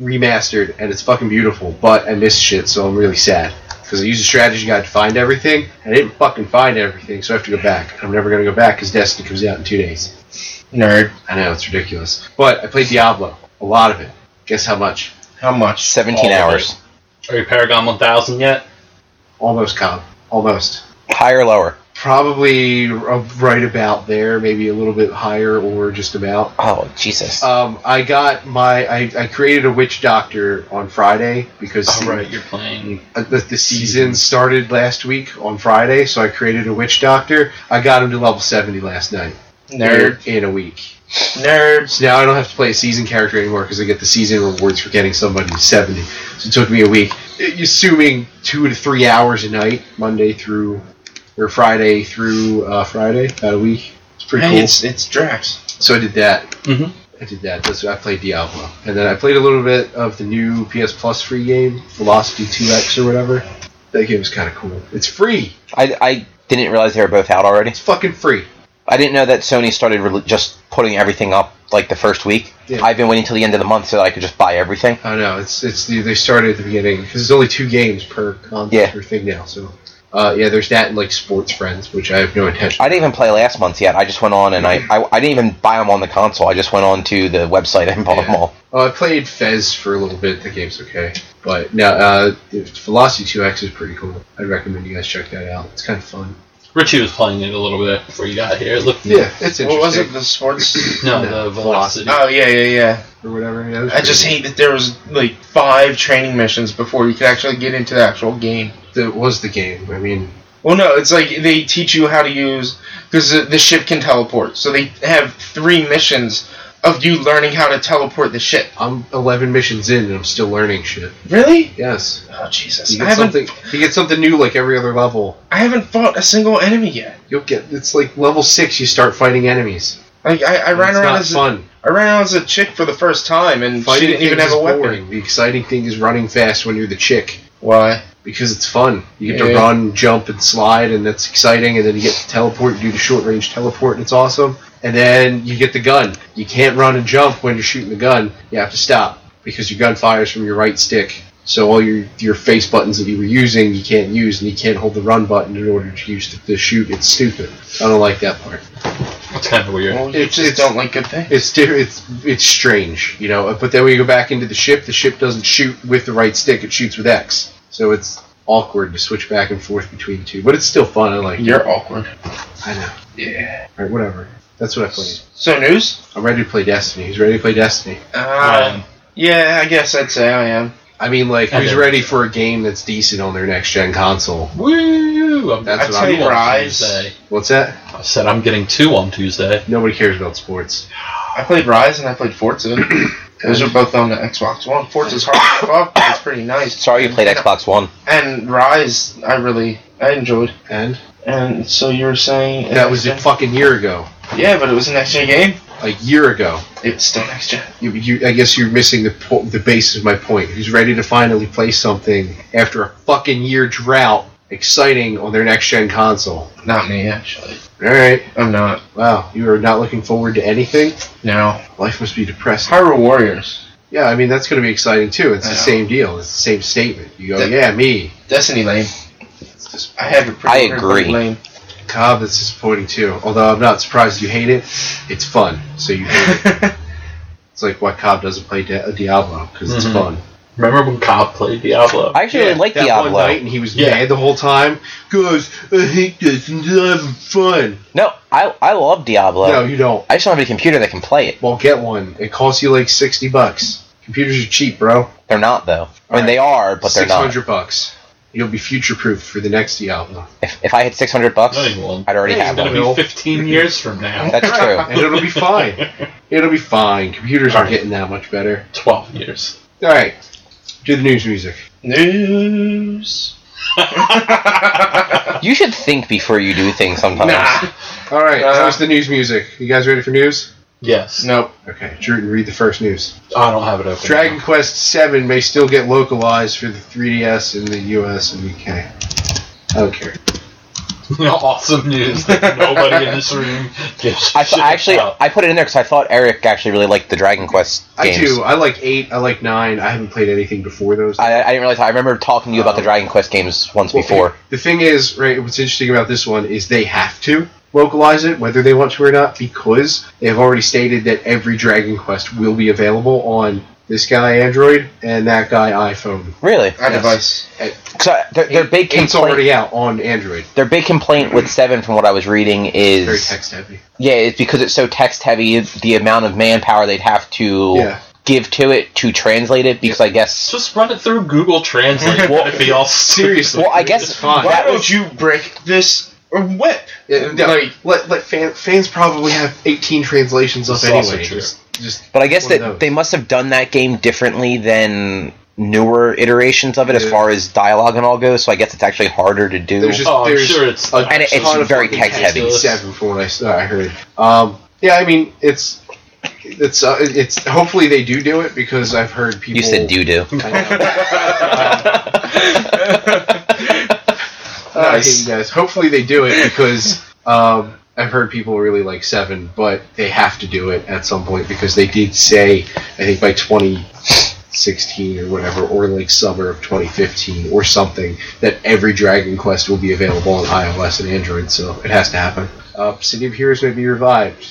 B: remastered, and it's fucking beautiful. But I missed shit, so I'm really sad. Because I used a strategy guide to find everything, and I didn't fucking find everything, so I have to go back. I'm never gonna go back because Destiny comes out in two days.
D: Nerd.
B: I know it's ridiculous, but I played Diablo. A lot of it. Guess how much?
D: How much?
A: Seventeen
C: All of
A: hours.
C: Are you Paragon 1000 yet?
B: Almost, Cobb. Almost.
A: Higher or lower?
B: Probably r- right about there, maybe a little bit higher, or just about.
A: Oh Jesus.
B: Um, I got my. I, I created a witch doctor on Friday because
C: Oh, right, you're playing.
B: uh, the, the season started last week on Friday, so I created a witch doctor. I got him to level 70 last night.
D: Nerd.
B: In in a week.
D: Nerds.
B: So now I don't have to play a season character anymore because I get the season rewards for getting somebody to 70. So it took me a week, I- assuming two to three hours a night, Monday through or Friday through uh, Friday, about a week. It's pretty
D: Hey,
B: cool.
D: it's it's Drax.
B: So I did that.
C: Mhm.
B: I did that. That's I played Diablo, and then I played a little bit of the new PS Plus free game, Velocity 2X or whatever. That game is kind of cool. It's free.
A: I, I didn't realize they were both out already.
B: It's fucking free.
A: I didn't know that Sony started rel just putting everything up like the first week.
B: Yeah.
A: I've been waiting till the end of the month so that I could just buy everything.
B: I know it's it's the, they started at the beginning because there's only two games per con
A: Yeah.
B: per thing now. So uh, yeah, there's that and like Sports Friends, which I have no intention.
A: I didn't even play last month yet. I just went on and I, I, I didn't even buy them on the console. I just went on to the website and bought them
B: Yeah.
A: all.
B: Oh, I played Fez for a little bit. The game's okay, but no, uh, the Velocity 2X is pretty cool. I'd recommend you guys check that out. It's kind of fun.
C: Richie was playing it a little bit before you got here. It looked
B: Yeah, it's interesting.
D: What was it? The sports.
C: No,
B: No.
C: the velocity.
D: oh yeah, yeah, yeah.
B: Or whatever. Yeah, it was
D: I just
B: pretty-
D: hate that there was like five training missions before you could actually get into the actual game.
B: that was the game. I mean,
D: Well, no, it's like they teach you how to use because the, the ship can teleport. So they have three missions of you learning how to teleport the ship.
B: I'm 11 missions in and I'm still learning shit.
D: Really?
B: Yes,
D: Oh Jesus!
B: you get
D: I haven't
B: something. You get something new like every other level.
D: I haven't fought a single enemy yet.
B: You'll get. It's like level six. You start fighting enemies.
D: Like I, I ran
B: it's
D: around
B: not
D: as a,
B: fun.
D: I ran around as a chick for the first time and she
B: Fighting
D: didn't even
B: things
D: have a
B: is
D: weapon.
B: boring. The exciting thing is running fast when you're the chick
D: Why?
B: because it's fun. You get to
D: Yeah.
B: run, jump, and slide, and that's exciting. And then you get to teleport, and do the short range teleport, and it's awesome. And then you get the gun. You can't run and jump when you're shooting the gun. You have to stop because your gun fires from your right stick. So all your your face buttons that you were using, you can't use, and you can't hold the run button in order to use the, the shoot. It's stupid. I don't like that part.
C: It's kind of weird.
D: Well, you
B: It's-
D: just
B: it's-
D: don't like good things.
B: It's di- it's it's strange, you know. But then when you go back into the ship, the ship doesn't shoot with the right stick; it shoots with X. So it's awkward to switch back and forth between the two. But it's still fun. I like. it.
D: You're awkward.
B: I know. Yeah. All right, whatever. That's what I played.
D: So news?
B: I'm ready to play Destiny. Who's ready to play Destiny?
C: Um,
D: Uh, yeah, I guess I'd say I am.
B: I mean, like,
C: I
B: who's
C: do.
B: ready for a game that's decent on their next gen console?
C: Woo! I'm
B: That's
C: getting
B: what I'm
C: two on
D: Rise.
C: Tuesday.
B: What's that?
C: I said I'm getting two on Tuesday.
B: Nobody cares about sports.
D: I played Rise and I played Forza. Those are both on the Xbox One. Forza's hard as fuck, but it's pretty nice.
A: Sorry you played Xbox One.
D: And Rise, I really I enjoyed.
B: And
D: And so you were saying
B: that was a fucking year ago.
D: Yeah, but it was an next gen game.
B: a year ago.
D: It was still next gen.
B: You, you, I guess you're missing the po- the base of my point. Who's ready to finally play something after a fucking year drought? Exciting on their next gen console.
D: Not me, actually.
B: All right.
D: I'm not.
B: Wow, you are not looking forward to anything.
D: No.
B: Life must be depressing.
D: Hyrule Warriors.
B: Yeah, I mean that's going to be exciting too. It's
D: I
B: the
D: know.
B: same deal. It's the same statement. You go,
D: That-
B: yeah, me.
D: Destiny lame.
B: It's just,
D: I have it pretty
A: I
D: pretty
A: agree.
D: lame.
B: Cobb, that's disappointing too. Although I'm not surprised you hate it. It's fun, so you hate it. It's like why Cobb doesn't play Di- Diablo because it's
C: Mhm.
B: fun.
C: Remember when Cobb played Diablo?
A: I actually really like
B: that
A: Diablo.
B: one night, and he was
C: Yeah.
B: mad the whole time. Goes, I hate this. and I'm having fun.
A: No, I I love Diablo.
B: no, you don't.
A: I just don't have a computer that can play it.
B: Well, get one. It costs you like sixty bucks. Computers are cheap, bro.
A: They're not though. I mean,
B: Alright.
A: they are, but they're
B: Six
A: not.
B: hundred bucks. You'll be future proof for the next Diablo,
A: If, if I had six hundred bucks,
C: Not even one.
A: I'd already
B: Yeah,
A: have
B: he's
A: one.
C: Gonna be 15 years from now.
A: That's true.
B: and it'll be fine. It'll be fine. Computers aren't getting that much better.
C: 12 years.
B: All right, do the news music.
D: News.
A: You should think before you do things sometimes.
D: Nah.
B: All right,
D: Uh,
B: that was the news music. You guys ready for news?
C: Yes.
D: Nope.
B: Okay, Jordan, read the first news.
C: I don't have it open.
B: Dragon
C: now.
B: Quest VII may still get localized for the 3DS in the US and UK. I don't care.
C: awesome news that nobody in this room gives.
A: I,
C: shit
A: I actually
C: about.
A: I put it in there because I thought Eric actually really liked the Dragon Quest games.
B: I do. I like eight. I like nine. I haven't played anything before those.
A: I, I didn't realize. I remember talking to you about the Dragon Quest games once
B: Um, Well,
A: before.
B: The thing is, right? What's interesting about this one is they have to localize it, whether they want to or not, because they have already stated that every Dragon Quest will be available on this guy Android and that guy iPhone.
A: Really?
D: My
B: Yes.
D: device.
A: So their, their big
B: Eight's
A: complaint.
B: already out on Android.
A: Their big complaint with Seven, from what I was reading, is
B: Very text heavy.
A: yeah, it's because it's so text heavy. The amount of manpower they'd have to
B: Yeah.
A: give to it to translate it, because I guess
C: Just run it through Google Translate.
D: Well,
C: It'd be all
B: Seriously.
A: Well, I guess-
B: it's fine.
D: Why
A: That
D: don't
A: was-
D: you break this or whip?
B: Yeah, no,
D: Like,
B: let let fan, fans probably have 18 translations up
C: That's also
B: anyway.
C: true.
B: Just, just
A: But I guess
B: one of
A: that
B: those.
A: they must have done that game differently than newer iterations of it as
B: Yeah.
A: far as dialogue and all goes. So I guess it's actually harder to do.
B: There's just-
C: Oh, I'm
B: There's
C: sure it's.
B: a
A: And it- it's
B: ton of
A: very
B: fucking
A: text heavy.
B: in Seven, from what I, s- I heard. Um, yeah, I mean, it's it's uh, it's hopefully they do do it because I've heard people.
A: you said do do.
B: I know. I hate you guys. Hopefully they do it because um, I've heard people really like Seven, but they have to do it at some point because they did say I think by 2016 or whatever, or like summer of 2015 or something, that every Dragon Quest will be available on iOS and Android. So it has to happen. Uh, City of Heroes may be revived.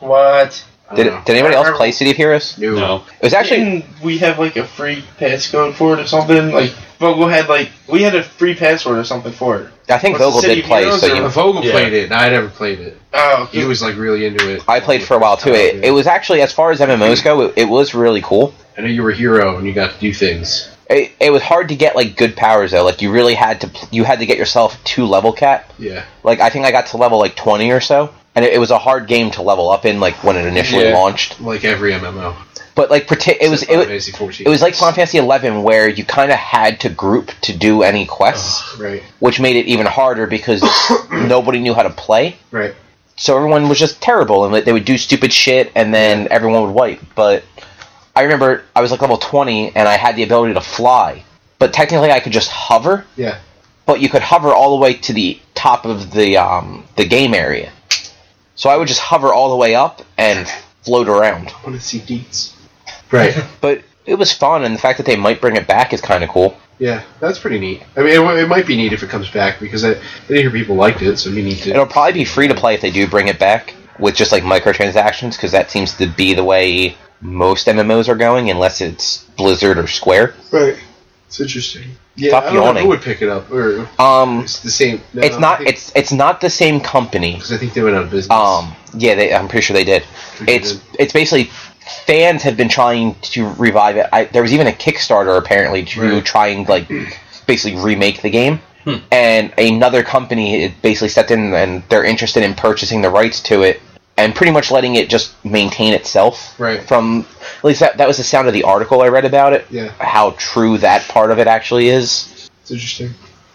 D: what?
B: I don't
A: Did,
B: know.
A: did anybody else play City of Heroes?
B: No.
C: No.
A: It was actually
D: Didn't we have like a free passcode for it or something? Like Vogel had like we had a free password or something for it.
A: I think
D: Was it
A: Vogel
D: City
A: did
D: of
A: play.
D: Heroes
A: So
D: or-
B: Uh,
A: you,
B: Vogel
C: Yeah.
B: played it, and I never played it.
D: Oh,
B: He was like really into it. Uh,
A: I played for a while too. It, it was actually as far as MMOs go, it, it was really cool.
B: I know you were a hero and you got to do things.
A: It, it was hard to get like good powers though. Like you really had to pl- you had to get yourself to level cap.
B: Yeah.
A: Like I think I got to level like twenty or so, and it, it was a hard game to level up in. Like when it initially
D: Yeah.
A: launched.
B: Like every MMO.
A: but like parti- it was it,
B: Final
A: wa-
B: Fantasy 14.
A: it was like Final Fantasy eleven where you kind of had to group to do any quests,
B: Right,
A: which made it even harder because nobody knew how to play.
B: right.
A: So everyone was just terrible, and like, they would do stupid shit, and then everyone would wipe. But I remember I was like level twenty, and I had the ability to fly, but technically I could just hover.
B: Yeah.
A: But you could hover all the way to the top of the um, the game area. So I would just hover all the way up and float around.
B: I want to see deets. Right.
A: but it was fun, and the fact that they might bring it back is kind of cool.
B: Yeah, that's pretty neat. I mean, it, w- it might be neat if it comes back because I, I didn't hear people liked it, so we need to.
A: It'll probably be free to play if they do bring it back with just like microtransactions, because that seems to be the way most MMOs are going, unless it's Blizzard or Square.
B: Right. It's interesting. Yeah,
A: Stop
B: I don't know
A: yawning.
B: who would pick it up or
A: Um,
B: it's the same. no,
A: it's not.
B: I think-
A: It's it's not the same company.
B: 'cause I think they went out of business.
A: Um, yeah, they, I'm pretty sure they did.
B: Pretty
A: It's
B: good.
A: it's basically fans have been trying to revive it. I, there was even a Kickstarter apparently to
B: Right. Hmm.
A: try and like basically remake the game. And another company it basically stepped in and they're interested in purchasing the rights to it and pretty much letting it just maintain itself.
B: Right.
A: From at least that that was the sound of the article I read about it.
B: Yeah.
A: How true that part of it actually is.
B: It's interesting.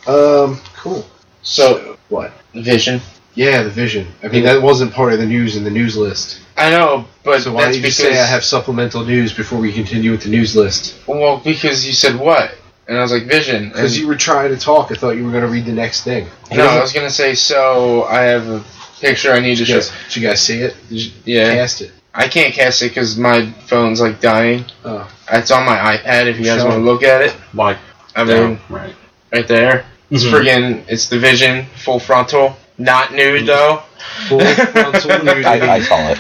B: Um, cool.
D: so
B: What?
D: Vision.
B: Yeah, the Vision. I mean, that wasn't part of the news in the news list.
D: I know, but
B: So why
D: that's
B: don't you
D: because
B: say I have supplemental news before we continue with the news list?
D: well, because you said what, and I was like Vision, and
B: Because you were trying to talk. I thought you were going to read the next thing.
D: no, I was gonna say so. I have a picture I need to
B: Did you
D: show.
B: guys, did you guys see it? Did you
D: Yeah,
B: cast it?
D: I can't cast it because my phone's like dying.
B: Oh.
D: It's on my iPad. If you guys
B: Show
D: want to
B: it.
D: look at it,
C: Like,
D: I mean,
C: down, right.
D: right there. It's
B: Mm-hmm.
C: Mhm.
D: friggin' it's the Vision, full frontal, not
B: Mm-hmm.
D: nude though.
B: Full frontal nudity.
A: I, I saw it,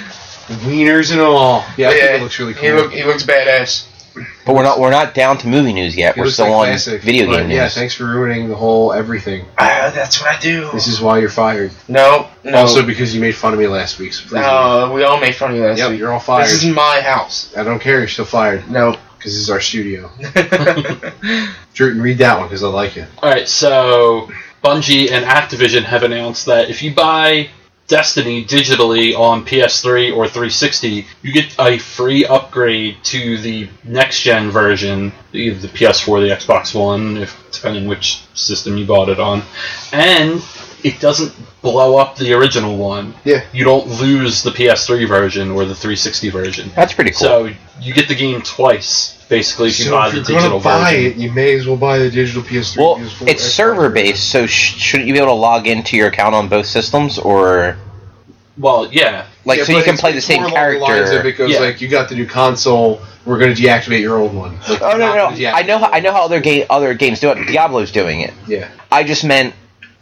B: Wieners and all. Yeah, I think it looks really cool.
D: He look he looks badass.
A: but we're not we're not down to movie news yet.
B: It
A: we're
B: looks
A: still on
B: like classic,
A: video
B: but
A: game
B: Yeah,
A: news.
B: thanks for ruining the whole everything.
D: Ah, that's what I do.
B: This is why you're fired.
D: no, no.
B: Also because you made fun of me last week. So please
D: no, Uh, we all made fun of you last
B: leave. Yep,
D: week.
B: you're all fired.
D: Oh, This is my house.
B: I don't care. You're still fired
D: No.
B: because this is our studio. Drewton, read that one because I like it.
C: All right, so Bungie and Activision have announced that if you buy Destiny digitally on PS3 or 360, you get a free upgrade to the next gen version, either the PS4, the Xbox One, if depending which system you bought it on, and it doesn't blow up the original one.
B: Yeah.
C: You don't lose the PS3 version or the 360 version.
A: That's pretty cool.
C: So you get the game twice, basically, if you
B: So
C: buy
B: if
C: the
B: you're going
C: digital
B: to buy
C: version.
B: it, you may as well buy the digital PS3.
A: well,
B: PS4,
A: it's
B: Xbox.
A: server based, so sh- shouldn't you be able to log into your account on both systems, or
C: Well, yeah,
A: like
B: Yeah,
A: so you
B: but
A: can
B: it's-
A: play the
B: it's
A: same
B: more along the lines of
A: character?
B: It goes
C: Yeah.
B: like you got the new console. We're going to deactivate your old one. Like,
A: Oh
B: you're not
A: no, no,
B: gonna
A: no.
B: deactivate
A: I know how, I
B: your
A: know how other game other games do it. Diablo's doing it.
B: old one. Yeah.
A: I just meant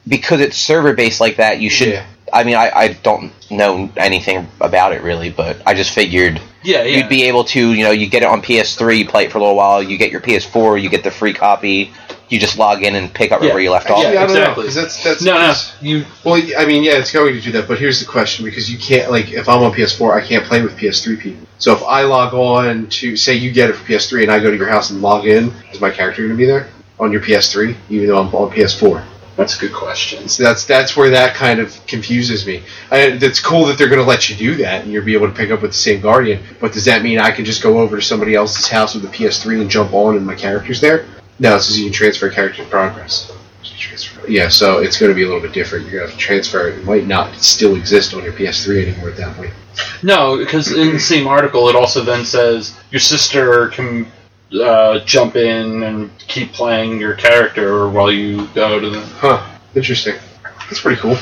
A: because it's server based like that, you should.
B: Yeah.
A: I mean, I, I don't know anything about it really, but I just figured
C: yeah, yeah.
A: you'd be able to, you know, you get it on PS3, you play it for a little while, you get your PS4, you get the free copy, you just log in and pick up
C: Yeah.
A: where you left off.
B: Actually, I don't know,
C: exactly.
B: 'cause that's, that's,
C: No, no, you.
B: Well, I mean, yeah, it's going to do that, but here's the question because you can't, like, if I'm on PS4, I can't play with PS3 people. So if I log on to, say, you get it for PS3 and I go to your house and log in, is my character going to be there on your PS3, even though I'm on PS4?
C: That's a good question.
B: So that's that's where that kind of confuses me. I, it's cool that they're going to let you do that and you'll be able to pick up with the same Guardian, but does that mean I can just go over to somebody else's house with a PS3 and jump on and my character's there? No, it says you can transfer character to progress. Transfer- Yeah, so it's going to be a little bit different. You're going to have to transfer it. It might not still exist on your PS3 anymore at that point.
C: No, because in the same article, it also then says your sister can uh, jump in and keep playing your character while you go to the.
B: Huh. Interesting. That's pretty cool.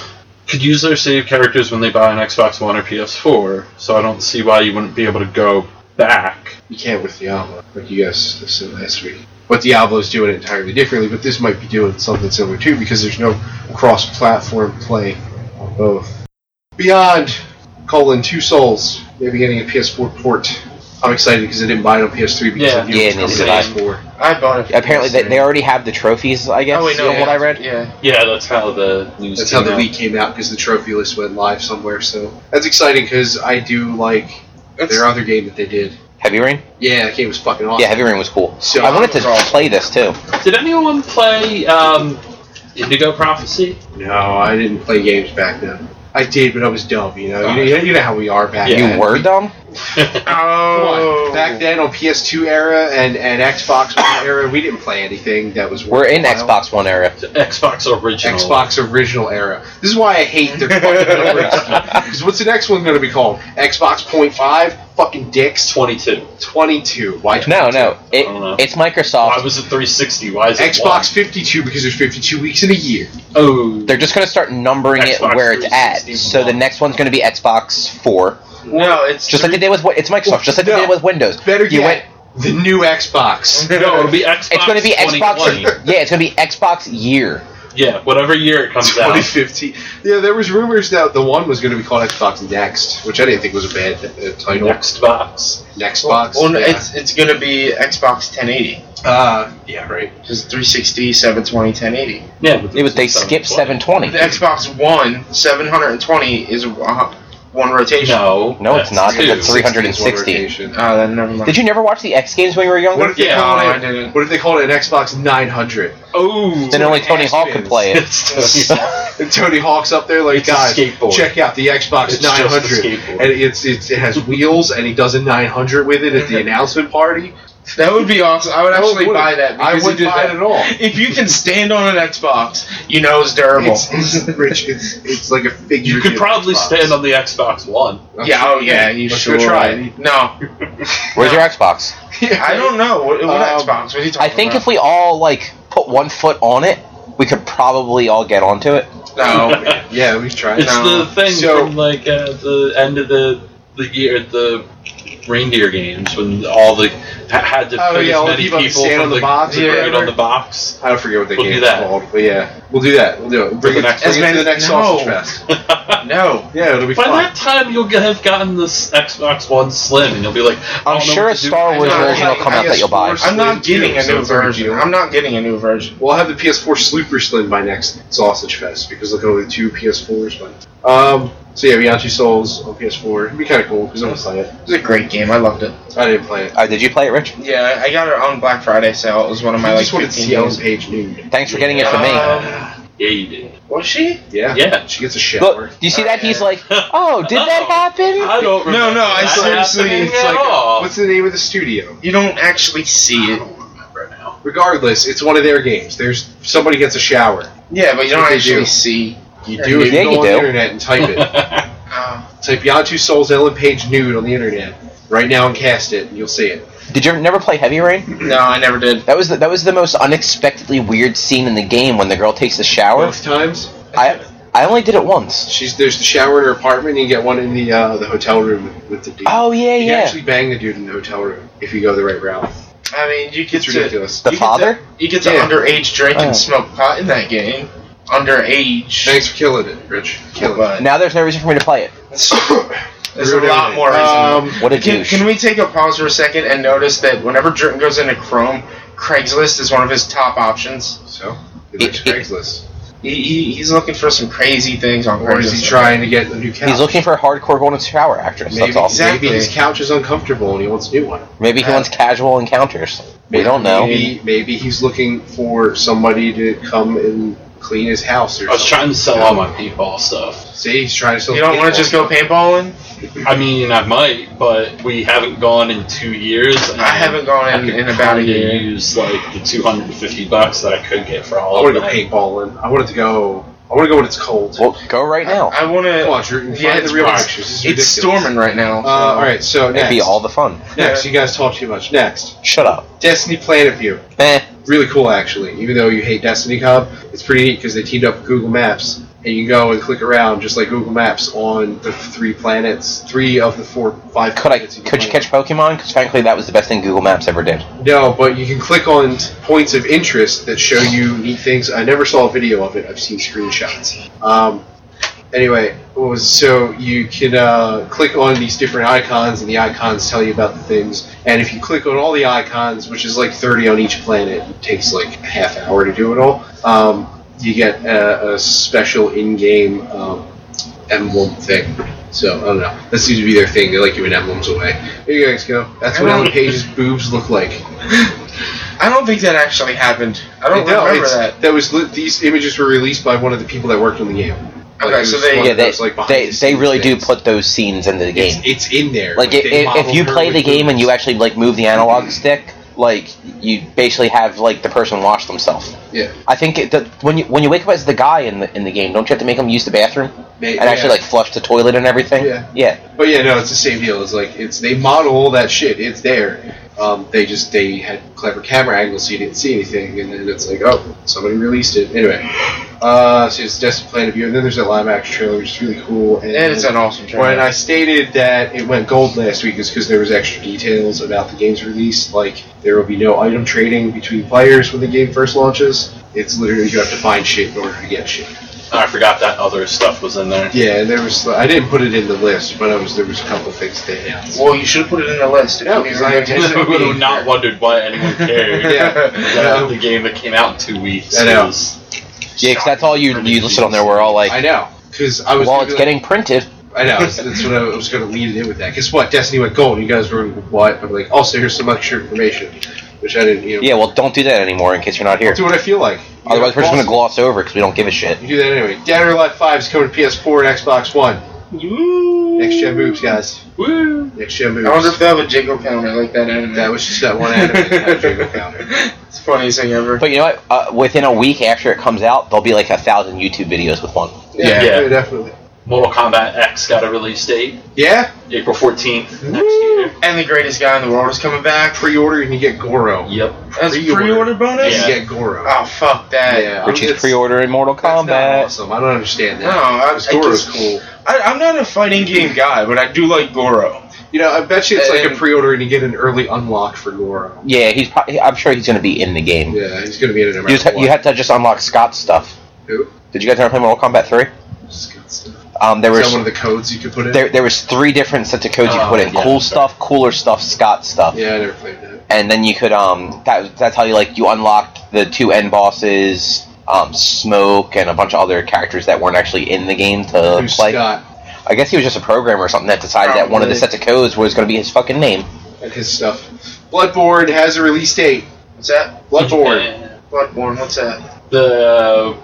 C: Could use their saved characters when they buy an Xbox One or PS4, so I don't see why you wouldn't be able to go back.
B: You can't with Diablo, like you guys said last week. But Diablo's doing it entirely differently, but this might be doing something similar too because there's no cross platform play on both. Beyond colon two souls, maybe getting a PS4 port. I'm excited because I didn't buy it on PS3 because
C: Yeah.
B: I knew
A: Yeah,
B: it was
A: neither
C: did I.
B: coming to PS4.
D: I bought it. for
A: Apparently, they,
D: PS3.
A: they already have the trophies. I guess
D: Oh, wait, no,
A: from
D: yeah.
A: what I read.
D: Yeah.
C: Yeah, that's how the news.
B: That's how
C: came
B: the
C: out.
B: leak came out because the trophy list went live somewhere. So that's exciting because I do like
D: That's,
B: their other game that they did.
A: Heavy Rain.
B: Yeah, that game was fucking awesome.
A: Yeah, Heavy Rain was cool.
B: So-
A: I wanted to play this too.
C: Did anyone play um, Indigo Prophecy?
B: No, I didn't play games back then. I did, but I was dumb. You know, you, know, you know how we are back.
C: Yeah.
B: then.
A: You were dumb.
B: Come
D: oh,
B: on. back then on PS2 era and, and Xbox One era, we didn't play anything that was.
A: We're in
B: worthwhile.
A: Xbox One era.
C: Xbox original.
B: Xbox original era. This is why I hate their fucking numbering Because what's the next one going to be called? Xbox Point Five? Fucking dicks.
C: 22.
B: Twenty two. Why?
A: No, no. It,
C: I don't know.
A: it's
C: Why
A: Microsoft.
C: was it 360? Why is it one?
B: Xbox fifty two because there's fifty two weeks in a year.
C: Oh,
A: They're just going to start numbering it
C: Xbox
A: where it's at.
C: 360
A: So the next one's going to be Xbox Four,
D: no, it's
A: just like they did with it's Microsoft, just like
B: No.
A: they did with Windows.
B: Better
A: you
B: yet,
A: went.
B: the new Xbox.
C: no, it'll be Xbox.
A: It's going to be Xbox.
C: 2020.
A: Yeah, it's going to be Xbox year.
C: yeah, whatever year it comes out.
B: 2015. Yeah, there was rumors that the one was going to be called Xbox Next, which I didn't think was a bad uh, title.
C: Next box.
B: Xbox.
D: Well, no,
B: yeah.
D: it's it's gonna be Xbox 1080,
B: uh, yeah, right.
D: because 360, 720, 1080.
C: Yeah, but
A: It was they
C: it's
A: skipped 720.
C: 720.
D: The Xbox One 720 is uh, one rotation.
C: No,
A: No, it's
C: that's
A: not.
C: two.
A: It's a 360.
B: Rotation.
D: Ah, then never mind.
A: Did you never watch the X Games when you were
B: What
A: younger?
B: if they
C: Yeah,
B: called
D: I
B: it?
D: didn't.
B: What if they called it an Xbox 900?
C: Oh,
A: Then only Tony Hawk could play it.
C: it's Tony-
B: And Tony Hawk's up there like,
C: It's a
B: guys,
C: skateboard.
B: check out the Xbox
C: It's just a
B: 900,
C: skateboard.
B: and it's, it's it has wheels, and he does a 900 with it at the announcement party.
D: That would be awesome. I would
B: No, it
D: actually
B: wouldn't.
D: buy that.
B: I
D: because
B: wouldn't
D: if
B: buy it
D: that-
B: at all.
D: If you can stand on an Xbox, you know it's durable.
B: It's, it's rich. It's, it's like a figure.
C: You could probably stand on the Xbox One.
D: yeah, oh yeah, you
B: Let's
D: sure.
B: go try it.
D: No,
A: Where's your Xbox?
D: I don't know. What, what
B: Um,
D: Xbox? What are you talking
A: I think
D: about?
A: if we all like put one foot on it, we could probably all get onto it.
D: no, man.
B: Yeah, we've tried.
C: It's
B: it.
D: No.
C: the thing
B: So-
C: from like uh, the end of the the year the reindeer games when all the ha- had to
B: Oh,
C: fit
B: yeah, all
C: as
B: the
C: many
B: people
C: people,
B: on the stand on
C: from
B: the box
C: to
D: or
C: bring it
B: whatever.
C: on the box.
B: I don't forget what the
C: We'll do
B: game's
C: that.
B: called, but yeah, we'll do that. We'll do it. We'll bring
C: the
B: it,
C: next
B: bring it
D: one.
B: to the next
D: No.
B: sausage fest.
C: By
D: no.
B: Yeah, it'll be fun.
C: that time, you'll get- have gotten this Xbox One Slim, and you'll be like, I
A: I'm
C: don't know
A: sure
C: what
A: a
C: to do.
A: Star Wars
D: I know,
A: version will
D: I-
A: come
D: I
A: out that
B: guess
A: youll buy.
B: Force-
D: I'm not getting a
B: So
D: new
B: it's gonna be
D: version.
B: you.
D: I'm not getting a new version.
B: We'll have the PS4 Sleeper Slim by next Sausage Fest because look at only two PS4s. But um, so yeah, Beyond Souls on PS4. It'd be kind of cool because I'm gonna play it.
D: It was a great game. I loved it.
B: I didn't play it.
A: Uh, did you play it, Rich?
D: Yeah, I got it on Black Friday sale. It was one of my
B: I
D: like
B: just wanted to
D: 15
B: see Ellen
D: games.
B: Page nude.
A: Thanks for getting it for me.
D: Um,
C: Yeah, you did.
D: was she?
B: Yeah,
C: Yeah.
B: She gets a shower.
A: Look, do you see that? He's like, oh, did that happen?
C: I don't remember.
D: no, I
C: that
D: seriously-
C: happening
D: it's
C: at
D: like,
C: all.
B: What's the name of the studio?
D: You don't actually see it.
C: remember now.
B: Regardless, it's one of their games. There's somebody gets a shower.
D: Yeah, but you don't
B: What they
D: actually
B: do.
D: see.
B: You do if
A: Yeah,
B: you go
A: you
B: on the
A: do.
B: internet and type it.
D: Uh,
B: Type Yantu Souls Ellen Page nude on the internet right now and cast it, and you'll see it.
A: Did you never play Heavy Rain?
D: no, I never did.
A: That was the, that was the most unexpectedly weird scene in the game when the girl takes the shower.
B: Both times,
A: I I only did it once.
B: she's there's the shower in her apartment, and you get one in the uh, the hotel room with, with the dude.
A: Oh yeah,
B: you can
A: yeah.
B: actually bang the dude in the hotel room if you go the right route.
D: I mean, you get
B: It's
D: to
B: ridiculous.
A: The
D: you get
A: father?
D: to- you get to
B: Yeah.
D: underage drink
A: Oh.
D: and smoke pot in that game. Underage.
B: Thanks for killing it, Rich. Killing it.
D: But
A: Now there's no reason for me to play it.
D: there's a lot more.
B: Um,
A: What a
D: Can,
A: douche.
D: can we take a pause for a second and notice that whenever Jordan goes into Chrome, Craigslist is one of his top options.
B: so, he
A: It-
B: likes
A: it-
B: Craigslist.
D: He, he, he's looking for some crazy things on Craigslist.
B: Or is he trying to get a new couch?
A: He's looking for a hardcore golden shower actress.
B: maybe,
A: That's all.
D: Exactly.
B: maybe his couch is uncomfortable and he wants a new one.
A: Maybe he wants casual encounters. We don't know.
B: Maybe, maybe he's looking for somebody to come and clean his house or
C: I was
B: something.
C: trying to sell all my paintball stuff.
B: See, he's trying to sell
D: Oh, You don't want
B: paintball.
D: to just go paintballing?
C: I mean, I might, but we haven't gone in two years. and
D: I haven't gone
C: I
D: in-
C: could
D: in about a
C: kinda
D: year.
C: Use like the two hundred and fifty bucks that I could get for
B: I
C: all
B: want
C: of
B: to go
C: that.
B: paintballing. I want to go. I want to go when it's cold.
A: Well, go right now.
D: I want
B: Come on,
D: to.
B: Drew, find
D: Yeah,
B: the
D: it's
B: real
D: fine.
B: pictures. This is
D: It's
B: ridiculous.
D: storming right now.
B: Uh, all right, so
A: It'd
B: next,
A: be all the fun.
B: next, you guys talk too much. Next,
A: Shut up.
B: Destiny Planet View.
A: Eh.
B: Really cool, actually. Even though you hate Destiny Hub, it's pretty neat because they teamed up with Google Maps, and you can go and click around just like Google Maps on the three planets, three of the four, five.
A: Could I?
B: planets can
A: Could you
B: play
A: catch Pokemon? Because frankly, that was the best thing Google Maps ever did.
B: No, but you can click on t- points of interest that show you neat things. I never saw a video of it. I've seen screenshots. Um, anyway, what was so you can uh, click on these different icons, and the icons tell you about the things. And if you click on all the icons, which is like 30 on each planet, it takes like a half hour to do it all. Um, you get a, a special in-game um, emblem thing. So I don't know. That seems to be their thing. They like giving emblems away. There you guys go. That's what Ellen Page's boobs look like.
D: I don't think that actually happened. I don't
B: No,
D: remember
B: it's-
D: that.
B: was li- these images were released by one of the people that worked on the game.
D: Okay,
B: it was
D: so they-
B: one
A: Yeah,
B: of
A: they
B: those, like, behind
A: they,
B: the
A: they
B: scenes
A: really do
B: things.
A: put those scenes into the
B: It's,
A: game.
B: it's in there.
A: Like i-
B: they
A: i- if
B: modeled
A: you
B: her
A: play
B: with
A: the game and you
B: boobs.
A: actually like move the
B: Mm-hmm.
A: analog stick, like you basically have like the person wash themselves.
B: yeah,
A: I think it, the, when you when you wake up as the guy in the in the game, don't you have to make him use the bathroom
B: they,
A: and actually like flush the toilet and everything?
B: Oh, Yeah.
A: yeah.
B: But yeah, no, it's the same deal. It's like it's they model all that shit. It's there. Um, they just they had clever camera angles, so you didn't see anything, and then it's like, oh, somebody released it. Anyway, uh, so it's Destined Planet View, and then there's that live action trailer, which is really cool. And,
D: That is an awesome
B: When
D: trailer.
B: I stated that it went gold last week is because there was extra details about the game's release, like there will be no item trading between players when the game first launches. It's literally you have to find shit in order to get shit.
C: I forgot that other stuff was in there.
B: Yeah, and there was I didn't put it in the list, but I was there was a couple things they announced.
D: well, you should have put it in the list.
B: No, because I-
C: I would have not wondered why anyone cared.
B: Yeah.
C: The game that came out in two weeks.
B: I know.
C: was-
A: Yeah, because that's all you you listed on there. We're all like,
B: I know because I was.
A: well,
B: gonna
A: it's
B: be like-
A: getting printed.
B: I know that's that's what I was going to lead it in with that. Guess what? Destiny went gold. You guys were what? I'm like, also here's some extra information, which I didn't. You know,
A: Yeah, well, don't do that anymore in case you're not here.
B: do what I feel like.
A: Otherwise, we're just gonna
B: Awesome.
A: gloss over because we don't give a shit.
B: You do that anyway. Dead or Alive Five is coming to PS4 and Xbox One.
D: Ooh.
B: Next gen boobs, guys.
C: Woo!
B: Next gen boobs.
D: I wonder if that would jiggle counter like that anime.
B: that was just that one anime that had Jingle Counter.
D: It's the funniest thing ever.
A: But you know what? Uh, within a week after it comes out, there'll be like a thousand YouTube videos with one.
C: Yeah.
B: yeah, definitely.
C: Mortal Kombat X got a release date,
B: Yeah,
C: April 14th next year.
D: and the greatest guy in the world is coming back.
B: pre-order and you get Goro.
C: Yep.
D: That's a
B: pre-order.
D: pre-order bonus.
B: You
C: Yeah.
B: get Goro.
D: Oh fuck that.
B: Yeah,
A: Which
B: I'm-
A: is pre-order in Mortal
B: That's not
A: Kombat.
B: awesome. I don't understand
D: No,
B: that.
D: I, I
B: Because Goro's
D: guess-
B: cool.
D: I, I'm not a fighting game guy, but I do like Goro.
B: You know, I bet you it's like a
D: And-
B: pre-order and you get an early unlock for Goro.
A: Yeah, he's. prob- I'm sure he's going to be in the game.
B: Yeah, he's gonna be in it no
A: You, just
B: matter
A: ha- you
B: what.
A: had to just unlock Scott's stuff.
B: Who?
A: Did you guys ever play Mortal Kombat Three?
B: Just got stuff. Is
A: Um, there
B: that
A: was
B: one of the codes you could put in?
A: there, there was three different sets of codes you could
C: Oh,
A: put in:
C: yeah,
A: cool
C: okay.
A: stuff, cooler stuff, Scott stuff.
B: Yeah, I never played that.
A: And then you could um that, that's how you like you unlocked the two end bosses, um, Smoke, and a bunch of other characters that weren't actually in the game to
B: Who's
A: play.
B: Scott
A: I guess he was just a programmer or something that decided that one of the
D: Probably.
A: sets of codes was going to be his fucking name.
B: and his stuff? Bloodborne has a release date.
D: What's that?
B: Bloodborne.
D: Bloodborne. What's that?
C: The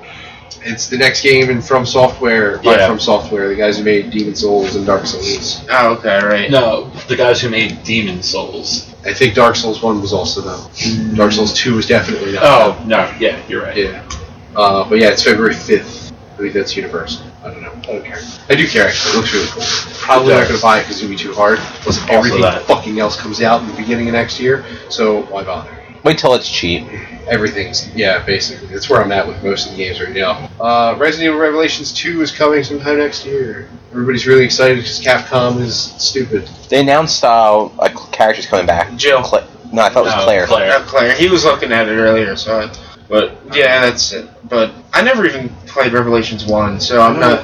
B: It's the next game in From Software. By
C: Yeah.
B: From Software, the guys who made Demon Souls and Dark Souls.
D: Oh, okay, right.
C: no, the guys who made Demon Souls.
B: I think Dark Souls One was also them. Dark Souls Two was definitely not.
C: Oh no, yeah, you're right.
B: Yeah. Uh, but yeah, it's February 5th. I believe that's Universal. I don't know. I don't care. I do care, actually. It looks really cool. Probably not going to buy it because it would be too hard. Plus, everything
C: that.
B: fucking else comes out in the beginning of next year, so why bother?
A: Wait till it's cheap.
B: Everything's, yeah, basically. That's where I'm at with most of the games right now. Uh, Resident Evil Revelations 2 is coming sometime next year. Everybody's really excited because Capcom is stupid.
A: They announced uh, a c- character's coming back.
D: Jill.
A: Cla- no, I thought it was
C: No,
A: Claire.
D: Not Claire. He was looking at it earlier, so. I, but yeah, that's it. But I never even played Revelations one, so I'm not.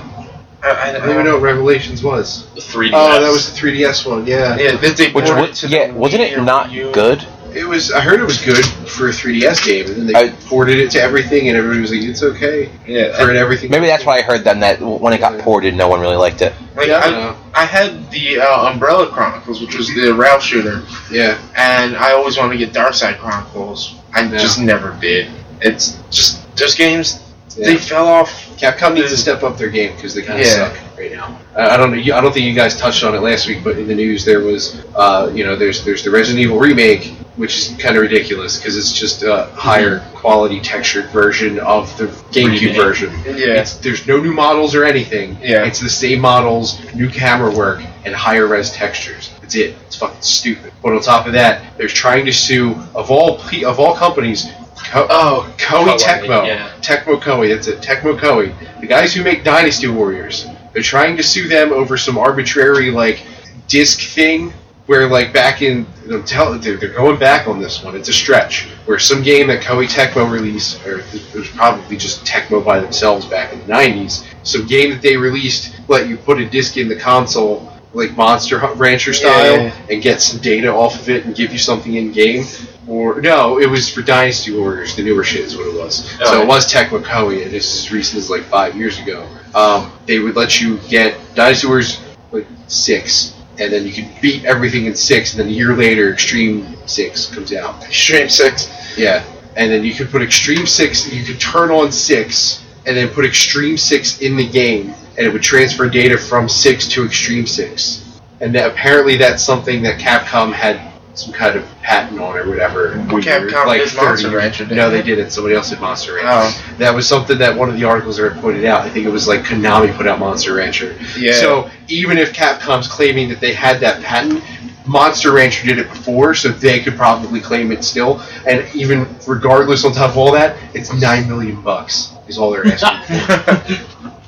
D: I, I,
B: I don't even know what Revelations was.
C: The 3D.
B: Oh, that was the 3DS one, yeah.
D: Yeah, that they
A: Which
D: ported
A: wa-
D: to the
A: yeah, wasn't
D: Wii
A: it
D: or
A: not
D: Wii U.
A: good?
B: It was. I heard it was good for a 3DS game, and then they
A: I-
B: ported it to everything, and everybody was like, "It's okay
D: Yeah,
B: for it everything."
A: Maybe that's why I heard them that when it got
B: Yeah.
A: ported, no one really liked it.
D: Like,
B: Yeah, I
D: I,
B: don't know.
D: I had the uh, Umbrella Chronicles, which was the rail shooter,
B: Yeah,
D: and I always wanted to get Dark Side Chronicles. I
B: Yeah.
D: just never did. It's just those games.
B: yeah.
D: They fell off.
B: Capcom needs to step up their game because they kind of
D: Yeah.
B: suck right now. I I don't know. you- I don't think you guys touched on it last week, but in the news there was, uh, you know, there's there's the Resident Evil remake, which is kind of ridiculous because it's just a higher quality textured version of the GameCube
C: Remake.
B: version.
D: Yeah,
B: It's, there's no new models or anything.
D: Yeah.
B: It's the same models, new camera work, and higher res textures. That's it. It's fucking stupid. But on top of that, they're trying to sue of all pe- of all companies. Co- oh, Koei
C: Koei,
B: Tecmo.
C: yeah.
B: Tecmo Koei. That's it. Tecmo Koei. The guys who make Dynasty Warriors. They're trying to sue them over some arbitrary like disc thing where like back in they're, tell, they're, they're going back on this one. It's a stretch where some game that Koei Tecmo released, or it was probably just Tecmo by themselves back in the '90s. Some game that they released let you put a disc in the console, like Monster Hu- Rancher style,
D: Yeah.
B: and get some data off of it and give you something in game. Or no, it was for Dynasty Warriors. The newer shit is what it was.
C: Oh,
B: so
C: okay.
B: it was Tecmo Koei, and this is as recent as like five years ago. Um, they would let you get Dynasty Warriors like six, and then you can beat everything in six, and then a year later, Extreme Six comes out.
D: Extreme Six.
B: Yeah, and then you could put Extreme Six. You could turn on six, and then put Extreme Six in the game, and it would transfer data from six to Extreme Six. And that, apparently, that's something that Capcom had some kind of patent on or whatever. Weird,
D: Capcom did Monster Rancher, didn't
B: No,
D: they?
B: they didn't. Somebody else did Monster Rancher.
D: Oh,
B: That was something that one of the articles that I pointed out. I think it was like Konami put out Monster Rancher.
D: yeah.
B: So even if Capcom's claiming that they had that patent, Monster Rancher did it before, so they could probably claim it still. And even regardless, on top of all that, it's nine million bucks is all they're asking.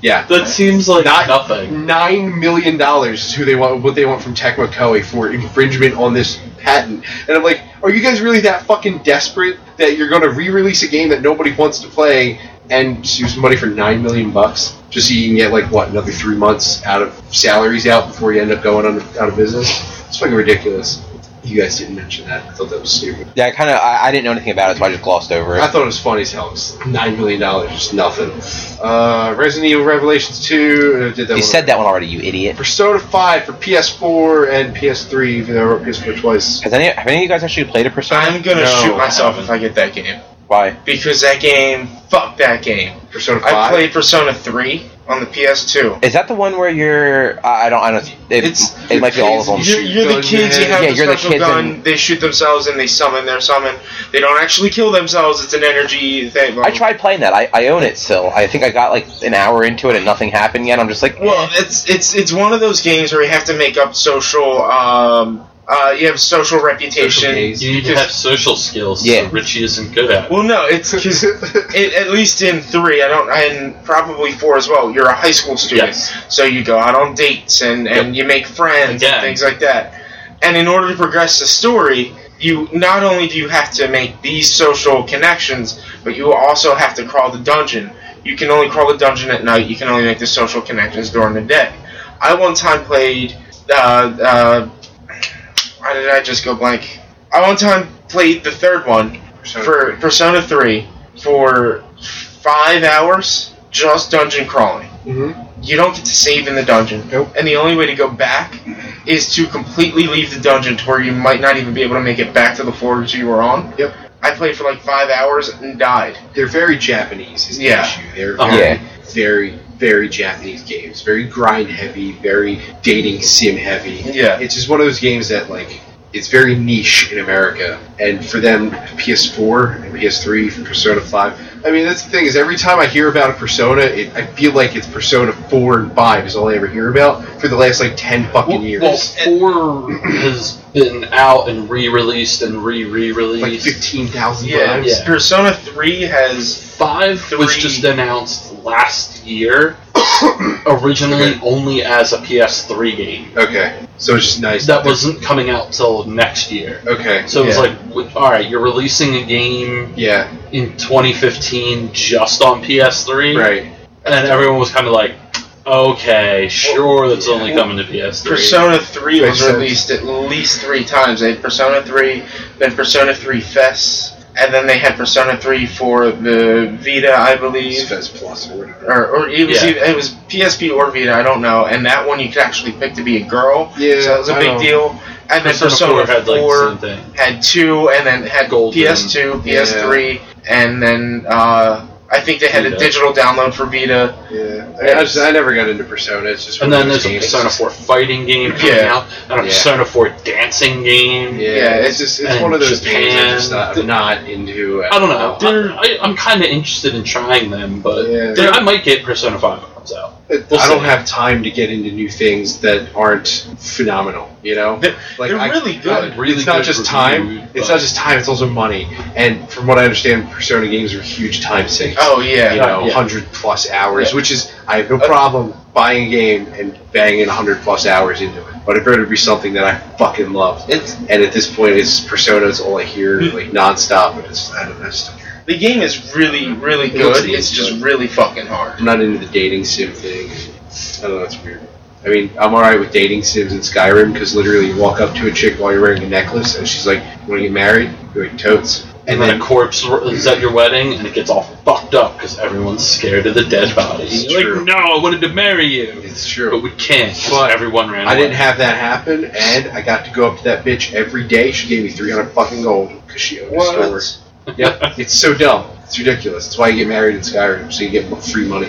B: yeah,
C: that seems like
B: Not- Mm-hmm.
C: nothing.
B: nine million dollars is who they want, what they want from Tecmo Koei for infringement on this patent. And I'm like, are you guys really that fucking desperate that you're going to re-release a game that nobody wants to play and sue somebody for nine million bucks just so you can get like what another three months out of salaries out before you end up going on, out of business? It's fucking ridiculous. You guys didn't mention that. I thought that was stupid.
A: Yeah, I kind of I, I didn't know anything about it, so I just glossed over
B: I
A: it.
B: thought it was funny as hell. It was nine million dollars, just nothing. Uh, Resident Evil Revelations two. uh, Did that
A: You
B: one
A: said that one already, you idiot.
B: Persona 5 for PS4 and PS3, even though I wrote PS4 twice.
A: Has any have any of you guys actually played a Persona?
D: I'm gonna
B: No.
D: shoot myself if I get that game
A: Why?
D: because that game. Fuck that game.
B: Persona 5?
D: I played Persona three, on the PS2.
A: Is that the one where you're? I I don't. I don't. It,
B: It's-
A: it might be all of them.
B: you
D: You're, you're the
B: Guns
D: kids. You
B: and-
D: have
A: Yeah,
D: the
A: you're the
D: special
A: kids
D: gun.
A: and-
D: They shoot themselves and they summon their summon. They don't actually kill themselves. It's an energy thing.
A: I tried playing that. I, I own it still. I think I got like an hour into it and nothing happened yet. I'm just like,
D: Well, it's it's it's one of those games where you have to make up social. Um, uh, you have social reputation.
B: Social gaze.
C: You need to have social skills.
A: Yeah.
C: So Richie isn't good at.
D: Well, no, it's because it, at least in three, I don't, and probably four as well. You're a high school student,
C: Yes.
D: so you go out on dates and and you make friends
C: Again.
D: and things like that. And in order to progress the story, you not only do you have to make these social connections, but you also have to crawl the dungeon. You can only crawl the dungeon at night. You can only make the social connections during the day. I one time played. Uh, uh, why did I just go blank? I one time played the third one for Persona 3 for five hours just dungeon crawling.
B: Mhm.
D: You don't get to save in the dungeon.
B: Nope.
D: And the only way to go back is to completely leave the dungeon to where you might not even be able to make it back to the floor that you were on.
B: Yep.
D: I played for like five hours and died.
B: They're very Japanese. Is the
D: Yeah.
B: issue. They're
C: Uh-huh.
B: very,
A: Yeah.
B: very, very Japanese games. Very grind heavy. Very dating sim heavy.
D: Yeah.
B: It's just one of those games that like it's very niche in America, and for them, PS4 and PS3 from Persona 5. I mean, that's the thing is every time I hear about a Persona, it, I feel like it's Persona 4 and 5 is all I ever hear about for the last like 10 fucking
C: Well,
B: years.
C: well, four has been out and re-released and
B: like
C: re-re-released.
B: 15,000
D: Yeah.
B: times.
C: Yeah.
D: Persona 3 has.
C: Five was
D: Three.
C: just announced last year, originally only as a PS3 game.
B: Okay. So it's just nice.
C: That wasn't coming out till next year.
B: Okay.
C: So it was
B: yeah.
C: like, w- all right, you're releasing a game
B: Yeah,
C: in 2015 just on PS3,
B: right.
C: and everyone was kind of like, okay, sure, that's only
D: Well,
C: coming to PS3.
D: Persona 3
B: Makes
D: was
B: sense.
D: released at least three times. They had Persona 3, then Persona 3 Fest, and then they had Persona 3 for the Vita, I believe.
B: Fez Plus or whatever.
D: or, or it was
C: Yeah.
D: either, it was PSP or Vita, I don't know. And that one you could actually pick to be a girl,
B: Yeah,
D: so that was a
B: I
D: big
B: know.
D: deal. And then
C: Persona 4 had like the same
D: 4
C: thing.
D: had two, and then had
C: Golden.
D: PS2, PS3, and then uh, I think they had
C: Vita.
D: a digital download for Vita.
B: Yeah, I, mean, I, just, I never got into Persona. It's just
C: And
B: one
C: then
B: of those
C: there's a
B: games.
C: Persona 4 fighting game coming
D: Yeah.
C: out, and a
B: Yeah.
C: Persona 4 dancing game.
B: Yeah, it's just it's
C: and
B: one of those games I'm
C: Japan.
B: just not, I'm not into. at
C: I don't know.
B: all.
C: I, I, am kind of interested in trying them, but
B: Yeah.
C: there- I might get Persona 5 when it comes out. We'll
B: I don't
C: see.
B: have time to get into new things that aren't phenomenal. You know,
D: They're- they're
B: I-
D: really good.
B: I- it's not
C: Really
B: just
C: good
B: time.
C: reviewed,
B: it's
C: but-
B: not just time. It's also money. And from what I understand, Persona games are huge time sinks.
D: Oh yeah,
B: you know,
C: Yeah.
B: hundred plus hours,
C: Yeah.
B: which is I have no problem buying a game and banging hundred plus hours into it. But it better be something that I fucking love.
D: it's
B: And at this point, it's Persona. It's all I hear
C: Hmm.
B: like nonstop, and it's I don't know. It's,
D: the game is really really
B: It looks
D: good. It's
B: neat,
D: just
B: but-
D: really fucking hard.
B: I'm not into the dating sim thing. I don't know. It's weird. I mean, I'm alright with dating sims in Skyrim because literally you walk up to a chick while you're wearing a necklace and she's like, "You want to get married?" You're like, "Totes."
C: And then a corpse r- is at your wedding, and it gets all fucked up because everyone's scared of the dead body.
B: It's
C: You're
B: true.
C: like, no, I wanted to marry you.
B: it's
C: But
B: true.
C: we can't 'cause
B: But
C: everyone ran
B: I
C: away.
B: didn't have that happen, and I got to go up to that bitch every day. She gave me 300 fucking gold because she owned a
D: What?
B: store. Yep, it's so dumb. It's ridiculous. That's why you get married in Skyrim, so you get free money.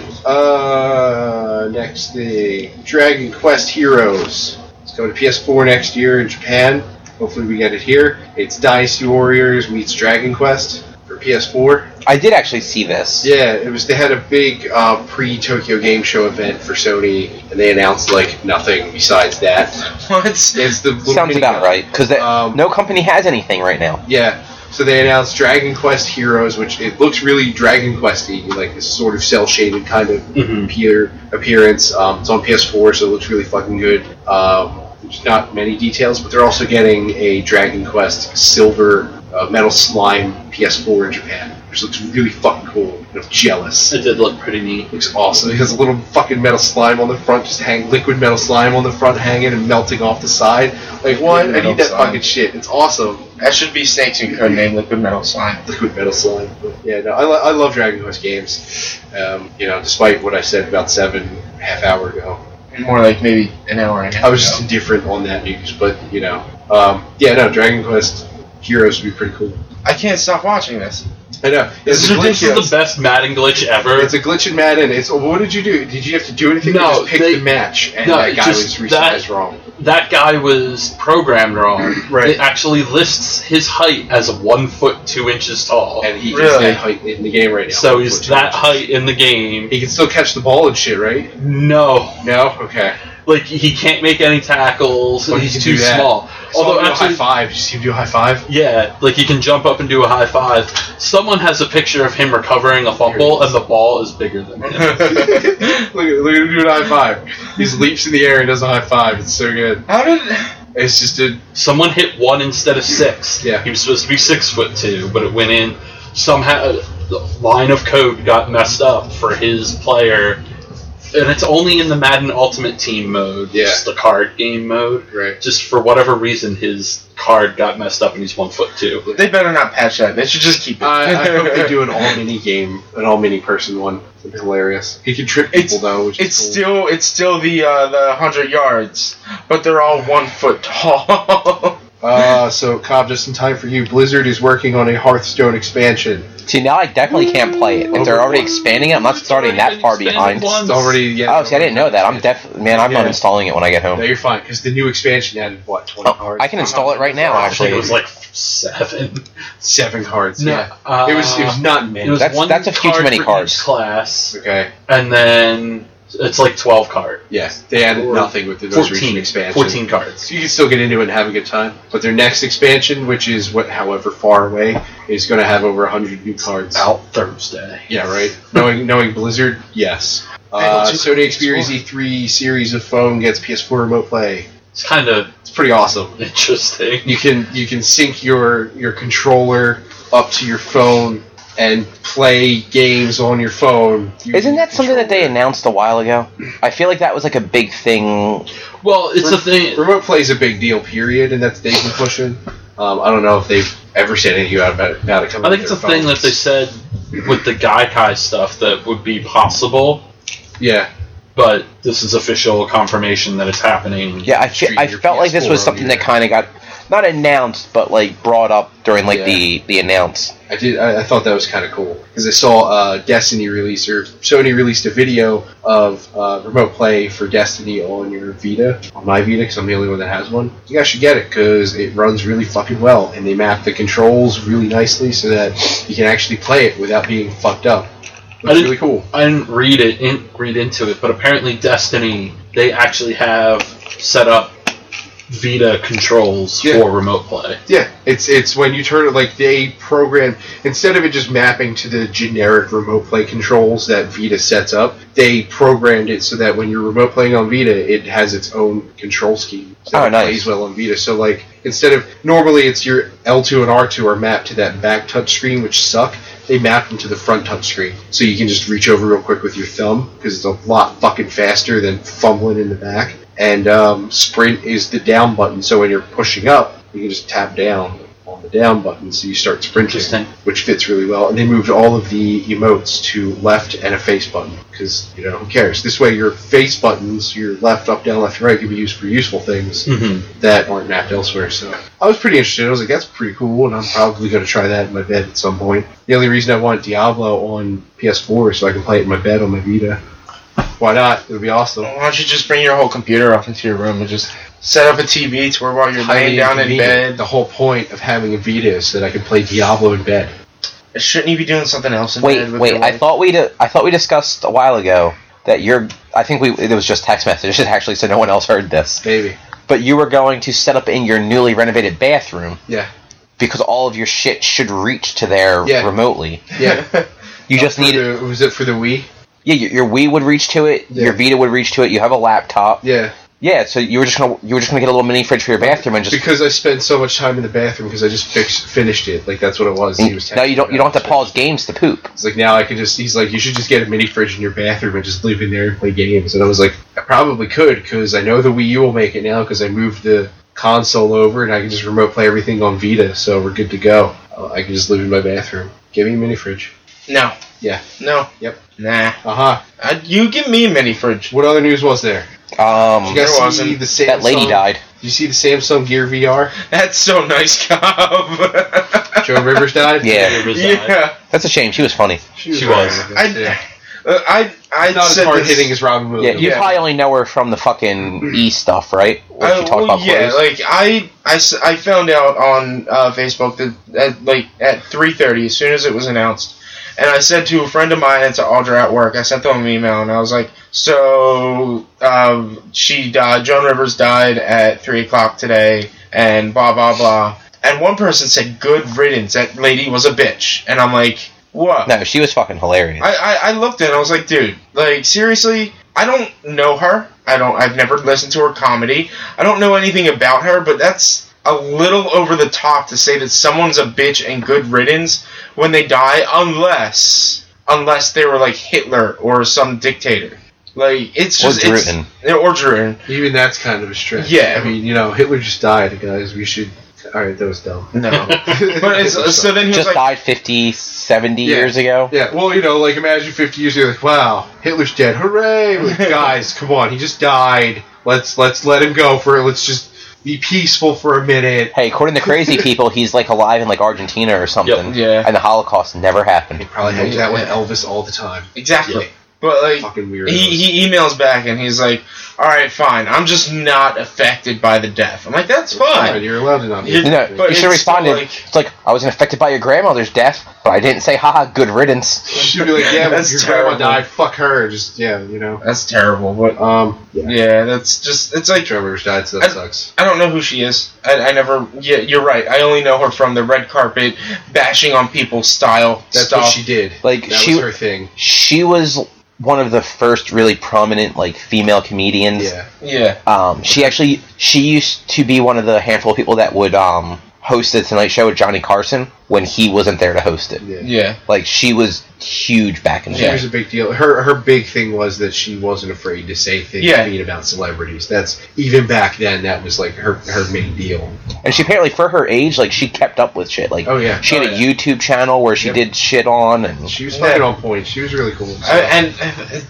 B: Uh, next thing, Dragon Quest Heroes. It's coming to PS4 next year in Japan. Hopefully, we get it here. It's Dynasty Warriors meets Dragon Quest for PS4.
A: I did actually see this.
B: Yeah, it was. They had a big uh, pre-Tokyo Game Show event for Sony, and they announced like nothing besides that.
D: What?
B: It's the little
A: Sounds
B: mini
A: about
B: gun.
A: right because
B: Um,
A: no company has anything right now.
B: Yeah. So they announced Dragon Quest Heroes, which it looks really Dragon Questy, like this sort of cell shaded kind of
C: Mhm.
B: appear, appearance. Um, it's on PS4, so it looks really fucking good. Um, there's not many details, but they're also getting a Dragon Quest Silver uh, Metal Slime PS4 in Japan, which looks really fucking cool. I'm jealous.
C: It did look pretty neat.
B: Looks awesome. It has a little fucking metal slime on the front, just hang liquid metal slime on the front, hanging and melting off the side. Like what? I
D: Metal
B: need that
D: slime.
B: fucking shit. It's awesome
D: That should be Snakes and Codename Liquid Metal Slime.
B: liquid metal slime. But yeah, no, I, lo- I love Dragon Quest games. Um, you know, despite what I said about seven half hour ago,
D: More like maybe an hour and a half.
B: I was
D: ago.
B: just indifferent on that news. But you know, um, yeah, no, Dragon Quest Heroes would be pretty cool.
D: I can't stop watching this.
B: I know. It's
C: This
B: a
C: is
B: glitch.
C: the best Madden glitch ever.
B: It's a glitch in Madden. It's what did you do? Did you have to do anything?
C: No,
B: you just pick
C: they-
B: the match, and
C: no,
B: that guy
C: just
B: was
C: that-
B: resized wrong.
C: that guy was programmed wrong.
B: Right.
C: It actually lists his height as one foot two inches tall.
B: and he is
D: Really?
B: that height in the game right now.
C: so he's that
B: unfortunately.
C: height in the game.
B: He can still catch the ball and shit, right?
C: No,
B: No, okay.
C: like he can't make any tackles.
B: Well, he
C: he's
B: can
C: too
B: do that.
C: small.
B: Although
C: Although
B: a high
C: actually,
B: five, you see him do a high five.
C: yeah, like he can jump up and do a high five. Someone has a picture of him recovering a fumble,
B: Here
C: and the ball is bigger than
B: look, at,
C: him.
B: look at him do a high five. He just leaps in the air and does a high five. It's so good.
D: How did?
B: It's just a
C: Someone hit one instead of six.
B: Yeah.
C: He was supposed to be six foot two, but it went in. Somehow the line of code got messed up for his player. And it's only in the Madden Ultimate Team mode,
B: Yeah.
C: just the card game mode.
B: right.
C: Just for whatever reason, his card got messed up and he's one foot two.
D: They better not patch that. They should just keep it.
B: I, I hope they do an all mini game, an all mini person one. It'd be hilarious. He can trip people
D: It's-
B: though, which
D: It's
B: is cool.
D: still it's still the uh, the hundred yards, but they're all one foot tall.
B: Uh, so Cobb, just in time for you. Blizzard is working on a Hearthstone expansion.
A: See, now I definitely can't play it. If they're already expanding it, I'm not starting that far behind.
B: It's already yeah.
A: Oh, see, I didn't know that. I'm def man. I'm
B: Yeah.
A: uninstalling it when I get
B: No,
A: home.
B: you're fine because the new expansion added what twenty
A: Oh,
B: cards.
A: I can install it right now.
C: I think
A: Actually,
C: it was like seven.
B: Seven cards. yeah.
C: uh,
B: It was it was not many.
C: it was
A: That's-
C: one
A: that's a few too
C: card
A: many
C: for each
A: cards.
C: class,
B: okay.
C: and then it's like twelve cards.
B: Yes, they added
C: Or
B: nothing with the most recent
C: 14,
B: expansion.
C: 14 cards.
B: So you can still get into it and have a good time. But their next expansion, which is what, however far away, is going to have over hundred new cards.
C: Out Thursday.
B: Yeah, right. knowing knowing Blizzard, yes. Uh,
D: Hey,
B: Sony
D: it's-
B: Xperia's E3 series of phone gets PS4 remote play.
C: It's kind of
B: It's pretty awesome.
C: interesting.
B: you can you can sync your your controller up to your phone and play games on your phone. You-
A: isn't that something that they announced a while ago? I feel like that was like a big thing.
C: Well, it's the thing.
B: remote play is a big deal, period, and that's they've been pushing. Um, I don't know if they've ever said anything about it, about it coming.
C: I think
B: to
C: it's a
B: their
C: thing that
B: phones.
C: they said with the Gaikai stuff that would be possible,
B: yeah
C: but this is official confirmation that it's happening.
A: Yeah, I fe-
B: Stream
A: I
B: your
A: felt like this
B: PS4
A: was
B: on
A: something
B: your-
A: that kind of got not announced, but like brought up during like
B: Yeah.
A: the the announce.
B: I did. I, I thought that was kind of cool because I saw uh, Destiny release or Sony released a video of uh, remote play for Destiny on your Vita, on my Vita, because I'm the only one that has one. You guys should get it because it runs really fucking well, and they map the controls really nicely so that you can actually play it without being fucked up.
C: I
B: It's
C: did-
B: really cool.
C: I didn't read it, in, read into it, but apparently Destiny they actually have set up Vita controls
B: Yeah.
C: for remote play.
B: Yeah, it's it's when you turn it like they program instead of it just mapping to the generic remote play controls that Vita sets up, they programmed it so that when you're remote playing on Vita, it has its own control scheme. So
A: Oh,
B: it
A: nice.
B: plays well on Vita. So like instead of normally it's your L2 and R2 are mapped to that back touch screen, which suck. They mapped them to the front touch screen, so you can just reach over real quick with your thumb because it's a lot fucking faster than fumbling in the back. And um, sprint is the down button, so when you're pushing up, you can just tap down on the down button, so you start sprinting,
C: Interesting.
B: which fits really well. And they moved all of the emotes to left and a face button because you know who cares? This way, your face buttons, your left, up, down, left, right, can be used for useful things
C: Mm-hmm.
B: that aren't mapped elsewhere. So I was pretty interested. I was like, that's pretty cool, and I'm probably going to try that in my bed at some point. The only reason I want Diablo on PS4 is so I can play it in my bed on my Vita. Why not? It would be awesome.
D: Why don't you just bring your whole computer up into your room and just set up a TV to where while you're
B: Highly
D: laying down in
B: inconvenient.
D: bed,
B: The whole point of having a Vita is so that I can play Diablo in bed.
D: shouldn't you be doing something else in
A: Wait,
D: bed? With
A: wait.
D: your
A: I
D: wife?
A: thought we di- I thought we discussed a while ago that you're. I think we it was just text messages actually, so no one else heard this.
B: Maybe.
A: But you were going to set up in your newly renovated bathroom
B: Yeah.
A: because all of your shit should reach to there
B: Yeah.
A: remotely.
B: Yeah.
A: You just
B: For
A: need
B: the- was it for the Wii?
A: yeah. Your, your Wii would reach to it.
B: Yeah.
A: Your Vita would reach to it. You have a laptop.
B: Yeah.
A: Yeah, so you were just gonna you were just gonna get a little mini fridge for your bathroom and just
B: Because I spent so much time in the bathroom because I just fixed, finished it. Like that's what it was. He was
A: Mm. now you don't
B: texting
A: you don't have to
B: about it.
A: pause games to poop.
B: It's like now I can just. He's like, you should just get a mini fridge in your bathroom and just live in there and play games. And I was like, I probably could because I know the Wii U will make it now because I moved the console over and I can just remote play everything on Vita, so we're good to go. Uh, I can just live in my bathroom. Give me a mini fridge.
D: no.
B: Yeah.
D: No.
B: Yep.
D: Nah.
B: Uh huh.
D: I, you give me a mini fridge.
B: What other news was there?
A: Um,
B: Did you guys
D: There
B: see
D: wasn't.
B: the Samsung?
A: that lady died.
B: Did you see the Samsung Gear VR?
D: That's so nice, Cobb.
B: Joan Rivers died.
A: Yeah,
C: uh,
D: Yeah,
A: that's a shame. She was funny.
C: She was.
B: alright, I guess,
D: I, I, I
B: Not as
D: said
B: hard
D: this-
B: hitting as Robin
A: Yeah,
B: Williams.
A: you
D: Yeah.
A: probably only know her from the fucking E stuff, right? Where
D: Uh,
A: she talked
D: well,
A: about
D: yeah,
A: clothes.
D: like I, I s- I found out on uh, Facebook that at, like at three thirty, as soon as it was announced, and I said to a friend of mine and to Audra at work, I sent them an email and I was like, so um, she died, Joan Rivers died at three o'clock today, and blah blah blah. And one person said, "Good riddance, that lady was a bitch," and I'm like, what?
A: no, she was fucking hilarious.
D: I, I, I looked at it and I was like, dude, like seriously, I don't know her. I don't I've never listened to her comedy. I don't know anything about her, but that's a little over the top to say that someone's a bitch and good riddance when they die unless unless they were like Hitler or some dictator. Like it's
A: Or
D: just it's-
A: Drutan.
D: yeah, or Drutan.
B: Even that's kind of a stretch.
D: Yeah.
B: I mean, you know, Hitler just died, guys. We should. All right, that was dumb.
D: No. but it's so then he was
A: Just
D: like
A: died 50, 70
B: Yeah.
A: years ago.
B: Yeah, well, you know, like imagine 50 years ago, like, wow, Hitler's dead, hooray! Like, guys, come on, he just died. Let's let's let him go for it. Let's just be peaceful for a minute.
A: Hey, according to crazy people, he's like alive in like Argentina or something.
D: yeah.
A: And the Holocaust never
B: He
A: happened.
B: probably does that with Elvis all the time.
D: Exactly.
C: Yeah.
D: But like
B: Fucking weird.
D: he, he emails back and he's like, "All right, fine. I'm just not affected by the death." I'm like, "That's fine."
B: You're allowed to not.
D: You-
A: You know,
D: But
A: you should
D: it's
A: respond
D: still
A: to-
D: like-
A: it's like I was affected by your grandmother's death, but I didn't say haha, good riddance.
B: She'd be like, yeah, but
D: That's
B: your
D: terrible.
B: grandma died. Fuck her. Just yeah, you know.
D: That's terrible. But
B: Um, yeah,
D: yeah, that's just it's like
B: Joan Rivers died, so that
D: I-
B: sucks.
D: I don't know who she is. I, I never. Yeah, you're right. I only know her from the red carpet bashing on people style
B: That's
D: stuff.
B: what she did.
A: Like,
B: that
A: she-
B: was her thing.
A: She was one of the first really prominent like female comedians.
B: Yeah,
D: yeah,
A: Um, she actually she used to be one of the handful of people that would um, host the Tonight Show with Johnny Carson when he wasn't there to host it.
B: yeah.
D: yeah,
A: Like she was huge back in the
B: She
A: day.
B: was a big deal. Her her big thing was that she wasn't afraid to say things
D: Yeah.
B: mean about celebrities. That's even back then. That was like her her main deal.
A: And she apparently for her age, like she kept up with shit. Like
B: Oh, yeah.
A: she had
D: Oh,
A: a
D: yeah.
A: YouTube channel where she
B: Yep.
A: did shit on and
B: She was
D: Yeah.
B: fucking on point. She was really cool.
D: I, and uh,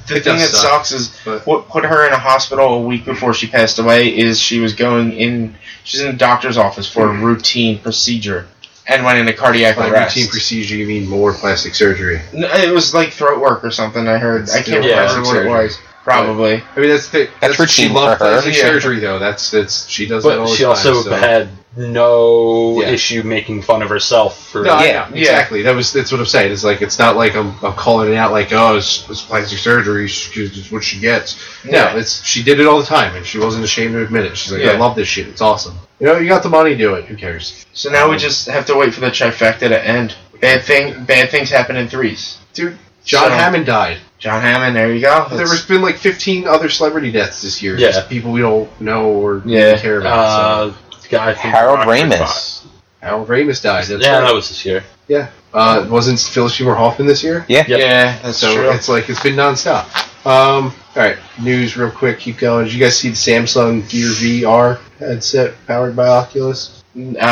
D: the
B: It
D: thing that
B: does suck,
D: sucks is
B: but-
D: what put her in a hospital a week before she passed away is she was going in. She's in a doctor's office for
B: Mm-hmm.
D: a routine procedure and went into cardiac
B: by
D: arrest.
B: routine procedure, you mean more plastic surgery?
D: No, it was like throat work or something. I heard. I can't
C: Yeah.
D: remember what it was. Probably.
B: I mean, that's the,
A: That's
B: she
A: routine
B: loved
A: for her.
B: plastic
D: Yeah.
B: surgery though. That's that's she does that all
C: But
B: the
C: she
B: time.
C: also
B: so-
C: had no
B: Yeah.
C: issue making fun of herself for. uh,
B: No,
A: Yeah,
B: yeah, exactly. That was that's what I'm saying. It's like it's not like I'm, I'm calling it out like oh it's, it's plastic surgery. She, it's what she gets. No,
D: Yeah.
B: it's she did it all the time and she wasn't ashamed to admit it. She's like
D: Yeah.
B: I love this shit. It's awesome. You know you got the money, do it. Who cares,
D: So now we just have to wait for the trifecta to end. Bad thing. Bad things happen in threes.
B: dude? John
D: So-
B: Hammond died.
D: John Hammond. There you go.
B: there
D: That's-
B: has been like 15 other celebrity deaths this year.
C: Yeah.
B: Just people we don't know or
D: Yeah.
B: care about. so.
C: Uh, guy from
A: Harold
C: Rockford
A: Ramis.
C: Fox.
B: Al Ramis died. That's
C: Yeah,
B: right.
C: that was this year.
B: Yeah. Uh, wasn't Phil Seymour Hoffman this year?
A: yeah.
C: Yep.
D: Yeah, that's
B: So
D: true.
B: it's like it's been nonstop. Um, all right, news real quick. Keep going. Did you guys see the Samsung Gear VR headset powered by Oculus?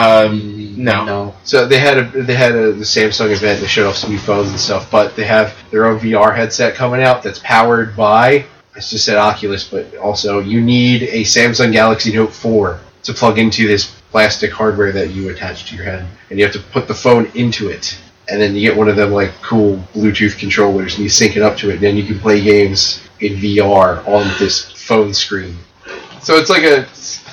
D: Um, no.
C: no.
B: So they had a they had a the Samsung event. They showed off some new phones and stuff, but they have their own VR headset coming out that's powered by. I just said Oculus, but also you need a Samsung Galaxy Note 4 to plug into this plastic hardware that you attach to your head, and you have to put the phone into it. and then you get one of them like cool Bluetooth controllers and you sync it up to it, and then you can play games in VR on this phone screen. So it's like a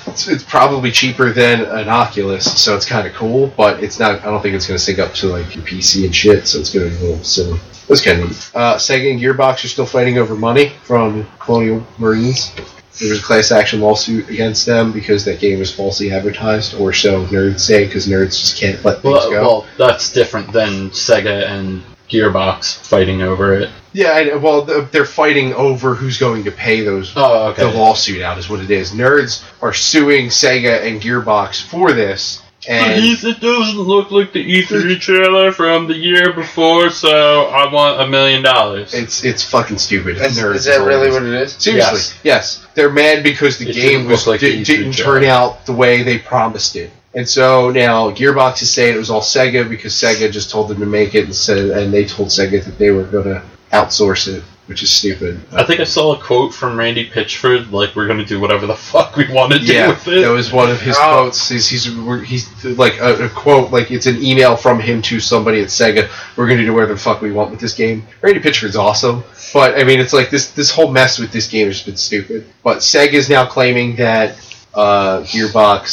B: it's, it's probably cheaper than an Oculus, so it's kind of cool, but it's not. I don't think it's going to sync up to like your PC and shit, so it's going to be a little silly. That's kind of neat. Uh, Sega and Gearbox are still fighting over money from Colonial Marines. There was a class action lawsuit against them because that game was falsely advertised, or so nerds say, because nerds just can't let things
C: Well,
B: go.
C: well, that's different than Sega and Gearbox fighting over it.
B: Yeah, I, know. well, th- they're fighting over who's going to pay those.
C: Oh, okay.
B: The lawsuit out is what it is. Nerds are suing Sega and Gearbox for this,
C: But
B: and
C: it doesn't look like the
B: E
C: E3 trailer from the year before, so I want a million dollars.
B: it's it's fucking stupid.
D: Is,
B: Nerds
D: is that
B: all
D: really
B: is.
D: what it is?
B: Seriously,
C: Yes.
B: yes. They're mad because the
C: It
B: game
C: didn't
B: was
C: look like
B: di-
C: the E3
B: didn't turn
C: trailer.
B: out the way they promised it. And so now Gearbox is saying it was all Sega because Sega just told them to make it and said and they told Sega that they were gonna outsource it. which is stupid.
C: I think I saw a quote from Randy Pitchford, like, we're going to do whatever the fuck we want to do
B: yeah,
C: with it.
B: that was one of his
D: Oh.
B: quotes. He's, he's he's like a, a quote, like it's an email from him to somebody at Sega. We're gonna do whatever the fuck we want with this game. Randy Pitchford's awesome, but I mean, it's like this this whole mess with this game has been stupid. But Sega's now claiming that uh, Gearbox.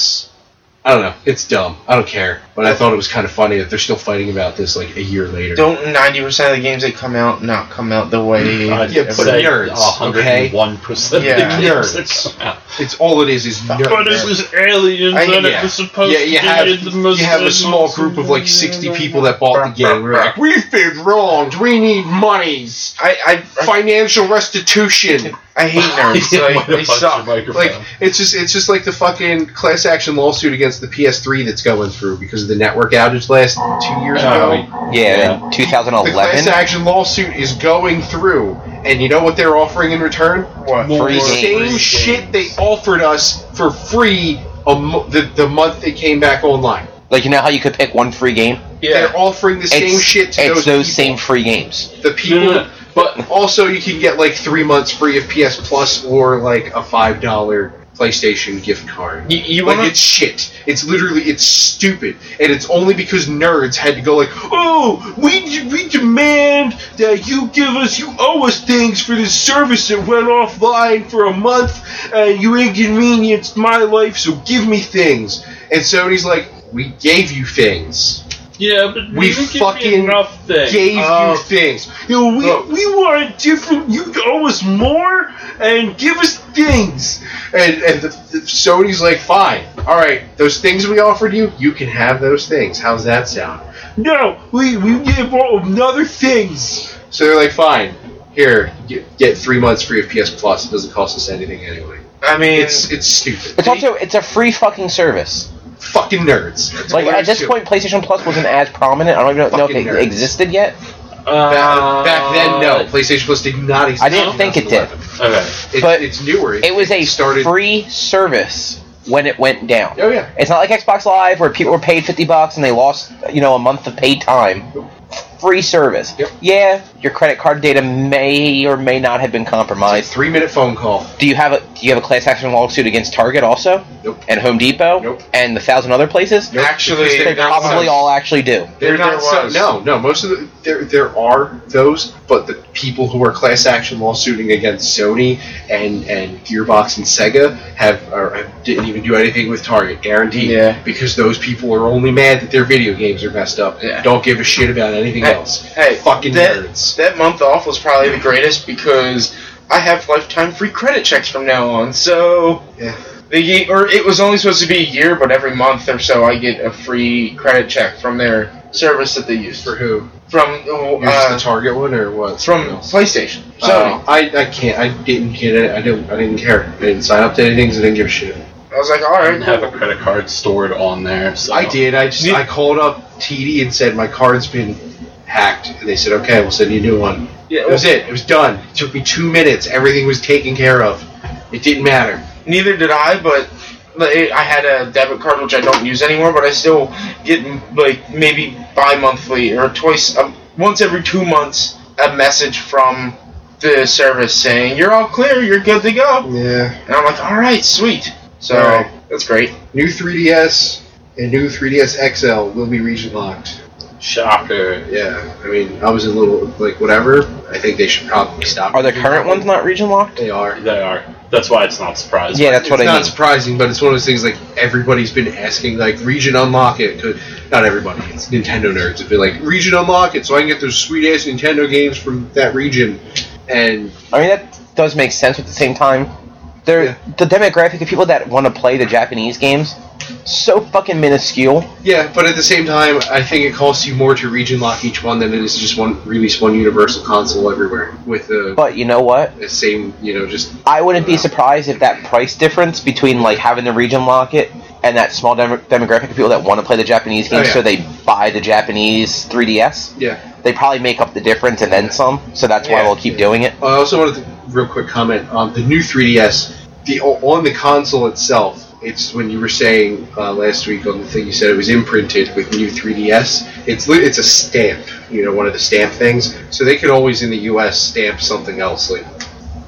B: I don't know. It's dumb. I don't care. But I thought it was kind of funny that they're still fighting about this like a year later.
D: Don't ninety percent of the games that come out not come out the way?
C: I'd
B: Yeah, but
C: say
B: nerds,
C: 101%
D: Yeah,
C: of the games that
B: nerds.
C: come out.
B: It's all it is is nerd.
C: But this is aliens,
D: I-
C: and it
B: yeah.
C: was supposed
B: yeah, you
C: to
B: have,
C: be the most.
B: you have a small group of like 60 people that bought the game. We're like, we've been wronged. We need monies.
D: I I,
B: Financial restitution.
D: I, I hate nerds. Like, they suck.
B: Like it's just it's just like the fucking class action lawsuit against the PS3 that's going through because of the network outage last two years ago.
A: Yeah, in
B: The class
A: 2011.
B: action lawsuit is going through, and you know what they're offering in return?
D: What?
C: More
A: Free
B: the
A: games.
B: same
C: games.
B: shit they offered us for free a mo- the, the month they came back online.
A: Like you know how you could pick one free game.
B: They're offering the same
A: it's,
B: shit to
A: it's
B: those,
A: those
B: people.
A: same free games.
B: the
C: No,
B: people.
C: no, no. But
B: Also, you can get like three months free of PS Plus or like a five dollar PlayStation gift card.
D: You, you
B: like
D: wanna,
B: it's shit. It's literally it's stupid, and it's only because nerds had to go like, oh, we we demand that you give us you owe us things for this service that went offline for a month, and you inconvenienced my life, so give me things. And Sony's like, we gave you things
C: yeah, but
B: We
C: you didn't give me
B: fucking
C: enough thing.
B: gave
D: Oh.
B: you things. You know, we,
D: Look.
B: we want different. You owe us more and give us things. And and the, the Sony's like, fine, all right, those things we offered you, you can have those things. How's that sound? No, we we give all another things. So they're like, fine, here, get, get three months free of PS Plus. It doesn't cost us anything anyway.
D: I mean,
B: It's it's stupid.
A: It's also it's a free fucking service.
B: Fucking nerds. That's
A: Like
B: what
A: at
B: nerds
A: this
B: do.
A: point, PlayStation Plus wasn't as prominent. I don't even know if it
B: Fucking nerds.
A: existed yet.
B: Ba- Uh, back then,
C: Uh,
B: no, PlayStation Plus did not exist.
A: I didn't think it did.
B: 2011.
C: Okay.
B: It,
A: But
B: it's newer.
A: It was a
B: started.
A: free service when it went down.
B: oh yeah,
A: It's not like Xbox Live where people were paid fifty bucks and they lost you know a month of paid time. Free service.
B: Yep.
A: Yeah, your credit card data may or may not have been compromised.
B: three minute phone call.
A: Do you have a do you have a class action lawsuit against Target also?
B: Nope.
A: And Home Depot?
B: Nope.
A: And the thousand other places?
B: Nope.
D: Actually,
B: Because
A: They
B: they're not
A: probably
B: some-
A: all actually do.
B: They're
D: There-
B: not
D: there
B: some-
D: was.
B: no, no. Most of the there there are those, but the people who are class action lawsuiting against Sony and and Gearbox and Sega have or have- didn't even do anything with Target, guaranteed.
D: Yeah.
B: Because those people are only mad that their video games are messed up.
D: Yeah.
B: Don't give a shit about anything
D: Hey,
B: else.
D: hey,
B: fucking
D: that-
B: nerds.
D: that month off was probably the greatest because I have lifetime free credit checks from now on. So
B: Yeah.
D: the ye- or it was only supposed to be a year, but every month or so I get a free credit check from their service that they use
B: For
D: for
B: who?
D: from
B: Is this the
D: uh,
B: Target one or what?
D: from
B: Else? Oh.
D: PlayStation.
B: Sony.
D: So
B: I, I can't. I didn't get it. I didn't. I didn't care. I didn't sign up to anything. 'cause I didn't give a shit.
D: I was like, all
C: I didn't
D: right,
C: have a credit card stored on there. So
B: I did. I just
D: Yeah.
B: I called up TD and said my card's been hacked, and they said, "Okay, we'll send you a new one."
D: yeah,
B: That was it. It was done. It took me two minutes. Everything was taken care of. It didn't matter.
D: Neither did I, but like, I had a debit card which I don't use anymore, but I still get like maybe bi-monthly or twice, um, once every two months, a message from the service saying you're all clear, you're good to go,
B: Yeah.
D: and I'm like, all right, sweet. So
B: All right.
D: that's great.
B: New 3DS and new 3DS XL will be region locked.
C: Shocker.
B: Yeah. I mean, I was a little like whatever. I think they should probably stop.
A: Are the current ones not region locked?
B: They are.
C: They are. That's why it's not surprising.
A: Yeah, that's what
B: it's
A: I
B: not
A: mean.
B: surprising, but it's one of those things like everybody's been asking, like region unlock it. 'cause- not everybody, it's Nintendo nerds have been like region unlock it, so I can get those sweet ass Nintendo games from that region. And
A: I mean that does make sense but at the same time. They're,
B: Yeah.
A: The demographic of people that want to play the Japanese games so fucking minuscule.
B: yeah, but at the same time, I think it costs you more to region lock each one than it is just one release one universal console everywhere with the,
A: But you know what?
B: the same, you know, just
A: I wouldn't be surprised if that price difference between like having the region locket and that small dem- demographic of people that want to play the Japanese
B: Oh,
A: games,
B: yeah.
A: so they buy the Japanese 3DS.
B: yeah.
A: They probably make up the difference and then some. So that's why
D: Yeah.
A: we'll keep doing it.
B: um, I also wanted to real quick comment on the new 3DS. The on the console itself, It's when you were saying uh, last week on the thing you said it was imprinted with new 3DS. It's li- it's a stamp, you know, one of the stamp things. So they could always in the U.S. stamp something else like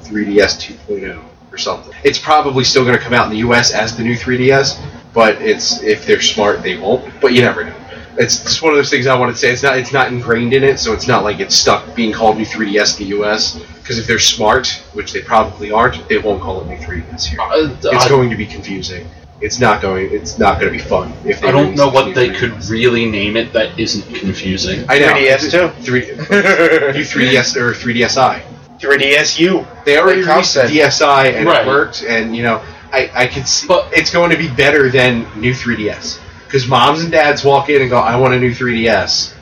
B: 3DS 2.0 or something. It's probably still going to come out in the U.S. as the new 3DS, but it's if they're smart, they won't. But you never know. It's just one of those things I want to say. It's not it's not ingrained in it, so it's not like it's stuck being called new 3DS in the U.S. Because if they're smart, which they probably aren't, they won't call it new 3DS here.
C: Uh,
B: It's
C: I-
B: going to be confusing. It's not going. It's not going to be fun. If they
C: I don't
B: release
C: know
B: it
C: what they
B: here.
C: could really name it that isn't confusing.
B: I know.
D: 3DS too.
B: Three. New 3DS or 3DSi.
D: E 3DSU.
B: They already
D: Like Kyle
B: released
D: said.
B: DSi and
C: Right.
B: it worked, and you know, I I can see
C: But-
B: it's going to be better than new 3DS because moms and dads walk in and go, "I want a new 3DS,"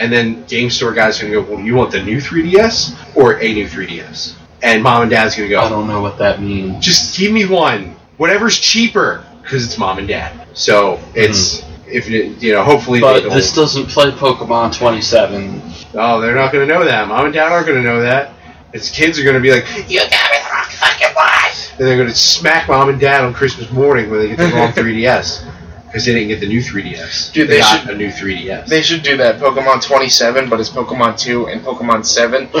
B: and then game store guys going to go, "Well, you want the new 3DS or a new 3DS?" And mom and dad's going to go,
C: I don't know what that means.
B: "Just give me one, whatever's cheaper," because it's mom and dad. So it's. If it, you know, hopefully
C: Hmm. But
B: they don't.
C: this doesn't play Pokemon 27.
B: Oh, they're not going to know that. Mom and dad aren't going to know that. Its kids are going to be like, you got me the wrong fucking watch. And they're going to smack mom and dad on Christmas morning when they get the wrong 3DS. Because they didn't get the new 3DS.
D: Dude, they
B: got
D: should-
B: a new 3DS.
D: They should do that. Pokemon 27, but it's Pokemon 2 and Pokemon 7.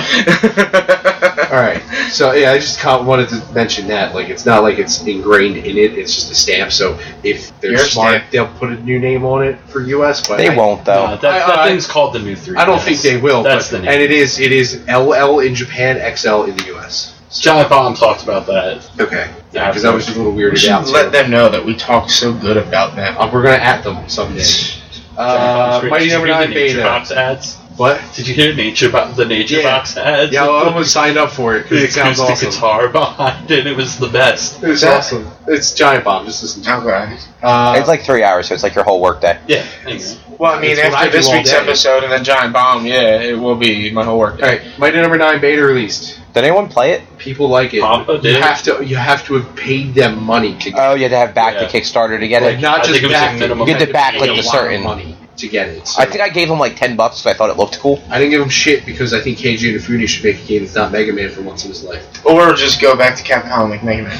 B: All right. So, yeah, I just caught, wanted to mention that. Like, it's not like it's ingrained in it. It's just a stamp. So if they're
D: Your
B: smart,
D: stamp.
B: they'll put a new name on it for US. But
A: They
B: I-
A: won't
C: Uh,
A: though.
C: that that
B: I- I-
C: thing's called the new 3.
B: I don't think they will.
C: That's
B: but,
C: the name.
B: And it is, it is LL in Japan, XL in the US.
C: Jai Bomb talked about that.
B: Okay.
C: Yeah,
B: Because I was just a little
D: we
B: weirded
D: should
B: out.
D: let them know that we talked so good about them.
B: Uh, we're gonna at them someday. Uh,
C: Did
B: Mighty
C: you
B: Number
C: hear the
B: Nine
C: Nature
B: Beta.
C: Box ads.
B: What?
C: Did you hear Nature Bo- the
B: Yeah.
C: Nature Box ads?
B: Yeah, well, I almost signed up for it
C: the
B: because it
C: acoustic
B: sounds awesome.
C: guitar behind it. It was the best.
B: It's
D: That-
B: awesome. It's Giant Bomb. Just listen to it.
D: Okay.
B: Uh,
A: it's like three hours, so it's like your whole workday.
C: Yeah. anyway.
D: Well, I mean,
B: It's what
D: after
B: I do
D: this
B: all
D: week's
B: day.
D: episode and then Giant Bomb, yeah, it will be my whole work.
B: all right, Mighty Number Nine Beta released.
A: Did anyone play it?
B: People like it.
C: Papa
B: you
C: did.
B: have to. You have to have paid them money to get
A: Oh, you had to have back
C: Yeah.
A: the Kickstarter to get
B: it.
A: it.
B: Not
C: I
B: just
C: think it was a
B: back.
C: minimum
A: You had to back,
B: paid
A: like,
B: a
A: the
B: lot of
A: certain-
B: money to get it. So
A: I think I gave him like ten bucks because I thought it looked cool.
B: I didn't give him shit because I think Keiji Inafune should make a game that's not Mega Man for once in his life.
D: Or just go back to Capcom and make Mega Man.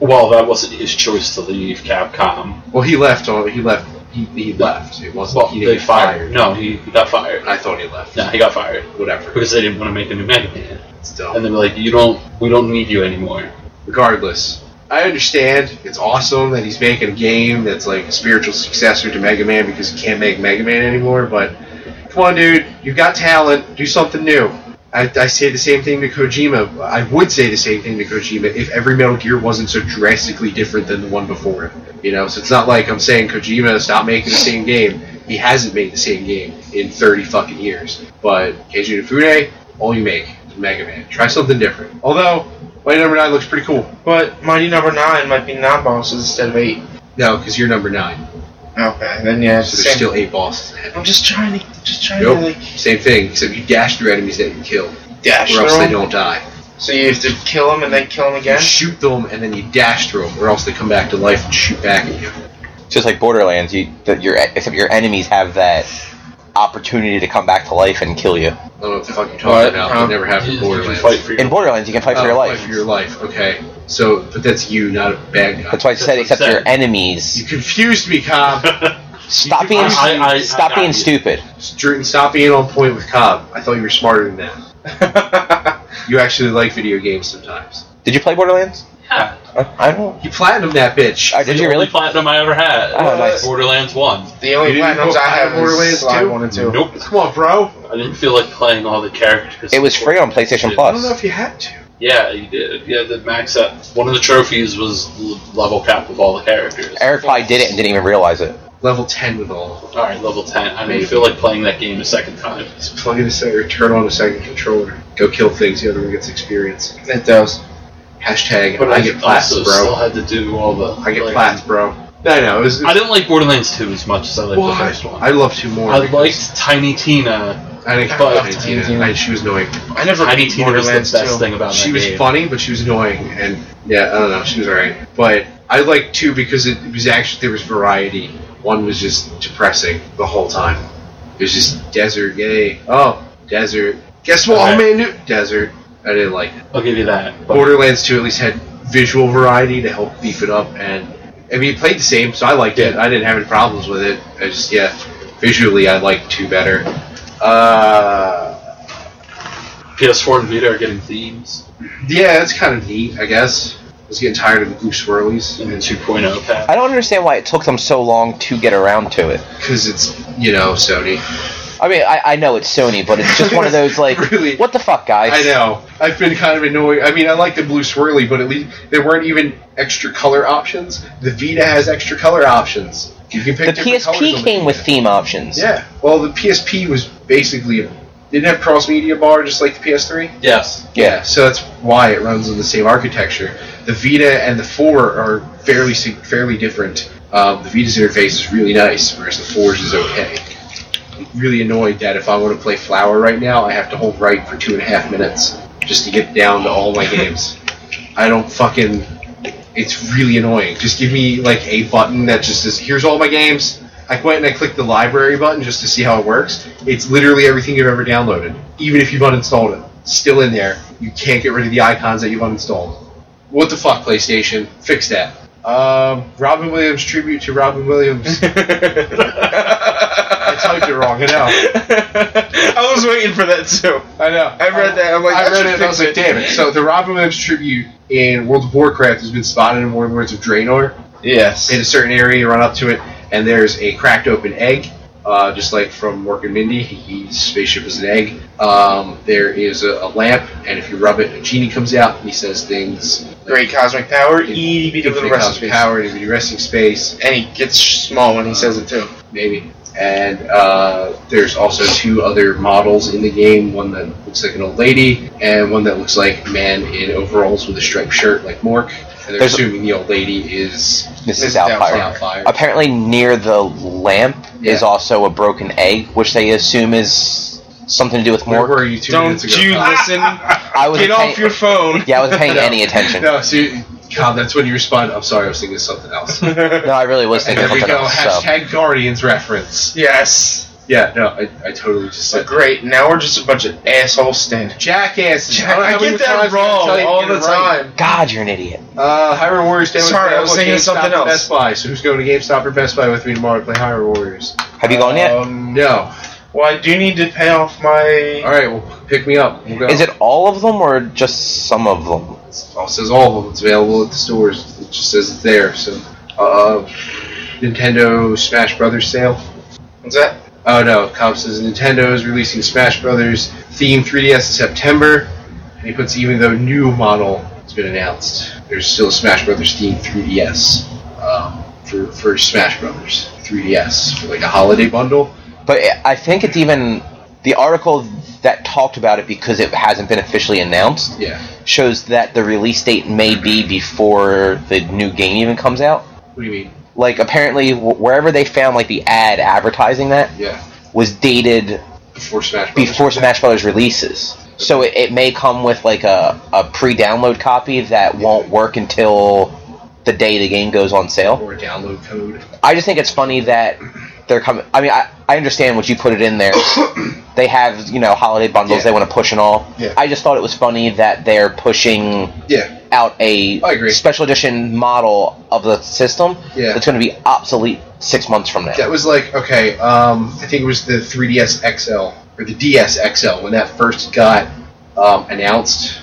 C: Well, that wasn't his choice to leave Capcom.
B: Well, he left. On he left. He, he left. It wasn't.
C: Well,
B: he didn't
C: they
B: get
C: fired. No, he got fired.
B: I thought he left.
C: No, he got fired
B: Whatever.
C: because they didn't want to make a new Mega Man.
B: It's dumb.
C: And they were like, "You don't. We don't need you anymore."
B: regardless. I understand it's awesome that he's making a game that's like a spiritual successor to Mega Man because he can't make Mega Man anymore, but come on, dude, you've got talent, do something new. I, I say the same thing to Kojima. I would say the same thing to Kojima if every Metal Gear wasn't so drastically different than the one before it. You know, so it's not like I'm saying Kojima stop making the same game. He hasn't made the same game in 30 fucking years. But Keiji Inafune, all you make is Mega Man. Try something different. Although, White Number 9 looks pretty cool.
D: But Mighty Number 9 might be non bosses instead of 8.
B: No, because you're number nine.
D: Okay, then yeah, it's
B: So
D: the
B: there's
D: same.
B: still eight bosses ahead.
D: I'm just trying to. Just trying to,
B: Nope.
D: like,
B: Same thing, except you dash through enemies that you kill,
D: dash
B: or else they
D: through 'em.
B: don't die.
D: So you have to kill them and then kill them
B: You
D: again?
B: shoot them and then you dash through them, or else they come back to life and shoot back at you.
A: Just like Borderlands, you that your except your enemies have that opportunity to come back to life and kill you.
B: I don't know what the fuck you're talking
D: What?
B: about.
D: Huh?
B: That never happened in Borderlands.
C: fight for your
A: In Borderlands, you can fight for your
B: Oh,
A: life.
B: Fight for your life. Okay. So, but that's you, not a bad guy.
A: That's why I said
C: That's what
A: except
C: I said.
A: your enemies.
B: you confused me, Cobb.
A: Stop being
B: I-
A: stu-
C: I- I
A: stop
C: got
A: being
C: you.
A: stupid.
B: Jordan, stop being on point with Cobb. I thought you were smarter than that. You actually like video games sometimes.
A: Did you play Borderlands?
C: yeah,
A: I I don't.
B: You platinum that bitch.
A: I did
C: the
A: you
C: only
A: really?
C: platinum I ever had.
A: Oh, nice.
C: Borderlands One.
D: the
B: You
D: only
B: didn't
D: platinums
B: go
D: I have
B: Borderlands
D: is Sly
B: two?
D: 1 and 2.
C: Nope,
B: Come on, bro.
C: I didn't feel like playing all the characters.
A: It was free on PlayStation
B: I don't know
A: Plus.
B: if you had to.
C: Yeah, you did. Yeah, the max up. One of the trophies was l- level cap of all the characters.
A: Eric probably did it and didn't even realize it.
B: Level 10 with all of them.
C: All right, level ten. I didn't feel like playing that game a second time.
B: Just plug in a set or turn on a second controller. Go kill things. The other one gets experience.
D: It does.
B: Hashtag
C: But
B: I get plats,
C: also
B: bro.
C: still had to do all the.
B: I get
C: like,
B: plats, bro. No, no. It was,
C: I didn't like Borderlands two as much as I liked
B: Why?
C: the first one.
B: I love two more.
C: I
B: because
C: liked Tiny Tina.
B: I didn't
C: but-
B: like Tina. I, she was annoying.
D: I never
C: Tiny
D: beat
C: Tina was the
D: Borderlands
C: best
D: 2.
C: thing about
B: She
C: that
B: was
C: game.
B: funny, but she was annoying. And yeah, I don't know. She was alright. But I liked two because it was actually there was variety. One was just depressing the whole time. It was just desert. Yay. Oh, desert. Guess what?
C: Okay.
B: Oh man, new- desert. I didn't like. it.
C: I'll give you that. But
B: Borderlands 2 at least had visual variety to help beef it up, and I mean, it played the same, so I liked it. I didn't have any problems with it. I just, yeah, visually I liked two better. Uh,
C: PS4 and Vita are getting themes
B: yeah, it's kind of neat, I guess. I was getting tired of the goose swirlies
C: in the 2.0 pack.
A: I don't understand why it took them so long to get around to it.
B: because it's you know Sony.
A: I mean, I, I know it's Sony, but it's just one of those like,
B: Really?
A: what the fuck, guys?
B: I know. I've been kind of annoyed. I mean, I like the blue swirly, but at least there weren't even extra color options. The Vita has extra color options. You can pick
A: The
B: different colors on
A: PSP
B: the
A: came with
B: Vita.
A: theme options.
B: Yeah. Well, the PSP was basically didn't have cross media bar just like the PS3.
C: Yes.
B: Yeah, so that's why it runs on the same architecture. The Vita and the Four are fairly sig- fairly different. Um, the Vita's interface is really nice, whereas the Four's is okay. I'm really annoyed that if I want to play Flower right now, I have to hold right for two and a half minutes just to get down to all my games. I don't fucking. It's really annoying. Just give me like a button that just says, "Here's all my games." I went and I clicked the library button just to see how it works. It's literally everything you've ever downloaded, even if you've uninstalled it. Still in there. You can't get rid of the icons that you've uninstalled. What the fuck, PlayStation? Fix that. Um, Robin Williams tribute to Robin Williams. I typed it wrong. I know.
D: I was waiting for that too.
B: I know.
D: I read that, I'm like,
B: I
D: that
B: read
D: should
B: it. And I was
D: fix
B: like,
D: it.
B: damn it. So the Robin Williams tribute in World of Warcraft has been spotted in more words of Draenor.
D: Yes.
B: in a certain area, you run up to it, and there's a cracked open egg, uh, just like from Mork and Mindy. he- His spaceship is an egg. Um, there is a, a lamp, and if you rub it, a genie comes out, and he says things. like,
D: Great cosmic power.
B: in-
D: Itty bitty
B: infinite
D: little rest
B: cosmic power, infinite resting space,
D: And he gets small when he says it too.
B: maybe. And uh, there's also two other models in the game: one that looks like an old lady, and one that looks like a man in overalls with a striped shirt, like Mork. And they're
A: There's-
B: assuming the old lady is
A: This is
D: Mrs.
A: Alfire.
D: Doubtfire.
B: Downfire.
A: Apparently, near the lamp is
B: Yeah.
A: also a broken egg, which they assume is something to do with
B: Where
A: more.
B: were you 2 minutes
D: Don't
B: ago?
D: you listen.
A: I was
D: Get off your phone.
A: yeah, I was paying any attention. No.
B: No, see, God, that's when you respond. I'm sorry, I was thinking of something else. and
A: I really was thinking
B: there we
A: something
B: go.
A: else. So.
B: Hashtag Guardians reference.
D: yes.
B: Yeah, no, I, I totally just
D: So
B: said.
D: great. Now we're just a bunch of asshole standing.
B: Jackasses.
D: Jack- I get that wrong all the time.
A: God, you're an idiot.
B: Uh, Hyrule Warriors. down with
D: Sorry, I was
B: Battle,
D: thinking of
B: GameStop,
D: something
B: and
D: else.
B: Best Buy. So who's going to GameStop or Best Buy with me tomorrow to play Hyrule Warriors?
A: Have you gone yet?
B: Um, no.
D: Well, I do need to pay off my.
B: All right, well, pick me up. We'll go.
A: Is it all of them or just some of them?
B: Well, it says all of them. It's available at the stores. It just says it's there. So, uh, Nintendo Smash Brothers sale.
D: What's that?
B: Oh no, Cobb says Nintendo is releasing Smash Brothers theme 3DS in September. And he puts even though new model has been announced, there's still a Smash Brothers theme 3DS um, for, for Smash Brothers 3DS for like a holiday bundle.
A: But I- I think it's even the article that talked about it because it hasn't been officially announced
B: Yeah.
A: shows that the release date may be before the new game even comes out.
B: What do you mean?
A: Like apparently wh- wherever they found like the ad advertising that
B: Yeah.
A: was dated
B: Before Smash Brothers.
A: before Smash Brothers releases. So it, it may come with like a, a pre-download copy that won't work until the day the game goes on sale.
B: Or a download code.
A: I just think it's funny that they're coming. I mean, I, I understand what you put it in there. they have you know holiday bundles
B: Yeah.
A: they want to push and all.
B: Yeah.
A: I just thought it was funny that they're pushing
B: Yeah.
A: out a
B: I agree.
A: special edition model of the system
B: Yeah.
A: that's going to be obsolete six months from now.
B: That was like okay. Um, I think it was the 3DS XL or the DS XL when that first got um, announced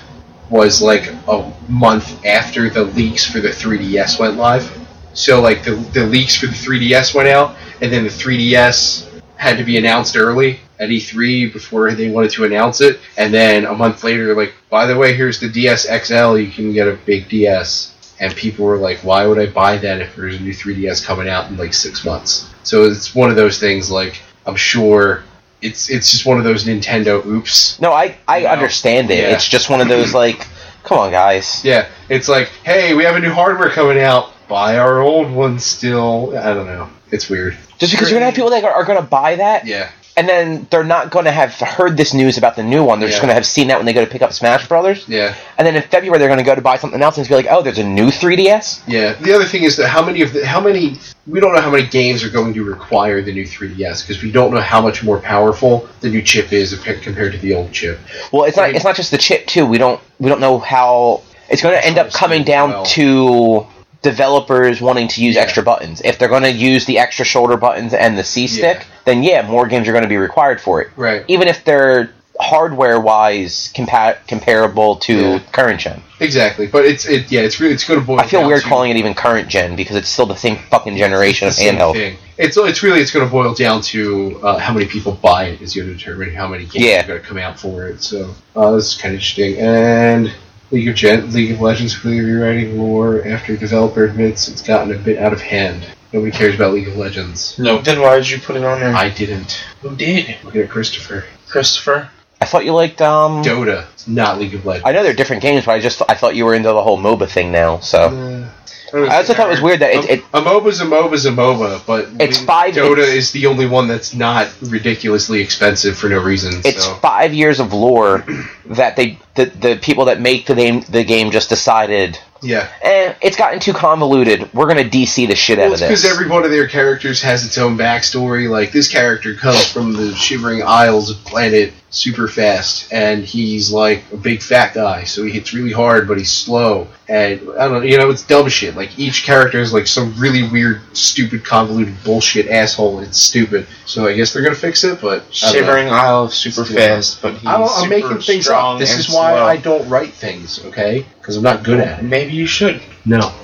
B: was like a month after the leaks for the 3DS went live. So like the the leaks for the 3DS went out, and then the 3DS had to be announced early at E3 before they wanted to announce it, and then a month later, they're like, by the way, here's the DS XL. You can get a big DS. And people were like, why would I buy that if there's a new 3DS coming out in like six months? So it's one of those things. Like I'm sure it's it's just one of those Nintendo oops.
A: No, I I understand it.
B: Yeah.
A: It's just one of those like, come on, guys.
B: Yeah, it's like, hey, we have a new hardware coming out. Buy our old one still. I don't know. It's weird.
A: Just because you're gonna have people that are, are gonna buy that,
B: Yeah.
A: and then they're not gonna have heard this news about the new one. They're just
B: Yeah.
A: gonna have seen that when they go to pick up Smash Brothers.
B: Yeah.
A: And then in February they're going to go to buy something else and be like, "Oh, there's a new 3DS."
B: Yeah. The other thing is that how many of the how many we don't know how many games are going to require the new 3DS because we don't know how much more powerful the new chip is appa- compared to the old chip.
A: Well, it's not. It's not just the chip too. We don't. We don't know how it's going to end up coming down to developers wanting to use extra buttons. If they're going to use the extra shoulder buttons and the C stick,
B: Yeah.
A: then yeah, more games are going to be required for it.
B: Right.
A: Even if they're hardware wise compa- comparable to
B: Yeah.
A: current gen.
B: Exactly, but it's it yeah, it's really it's going to boil.
A: I feel
B: down
A: weird
B: to
A: calling it even current gen because it's still the same fucking generation
B: the
A: of
B: same
A: handheld.
B: thing. It's it's really it's going to boil down to uh, how many people buy it is going to determine how many games
A: Yeah.
B: are going to come out for it. So uh, this is kind of interesting. And League of Gen- League of Legends clearly rewriting lore after developer admits it's gotten a bit out of hand. Nobody cares about League of Legends.
C: No.
D: Then why did you put it on there?
B: I didn't.
D: Who did?
B: Look at Christopher.
D: Christopher?
A: I thought you liked um.
B: Dota. It's not League of Legends.
A: I know they're different games, but I just I thought you were into the whole MOBA thing now.
B: Uh,
A: So I also thought it was weird that it, it
B: A MOBA's a MOBA's a MOBA, but
A: It's
B: we-
A: five-
B: Dota
A: it's-
B: is the only one that's not ridiculously expensive for no reason.
A: it's
B: so.
A: five years of lore that they the, the people that make the game the game just decided
B: yeah.
A: eh, it's gotten too convoluted. We're gonna DC the shit out
B: Well,
A: of
B: it's because
A: this.
B: every one of their characters has its own backstory. Like this character comes from the Shivering Isles of planet Superfast, and he's like a big fat guy, so he hits really hard, but he's slow. And I don't, know, you know, it's dumb shit. Like each character is like some really weird, stupid, convoluted bullshit asshole. It's stupid. So I guess they're gonna fix it, but I don't know.
D: Shivering Isle of super fast, but he's
B: I'm, I'm
D: super
B: making things
D: strong
B: up. This
D: and
B: is why
D: slow.
B: I don't write things, okay? Because I'm not good at it.
D: Maybe you should.
B: No.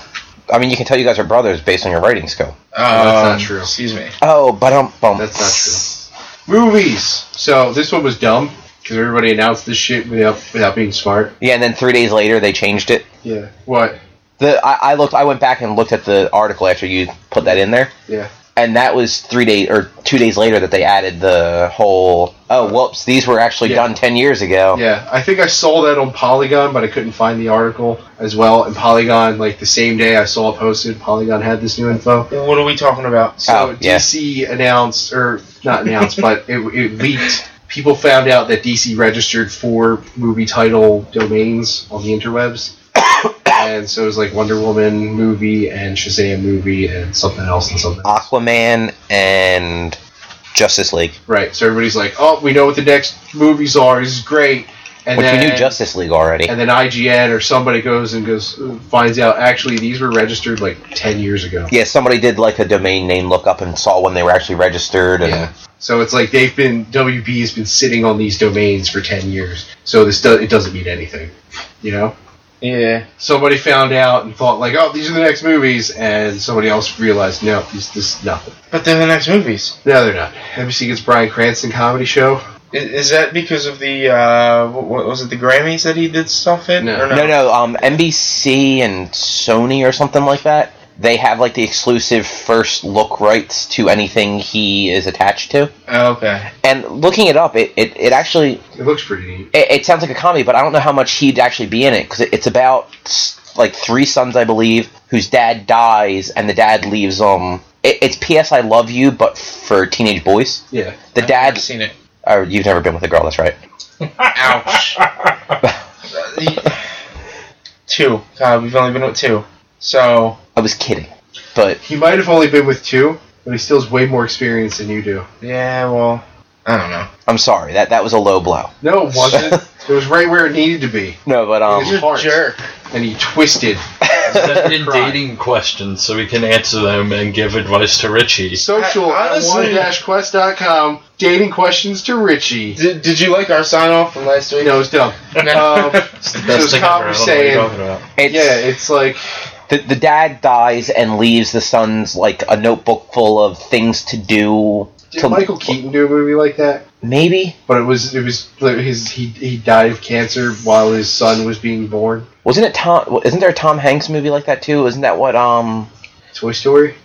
A: I mean, you can tell you guys are brothers based on your writing skill.
B: not
D: Um,
B: true.
D: Excuse me.
A: Oh, but um, bum.
B: That's not true. Movies. So this one was dumb because everybody announced this shit without, without being smart.
A: yeah. And then three days later, they changed it.
B: Yeah. What?
A: The I, I looked. I went back and looked at the article after you put that in there.
B: Yeah.
A: and that was three days or two days later that they added the whole oh whoops these were actually
B: Yeah.
A: done 10 years ago
B: Yeah. I think I saw that on Polygon, but I couldn't find the article as well. And Polygon, like the same day I saw it posted, Polygon had this new info.
D: What are we talking about?
B: So
A: Oh, yeah.
B: DC announced, or not announced, but it, it leaked. People found out that DC registered four movie title domains on the interwebs. and so it was like Wonder Woman movie and Shazam movie and something else and something else.
A: aquaman and justice league
B: Right. So everybody's like, oh, we know what the next movies are. This is great. And
A: which
B: then,
A: we knew justice league already
B: And then IGN or somebody goes and goes finds out actually these were registered like ten years ago.
A: yeah somebody did like a domain name lookup and saw when they were actually registered and
B: Yeah. So it's like they've been WB has been sitting on these domains for ten years. So this do, it doesn't mean anything, you know.
D: Yeah.
B: Somebody found out and thought like, oh, these are the next movies, and somebody else realized no, this this is nothing.
D: But then the next movies.
B: No, they're not. NBC gets Brian Cranston comedy show.
D: Is, is that because of the, uh, what, what was it, the Grammys that he did stuff in?
B: No.
D: Or no?
A: no no um, nbc and sony or something like that they have like the exclusive first look rights to anything he is attached to
D: Oh, okay.
A: and looking it up it, it, it actually
B: It looks pretty neat.
A: it, it sounds like a comedy, but I don't know how much he'd actually be in it because it, it's about s- like three sons, I believe, whose dad dies and the dad leaves um. It, it's P.S. I love you, but for teenage boys.
B: Yeah.
A: The
D: I've never
A: dad.
D: seen it.
A: Or you've never been with a girl, that's right.
D: Ouch. two. God, we've only been with two. So,
A: I was kidding, but
B: He might have only been with two, but he still has way more experience than you do.
D: yeah, well, I don't know.
A: I'm sorry that that was a low blow.
B: No, it wasn't. it was right where it needed to be.
A: No, but
B: He's a
A: um,
B: Parts.
D: jerk.
B: And he twisted.
C: Send in
B: Cry.
C: dating questions so we can answer them and give advice to Richie.
B: Social
D: I-
B: at
D: honestly-
B: one-quest.com. Dating questions to Richie.
D: Did, did you like our sign off from last week?
B: No, it's dumb.
D: No.
B: Um, so it's Copper saying,
C: about.
A: it's
B: yeah, it's like,
A: the, the dad dies and leaves the sons like a notebook full of things to do.
B: did
A: to-
B: Michael Keaton do a movie like that?
A: Maybe
B: But it was, it was like his. He he died of cancer while his son was being born.
A: wasn't it Tom? Isn't there a Tom Hanks movie like that too? Isn't that what um?
B: Toy Story.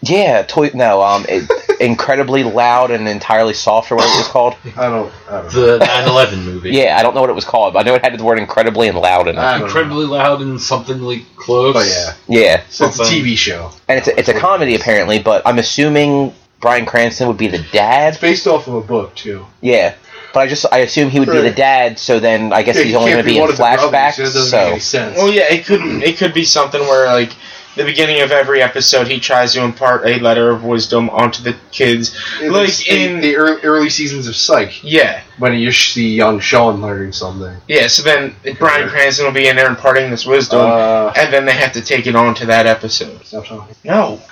A: Yeah, toy. No, um, it, incredibly loud and entirely soft, or whatever it was called.
B: I don't. I don't. Know.
C: The 9 11 movie.
A: Yeah, I don't know what it was called, but I know it had the word incredibly and loud in it.
B: I don't know.
C: Incredibly loud and something like close.
B: But Oh, yeah,
A: Yeah,
B: so it's a
C: Something.
B: TV show.
A: and it's a, it's a comedy apparently, but I'm assuming Brian Cranston would be the
B: It's
A: dad.
B: based off of a book too.
A: Yeah, but I just I assume he would be the
B: Right.
A: dad. So then I guess
B: Yeah,
A: he's
B: he
A: only
B: can't
A: going to be,
B: one
A: in
B: of the brothers,
A: flashbacks.
B: That doesn't make
A: So
B: any sense.
D: Well, yeah, it could it could be something where like the beginning of every episode, he tries to impart a letter of wisdom onto the kids.
B: like
D: Like
B: in
D: in
B: the early, early seasons of Psych,
D: yeah,
B: when you see young Sean learning something.
D: yeah. So then Brian Cranston will be in there imparting this wisdom,
B: Uh,
D: and then they have to take it on to that episode.
B: stop talking.
D: No,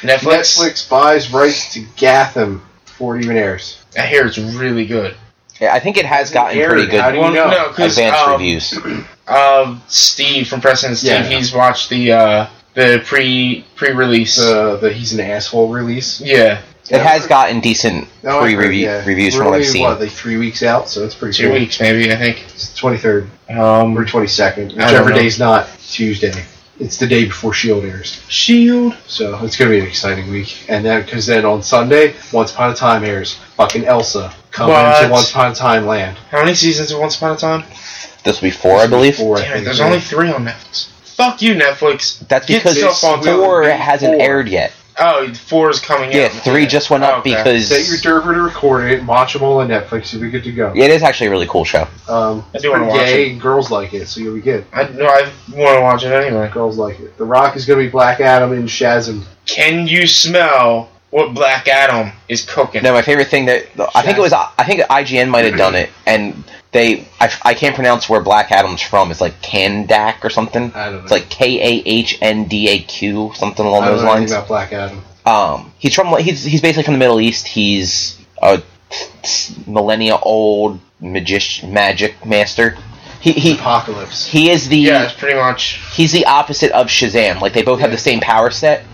D: Netflix.
B: Netflix buys rights to Gotham before it even airs.
D: I hear it's really good.
A: Yeah, I think it has gotten
B: Aired.
A: pretty
B: How do
A: good
B: you know?
D: no, because
A: advanced
D: um,
A: reviews.
D: uh, Steve from Preston Steve,
B: Yeah.
D: he's watched the uh, the pre pre release.
B: The, the he's an asshole release.
D: yeah,
A: It has gotten decent
B: No,
A: pre
B: I've heard,
A: review
B: yeah.
A: reviews
B: We're
A: from what
B: only,
A: I've seen.
B: What, like three weeks out, so it's pretty
D: two
B: cool.
D: weeks maybe I think.
B: It's the 23rd or
D: Um,
B: 22nd,
D: I don't
B: whichever
D: know.
B: day's not Tuesday. It's the day before Shield E airs,
D: Shield.
B: so it's gonna be an exciting week. And then, because then on Sunday, Once Upon a Time airs. Fucking Elsa coming
D: What?
B: to Once Upon a Time land.
D: How many seasons of Once Upon a Time?
A: This will be four, I believe.
B: Four, I
D: Damn it,
B: think,
D: there's
B: yeah.
D: only three on Netflix. Fuck you, Netflix.
A: That's
D: Get
A: because
D: yourself on top of
A: four
D: it.
A: hasn't
D: Four.
A: aired yet.
D: Oh, four is coming
A: Yeah,
D: out. Oh,
A: three just went
B: Oh,
A: up
D: Okay.
A: because
B: Set your
A: it
B: server to record it, and watch them all on Netflix. You'll be good to go.
A: is actually a really cool show.
B: Um, it's
D: do wanna
B: pretty
D: watch
B: gay. and Girls like it, so you'll be good.
D: I no, I want to watch it anyway.
B: Girls like it. The Rock is gonna be Black Adam and Shazam.
D: Can you smell what Black Adam is cooking?
A: No, my favorite thing that I think it was I think IGN might have done it, and they I, I can't pronounce where Black Adam's from. It's like Kandak or something.
B: I don't know.
A: It's like K A H N D A Q something along
B: I don't
A: those
B: know anything
A: lines.
B: about Black Adam.
A: Um, he's from he's he's basically from the Middle East. He's a t- t- millennia old magic magic master. He he
B: Apocalypse.
A: he is the
D: Yeah, it's pretty much.
A: he's the opposite of Shazam. Like they both have the same power set.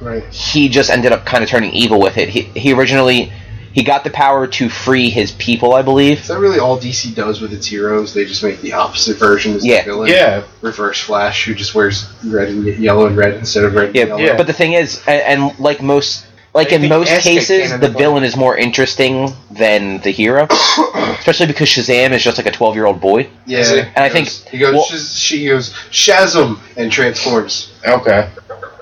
B: Right.
A: He just ended up kind of turning evil with it. He he originally he got the power to free his people, I
B: Is
A: believe.
B: that really all DC does with its heroes? They just make the opposite version as
A: Yeah.
B: the villain.
D: Yeah,
B: Reverse Flash, who just wears red and yellow and red instead of red and
A: Yeah,
B: yellow.
D: yeah.
A: but the thing is, and, and like most. Like
D: I
A: in
D: think
A: most
D: Aztec
A: cases,
D: came in
A: the
D: the
A: villain is more interesting than the hero, especially because Shazam is just like a twelve-year-old boy.
B: Yeah.
D: And
A: I think-
B: he goes.
A: well-
B: Shaz- she goes Shazam and transforms.
D: okay.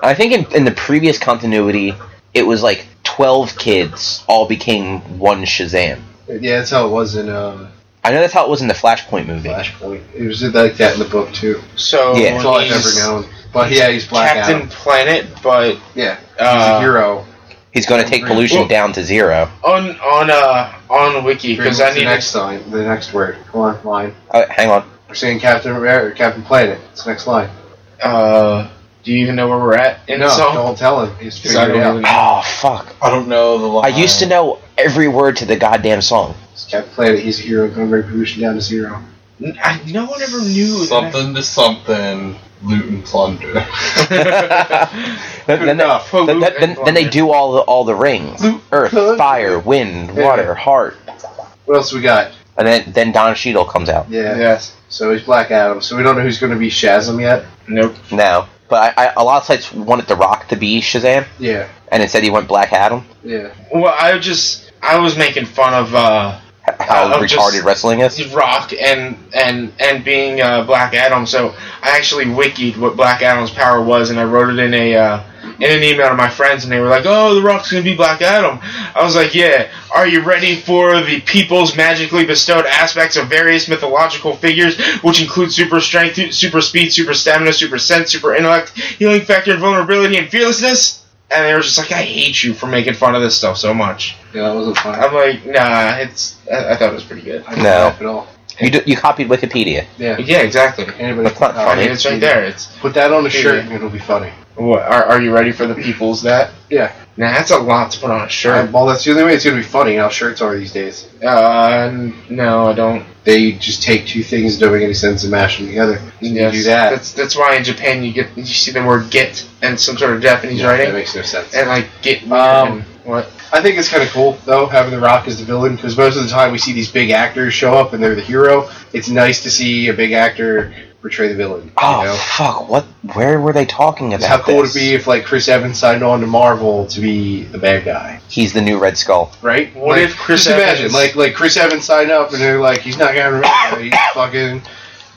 A: I think in, in the previous continuity, it was like 12 kids all became one Shazam.
B: Yeah, that's how it was in um,
A: I know that's how it was in the Flashpoint movie.
B: Flashpoint. It was like that in the book too.
D: So
A: Yeah.
B: That's all I've ever
D: he's
B: known. But yeah, he's Black
D: Captain
B: Adam.
D: Planet, but
B: Yeah, he's
D: uh,
B: a hero.
A: He's going to take pollution
D: Well-
A: down to zero.
D: on on uh on Wiki
B: Because
D: because I
B: the
D: need
B: next line, the next word. Come on, line.
A: Oh, hang on.
B: We're saying Captain America, Captain Planet. It's the next line.
D: uh. Do you even know where we're at in
B: No,
D: the song?
B: don't tell him. He's
D: 'Cause I
B: figured it
D: don't
B: out.
D: really know.
A: Oh, fuck.
C: I don't know the
A: I
C: line.
A: used to know every word to the goddamn song.
B: It's Captain Planet. He's a hero. Gonna bring pollution down to zero.
D: N- I, no one ever knew. That
C: something to something. Loot and plunder.
A: then, then, they-
B: enough.
A: then, then- then- then they do all the, all the rings earth, fire, wind, water, heart.
B: What else we got?
A: And then, then Don Cheadle comes out.
B: Yeah.
D: Yes.
B: So he's Black Adam. So we don't know who's going to be Shazam yet.
D: Nope.
A: No. But I, I, a lot of sites wanted The Rock to be Shazam,
B: Yeah.
A: and instead he went Black Adam.
B: Yeah.
D: Well, I just I was making fun of uh,
A: How
D: I'm
A: retarded
D: just-
A: wrestling is.
D: Rock and and and being uh, Black Adam, so I actually wikied what Black Adam's power was, and I wrote it in a uh, in an email to my friends, and they were like, "Oh, The Rock's gonna be Black Adam." I was like, "Yeah, are you ready for the people's magically bestowed aspects of various mythological figures, which include super strength, super speed, super stamina, super sense, super intellect, healing factor, vulnerability, and fearlessness?" And they were just like, "I hate you for making fun of this stuff so much."
B: Yeah, that wasn't fun.
D: I'm like, "Nah, it's." I, I thought it was pretty good.
B: I didn't
A: No.
B: laugh at all.
A: You, do, you copied Wikipedia.
B: Yeah.
D: Yeah, exactly.
B: Anybody?
A: That's not
B: uh,
D: I
A: funny.
D: mean, it's right there. It's
B: Put that on a
D: Yeah.
B: shirt and it'll be funny.
D: what, are, are you ready for the people's that?
B: Yeah.
D: Nah, that's a lot to put on a
B: Uh,
D: shirt.
B: well, that's the only way it's going to be funny. How shirts are these days.
D: Uh, n- no, I don't.
B: They just take two things that don't make any sense and mash them together. So
D: Yes.
B: You do that.
D: That's that's why in Japan you get you see the word "get" and some sort of Japanese
B: Yeah, That
D: writing
B: makes no sense.
D: and like get weird
B: Um,
D: and what?
B: I think it's kind of cool though having The Rock as the villain because most of the time we see these big actors show up and they're the hero. It's nice to see a big actor portray the villain.
A: Oh
B: you know?
A: fuck! What? Where were they talking about?
B: How cool would
A: this?
B: it be if like Chris Evans signed on to Marvel to be the bad guy,
A: He's the new Red Skull.
B: right?
D: What
B: Like,
D: if Chris
B: just imagine,
D: Evans-
B: like like Chris Evans signed up and they're like, he's not gonna remember, he's fucking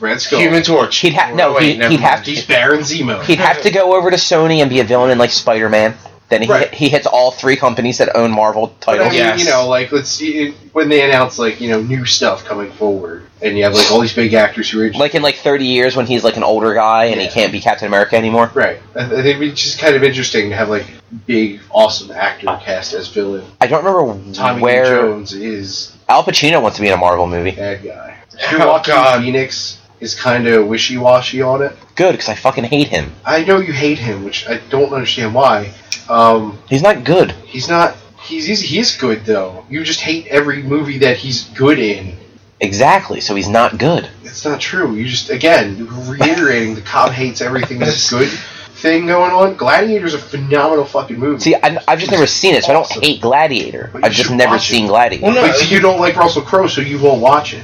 B: Red Skull,
D: Human Torch.
A: He'd ha-
D: Or-
A: no,
D: wait,
A: he,
D: never
A: would have
D: mind.
A: to.
B: he's Baron Zemo.
A: He'd have to go over to Sony and be a villain in like Spider Man. Then he,
B: Right.
A: he hits all three companies that own Marvel
B: But I
A: titles.
B: mean,
D: Yes.
B: you know, like let's see when they announce like you know new stuff coming forward, and you have like all these big actors who are
A: Like in like 30 years when he's like an older guy and he
B: Yeah.
A: can't be Captain America anymore.
B: right. I I think it'd be just kind of interesting to have like big awesome actor cast as villain.
A: I don't remember
B: Tommy Lee
A: where
B: Jones is
A: Al Pacino wants to be in a Marvel movie.
B: bad guy.
D: Oh,
B: Joaquin
D: God.
B: Phoenix is kind of wishy washy on it.
A: Good, because I fucking hate him.
B: I know you hate him, which I don't understand why. Um,
A: He's not good.
B: he's not. He's, he's he's good though. You just hate every movie that he's good in.
A: Exactly, so he's not good.
B: That's not true. You just again reiterating the cop hates everything that's good thing going on. Gladiator's a phenomenal fucking movie.
A: See, I, I've just never seen it, so I don't
B: Awesome.
A: hate Gladiator.
B: But you
A: I've just
B: should
A: never
B: watch it.
A: seen Gladiator.
D: Well, no,
B: But see, you don't like Russell Crowe, so you won't watch it.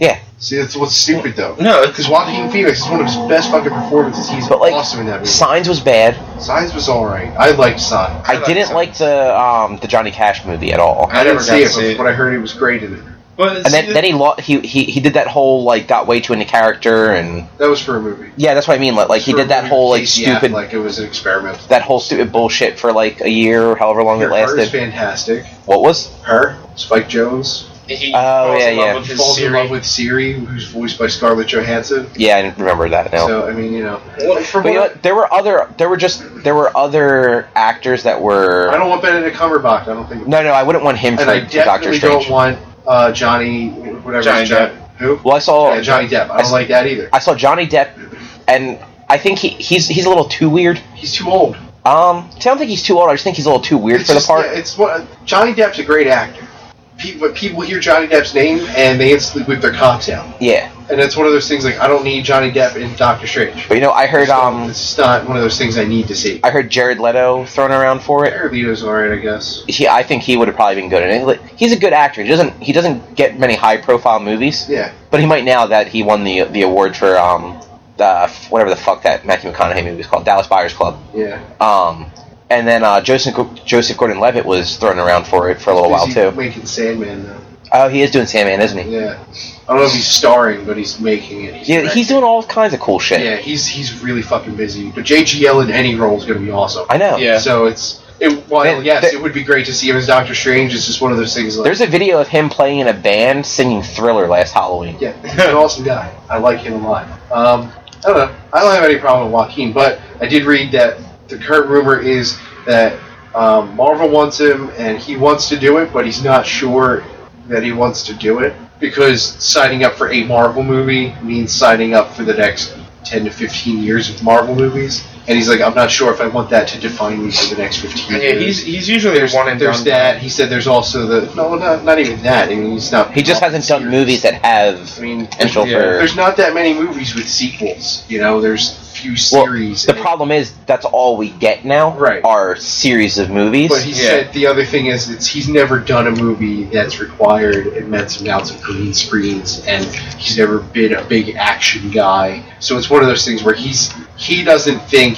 A: Yeah.
B: See, that's what's stupid though.
D: No, it's-
B: because Joaquin Phoenix is one of his best fucking performances. He's
A: But, like,
B: awesome in that movie.
A: Signs was bad.
B: Signs was all right. I liked Signs.
A: I,
D: I like
A: didn't
D: Signs.
A: like the um, the Johnny Cash movie at all.
B: I,
D: never
B: didn't see
D: got
B: it,
D: to see it.
B: but, but I heard it was great in it.
D: Well,
A: And then, then he, lo- he he he did that whole like got way too into character and
B: That was for a movie.
A: yeah, that's what I mean. Like, like he
B: For a
A: did that
B: movie
A: whole like
B: with Casey
A: stupid
B: Affleck, it was an experiment.
A: that whole stupid bullshit for like a year or however long it
B: Her is
A: lasted.
B: fantastic.
A: What was?
B: Her, Spike Jones,
D: he
A: Oh,
D: falls
A: yeah,
D: in love
A: yeah.
D: with his
B: falls in
D: Siri.
B: love with Siri, who's voiced by Scarlett Johansson.
A: Yeah, I didn't remember that now.
B: So I mean, you know, from
A: but you know
B: what,
A: what? There were other there were just there were other actors that were.
B: I don't want Benedict Cumberbatch. I don't think,
A: no, no, I wouldn't want him for,
B: and I
A: for Doctor
B: definitely
A: Strange.
B: don't want uh, Johnny, whatever.
D: Johnny
B: his John- Who?
A: well, I saw
B: yeah, Johnny Depp. I
A: I s-
B: don't like that either.
A: I saw Johnny Depp, and I think he, he's he's a little too weird.
B: He's too old.
A: Um, see, I don't think he's too old. I just think he's a little too weird
B: It's
A: for
B: just-
A: the part.
B: yeah, it's what Johnny Depp's a great actor. People, people hear Johnny Depp's name and they instantly whip their cocks out.
A: yeah,
B: And it's one of those things like I don't need Johnny Depp in Doctor Strange.
A: but you know, I heard um,
B: it's just not one of those things I need to see.
A: I heard Jared Leto thrown around for it.
B: Jared Leto's alright, I guess.
A: He, I think he would have probably been good in it. Like, he's a good actor. He doesn't he doesn't get many high profile movies,
B: Yeah,
A: but he might now that he won the the award for um, the whatever the fuck that Matthew McConaughey movie was called, Dallas Buyers Club.
B: yeah.
A: Um, and then uh, Joseph Joseph Gordon Levitt was thrown around for it for a little while
B: Is he
A: Oh, too.
B: Making Sandman though.
A: Oh, he is doing Sandman, isn't he?
B: Yeah. I don't know if he's starring, but he's making it. He's
A: Yeah, he's
B: directing.
A: doing all kinds of cool shit.
B: Yeah, he's he's really fucking busy. But JGL in any role is going to be awesome.
A: I know.
D: Yeah.
B: So it's it, while
A: Th-
B: yes,
A: th-
B: it would be great to see him as Doctor Strange. It's just one of those things. Like,
A: There's a video of him playing in a band singing Thriller last Halloween.
B: yeah, he's an awesome guy. I like him a lot. Um, I don't know. I don't have any problem with Joaquin, but I did read that the current rumor is that um, Marvel wants him and he wants to do it, but he's not sure that he wants to do it because signing up for a Marvel movie means signing up for the next 10 to 15 years of Marvel movies. And he's like, I'm not sure if I want that to define me for the next 15
D: Yeah,
B: years.
D: he's he's usually
B: there's,
D: one and
B: there's
D: done.
B: that. He said there's also the no, not, not even that. I mean, he's not.
A: He just hasn't done movies that
B: I
A: have
B: mean,
A: potential
D: Yeah.
A: for.
B: there's not that many movies with sequels. You know, there's few
A: Well,
B: series.
A: the problem is that's all we get now
B: Right.
A: are series of movies.
B: But he
D: Yeah.
B: said the other thing is it's, he's never done a movie that's required immense amounts of green screens, and he's never been a big action guy. So it's one of those things where he's he doesn't think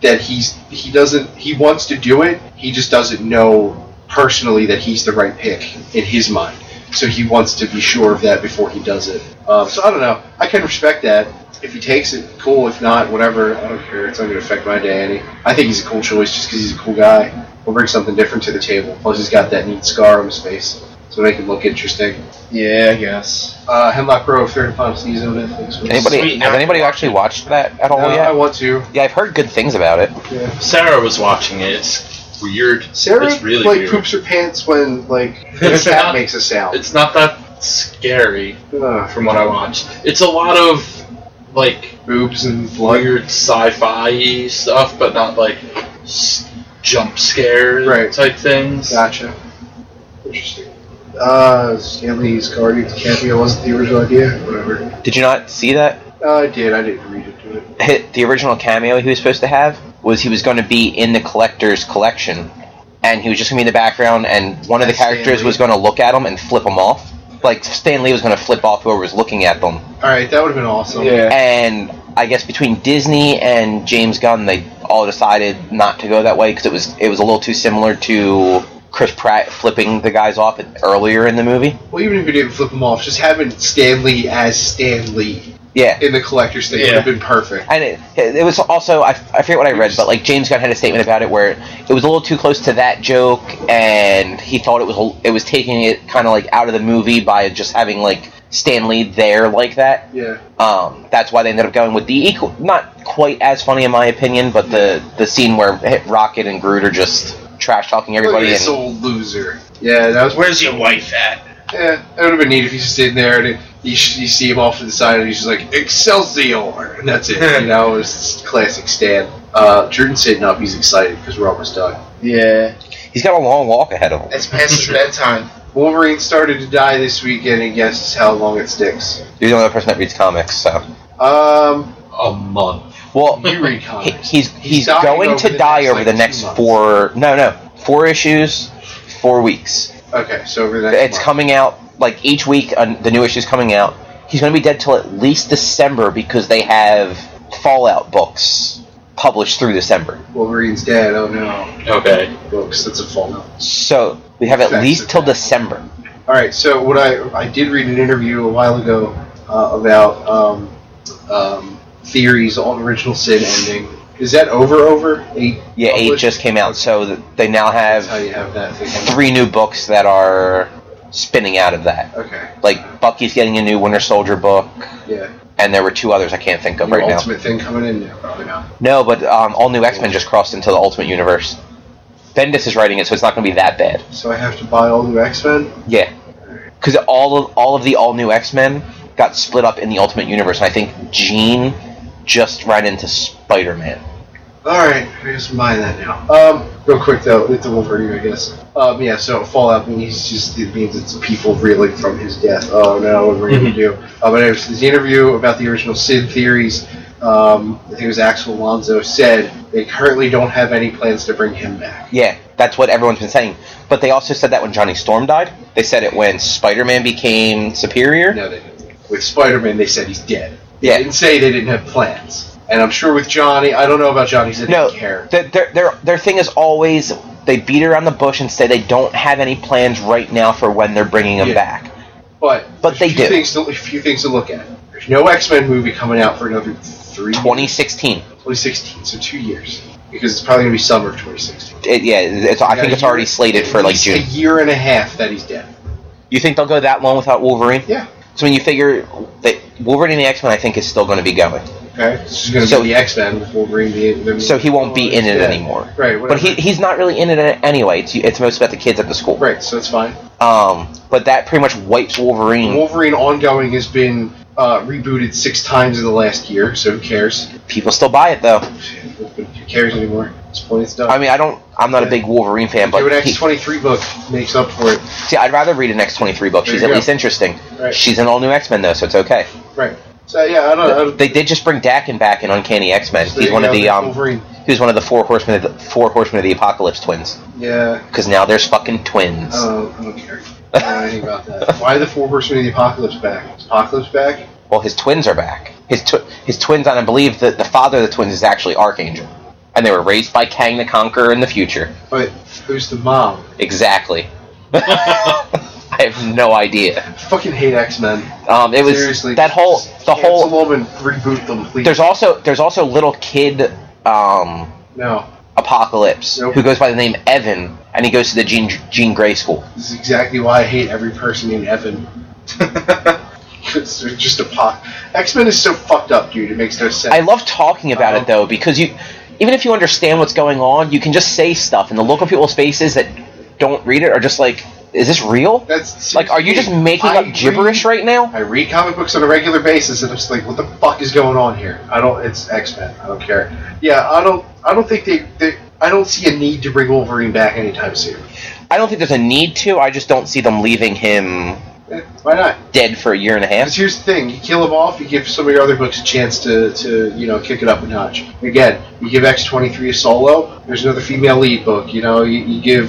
B: that he's he doesn't he wants to do it. He just doesn't know personally that he's the right pick in his mind. So he wants to be sure of that before he does it. Um, so I don't know. I can respect that. If he takes it, cool. If not, whatever. I don't care. It's not going to affect my day any. I think he's a cool choice just because he's a cool guy. He'll bring something different to the table. Plus, he's got that neat scar on his face, so make him look interesting.
D: Yeah, I guess.
B: Uh, Hemlock Grove, third and final season on Netflix.
A: anybody
D: Sweet,
A: has
D: now-
A: anybody actually watched that at all
D: Oh,
B: No,
A: yet?
B: I want to.
A: yeah, I've heard good things about it.
B: Yeah.
C: Sarah was watching it. It's weird.
B: Sarah
C: it's really
B: like
C: weird.
B: poops her pants when like the
C: It's
B: cat
C: not-
B: makes a sound. Uh,
C: It's not that scary
B: Ugh.
C: from what I watched. It's a lot of like
B: boobs and blood.
C: weird sci-fi stuff, but not like s- jump scare
B: Right.
C: type things.
B: Gotcha. Interesting. Uh, Stanley's Guardians cameo wasn't the original idea. Whatever.
A: Did you not see that?
B: Uh, I did. I didn't read into it.
A: The original cameo he was supposed to have was he was going to be in the collector's collection, and he was just going to be in the background, and one of the
B: That's Stan
A: characters
B: Lee.
A: was going to look at him and flip him off. Like Stan Lee was going to flip off whoever was looking at them.
B: All right, that would have been awesome.
D: Yeah.
A: and I guess between Disney and James Gunn, they all decided not to go that way because it was it was a little too similar to Chris Pratt flipping the guys off earlier in the movie.
B: Well, even if you didn't flip him off, just having Stanley as Stanley
A: Yeah.
B: in the collector's thing
D: Yeah.
B: would have been perfect.
A: And it, it was also I, I forget what I read, but like James Gunn had a statement about it where it was a little too close to that joke, and he thought it was a- it was taking it kind of like out of the movie by just having like Stan Lee there like that.
B: Yeah,
A: Um, that's why they ended up going with the equal, not quite as funny in my opinion, but the the scene where Hit Rocket and Groot are just trash talking
B: look at
A: everybody.
B: this
A: And,
B: old loser. Yeah, that was.
D: Where's your wife at?
B: Yeah, that would have been neat if he's just sitting there and you, sh- you see him off to the side and he's just like Excelsior, and that's it. you know, it's classic Stan. Uh, Jordan's sitting up. He's excited because we're almost done.
D: Yeah,
A: he's got a long walk ahead of him.
D: it's past his bedtime.
B: Wolverine started to die this weekend, and guess how long it sticks?
A: You're the only other person that reads comics, so
B: Um,
C: A month.
A: well,
B: you read
A: He-
B: comics.
A: he's he's
B: dying
A: going
B: over
A: to
B: the
A: die
B: next,
A: over
B: like,
A: the
B: two
A: next
B: months.
A: four no no four issues four weeks
B: Okay, so over the next
A: it's
B: month.
A: coming out like each week uh, the new issue's coming out he's going to be dead till at least december because they have fallout books published through december
B: Wolverine's dead. Oh no,
C: Okay.
B: books. That's a fallout.
A: so we have at
B: That's
A: least
B: it.
A: till december
B: All right. So what I I did read an interview a while ago uh, about um, um, theories on original sin ending. Is that over? Over eight?
A: yeah eight
B: published?
A: just came out so th- they now
B: That's how
A: have
B: you have that thing.
A: three new books that are spinning out of that
B: Okay.
A: like bucky's getting a new winter soldier book
B: Yeah.
A: and there were two others i can't think of
B: Your
A: right now
B: ultimate thing coming in there, probably not.
A: No, but um, all new X Men just crossed into the Ultimate Universe. Bendis is writing it, so it's not going to be that bad.
B: So I have to buy all new X Men.
A: Yeah, because all of all of the all new X Men got split up in the Ultimate Universe, and I think Jean just ran into Spider Man.
B: Alright, I guess I'm buying that now. Um, real quick though, with the Wolverine, I guess. Um, yeah, so Fallout means he's just, it means it's people reeling from his death. Oh no, what are we
A: Mm-hmm.
B: gonna do? Uh, but anyways, this interview about the original Sid theories, um, I think it was Axel Alonso said they currently don't have any plans to bring him back.
A: Yeah, that's what everyone's been saying. But they also said that when Johnny Storm died, they said it when Spider Man became Superior.
B: No, they didn't. With Spider Man, they said he's dead.
A: Yeah.
B: They didn't say they didn't have plans. And I'm sure with Johnny, I don't know about Johnny, he said he
A: No,
B: didn't care.
A: their, their, their, their thing is always they beat around the bush and say they don't have any plans right now for when they're bringing him
B: Yeah.
A: back.
B: But,
A: But
B: there's
A: they
B: a few
A: do.
B: Things to, a few things to look at. There's no X Men movie coming out for another three
A: 2016.
B: 2016, so two years. Because it's probably going to be summer of 2016.
A: It, yeah, it's, I think it's already slated for like
B: It's
A: June.
B: a year and a half that he's dead.
A: You think they'll go that long without Wolverine?
B: Yeah.
A: So when you figure that Wolverine and the X Men, I think is still going to be going.
B: Okay. This is going to
A: So-
B: be the X Men with Wolverine being the
A: So he won't be in it
B: Yeah.
A: anymore.
B: Right.
A: But he, he's not really in it anyway. It's it's mostly about the kids at the school.
B: Right. So it's fine.
A: Um. But that pretty much wipes Wolverine.
B: Wolverine ongoing has been uh, rebooted six times in the last year. So who cares?
A: People still buy it though.
B: Who cares anymore? At this point, it's done.
A: I mean, I don't. I'm not a big Wolverine fan,
B: Do
A: but
B: an
A: he-
B: X23 book makes up for it.
A: see, I'd rather read an X23 book.
B: There
A: She's
B: you
A: at
B: go.
A: least interesting.
B: Right.
A: She's an all new X Men though, so it's okay.
B: Right. So yeah, I don't. I don't
A: They did just bring Dakin back in Uncanny X Men.
B: Uh, um, so
A: He's
B: there
A: one
B: you
A: of
B: go,
A: the
B: there's
A: um.
B: Wolverine.
A: He was one of the four horsemen of the four horsemen of the apocalypse twins.
B: Yeah.
A: Because now there's fucking twins.
B: Oh, I don't care. I don't know anything about that. Why are the four horsemen of the apocalypse back? Is apocalypse back?
A: Well, his twins are back. His tw- his twins, and I believe that the father of the twins is actually Archangel, and they were raised by Kang the Conqueror in the future.
B: But who's the mom?
A: Exactly. I have no idea.
B: I fucking hate X Men.
A: Um, it was
B: Seriously.
A: that whole
B: just
A: the
B: cancel
A: whole.
B: them and reboot them, please.
A: There's also there's also little kid um,
B: no.
A: Apocalypse
B: Nope.
A: who goes by the name Evan, and he goes to the Jean Jean Grey school.
B: This is exactly why I hate every person named Evan. Because they're just a pop. X Men is so fucked up, dude. It makes no sense.
A: I love talking about
B: Uh-huh.
A: it though because you, even if you understand what's going on, you can just say stuff, and the look on people's faces that don't read it are just like, "Is this real?"
B: That's
A: Like, are you just making
B: I
A: up gibberish right now?
B: I read comic books on a regular basis, and I'm just like, what the fuck is going on here? I don't. It's X Men. I don't care. Yeah, I don't. I don't think they. they I don't see a need to bring Wolverine back anytime soon.
A: I don't think there's a need to. I just don't see them leaving him
B: Eh, why not?
A: dead for a year and a half.
B: Because here's the thing: you kill them off, you give some of your other books a chance to, to you know kick it up a notch. Again, you give X twenty three a solo. There's another female lead book. You know, you, you give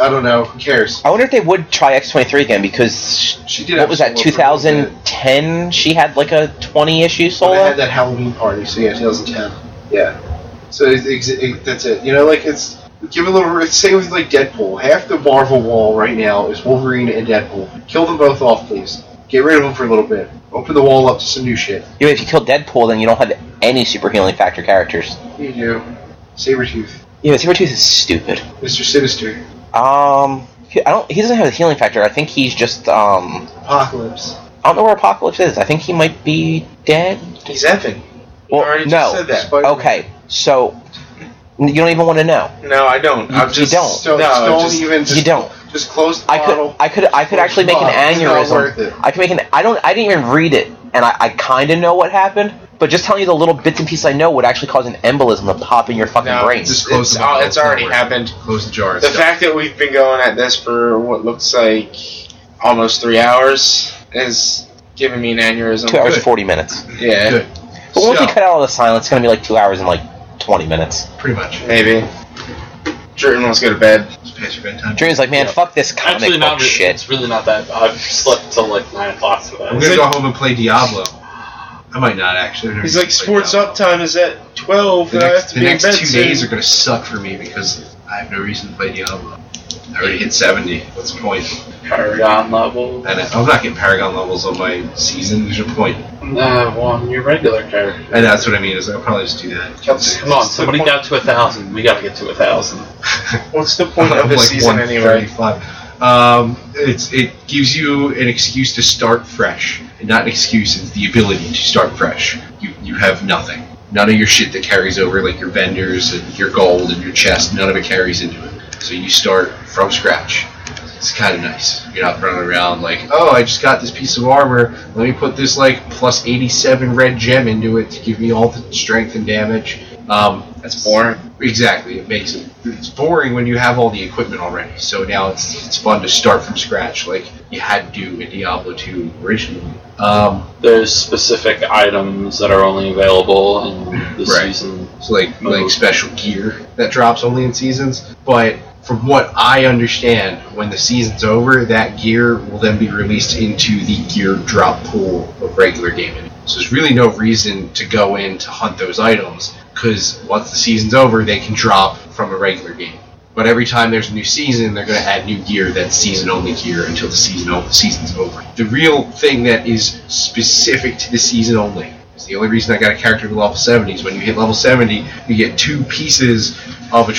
B: I don't know who cares.
A: I wonder if they would try X23 again because
B: She did.
A: what
B: have
A: was
B: a
A: that?
B: solo for a little bit.
A: 2010. She had like a 20 issue
B: Well, they
A: solo.
B: had that Halloween party, so yeah, 2010. Yeah. So it's, it's, it, that's it. You know, like it's give a little. It's same with like Deadpool. Half the Marvel wall right now is Wolverine and Deadpool. Kill them both off, please.
F: Get rid of them for a little bit. Open the wall up to some new shit.
A: Even if you kill Deadpool, then you don't have any super healing factor characters.
F: You do. Sabretooth.
A: Yeah, Sabretooth is stupid.
F: Mr. Sinister.
A: Um, he- I don't. He doesn't have a healing factor. I think he's just. Um,
F: Apocalypse.
A: I don't know where Apocalypse is. I think he might be dead.
D: He's effing.
A: Well,
D: you already
A: no.
D: just said that.
F: Spider-Man.
A: Okay, so n- you don't even want to know.
D: No, I don't. I'm
A: you
D: just
A: don't.
F: So
D: No,
F: just don't
D: just-
F: even. Just,
A: You don't.
F: Just close the
A: I could.
F: bottle.
A: I could. I could actually make an
F: Fuck, it's not worth it.
A: aneurysm. I could make an. I don't. I didn't even read it, and I, I kind of know what happened. But just telling you the little bits and pieces I know would actually cause an embolism to pop in your fucking
D: No,
A: brain.
F: just
D: it's,
F: close
D: it's,
F: the bottle.
D: oh, it's already
F: Don't worry.
D: happened.
F: Close the jar.
D: The fact that we've been going at this for what looks like almost three hours is giving me an aneurysm.
A: Two hours
F: good.
A: and forty minutes.
D: Yeah,
F: Good.
A: But once
F: So-
A: you cut out all the silence, it's gonna be like two hours and like twenty minutes.
F: Pretty much.
D: maybe. Jordan wants to go to bed.
F: It's past your bedtime.
A: Dream's like, man,
C: Yeah.
A: fuck this comic
C: Actually, not
A: book
C: really.
A: shit.
C: It's really not that. I've slept till like nine o'clock for that.
F: I'm gonna go home and play Diablo. I might not actually. I've never
D: He's like,
F: played
D: sports
F: Diablo.
D: up time is at twelve.
F: The
D: and I have
F: next,
D: to
F: the
D: be
F: next
D: in bed
F: two
D: soon."
F: days are gonna suck for me because I have no reason to play Diablo. I already hit 70. What's the point?
C: Paragon level.
F: And I'm not getting Paragon levels on my season. There's no point.
C: Nah, well, I'm your regular character.
F: And that's what I mean is I'll probably just do that.
C: Come on, somebody
D: What's the
C: got to a thousand. We gotta get to a thousand.
D: point- What's the point of
F: I'm
D: the
F: like
D: season anyway?
F: 135. Um, it's it gives you an excuse to start fresh, and not an excuse, it's the ability to start fresh. You you have nothing, none of your shit that carries over, like your vendors and your gold and your chest, none of it carries into it. So you start from scratch. It's kind of nice. You're not running around like, oh, I just got this piece of armor. Let me put this like plus 87 red gem into it to give me all the strength and damage. Um,
D: That's boring.
F: Exactly, it makes it. It's boring when you have all the equipment already. So now it's it's fun to start from scratch, like you had to do in Diablo 2 originally. Um,
C: There's specific items that are only available in the
F: Right.
C: season.
F: so like like special gear that drops only in seasons. But from what I understand, when the season's over, that gear will then be released into the gear drop pool of regular gaming. So there's really no reason to go in to hunt those items because once the season's over, they can drop from a regular game. But every time there's a new season, they're going to add new gear that's season-only gear until the season o- season's over. The real thing that is specific to the season only is the only reason I got a character to level 70 is when you hit level 70, you get two pieces of a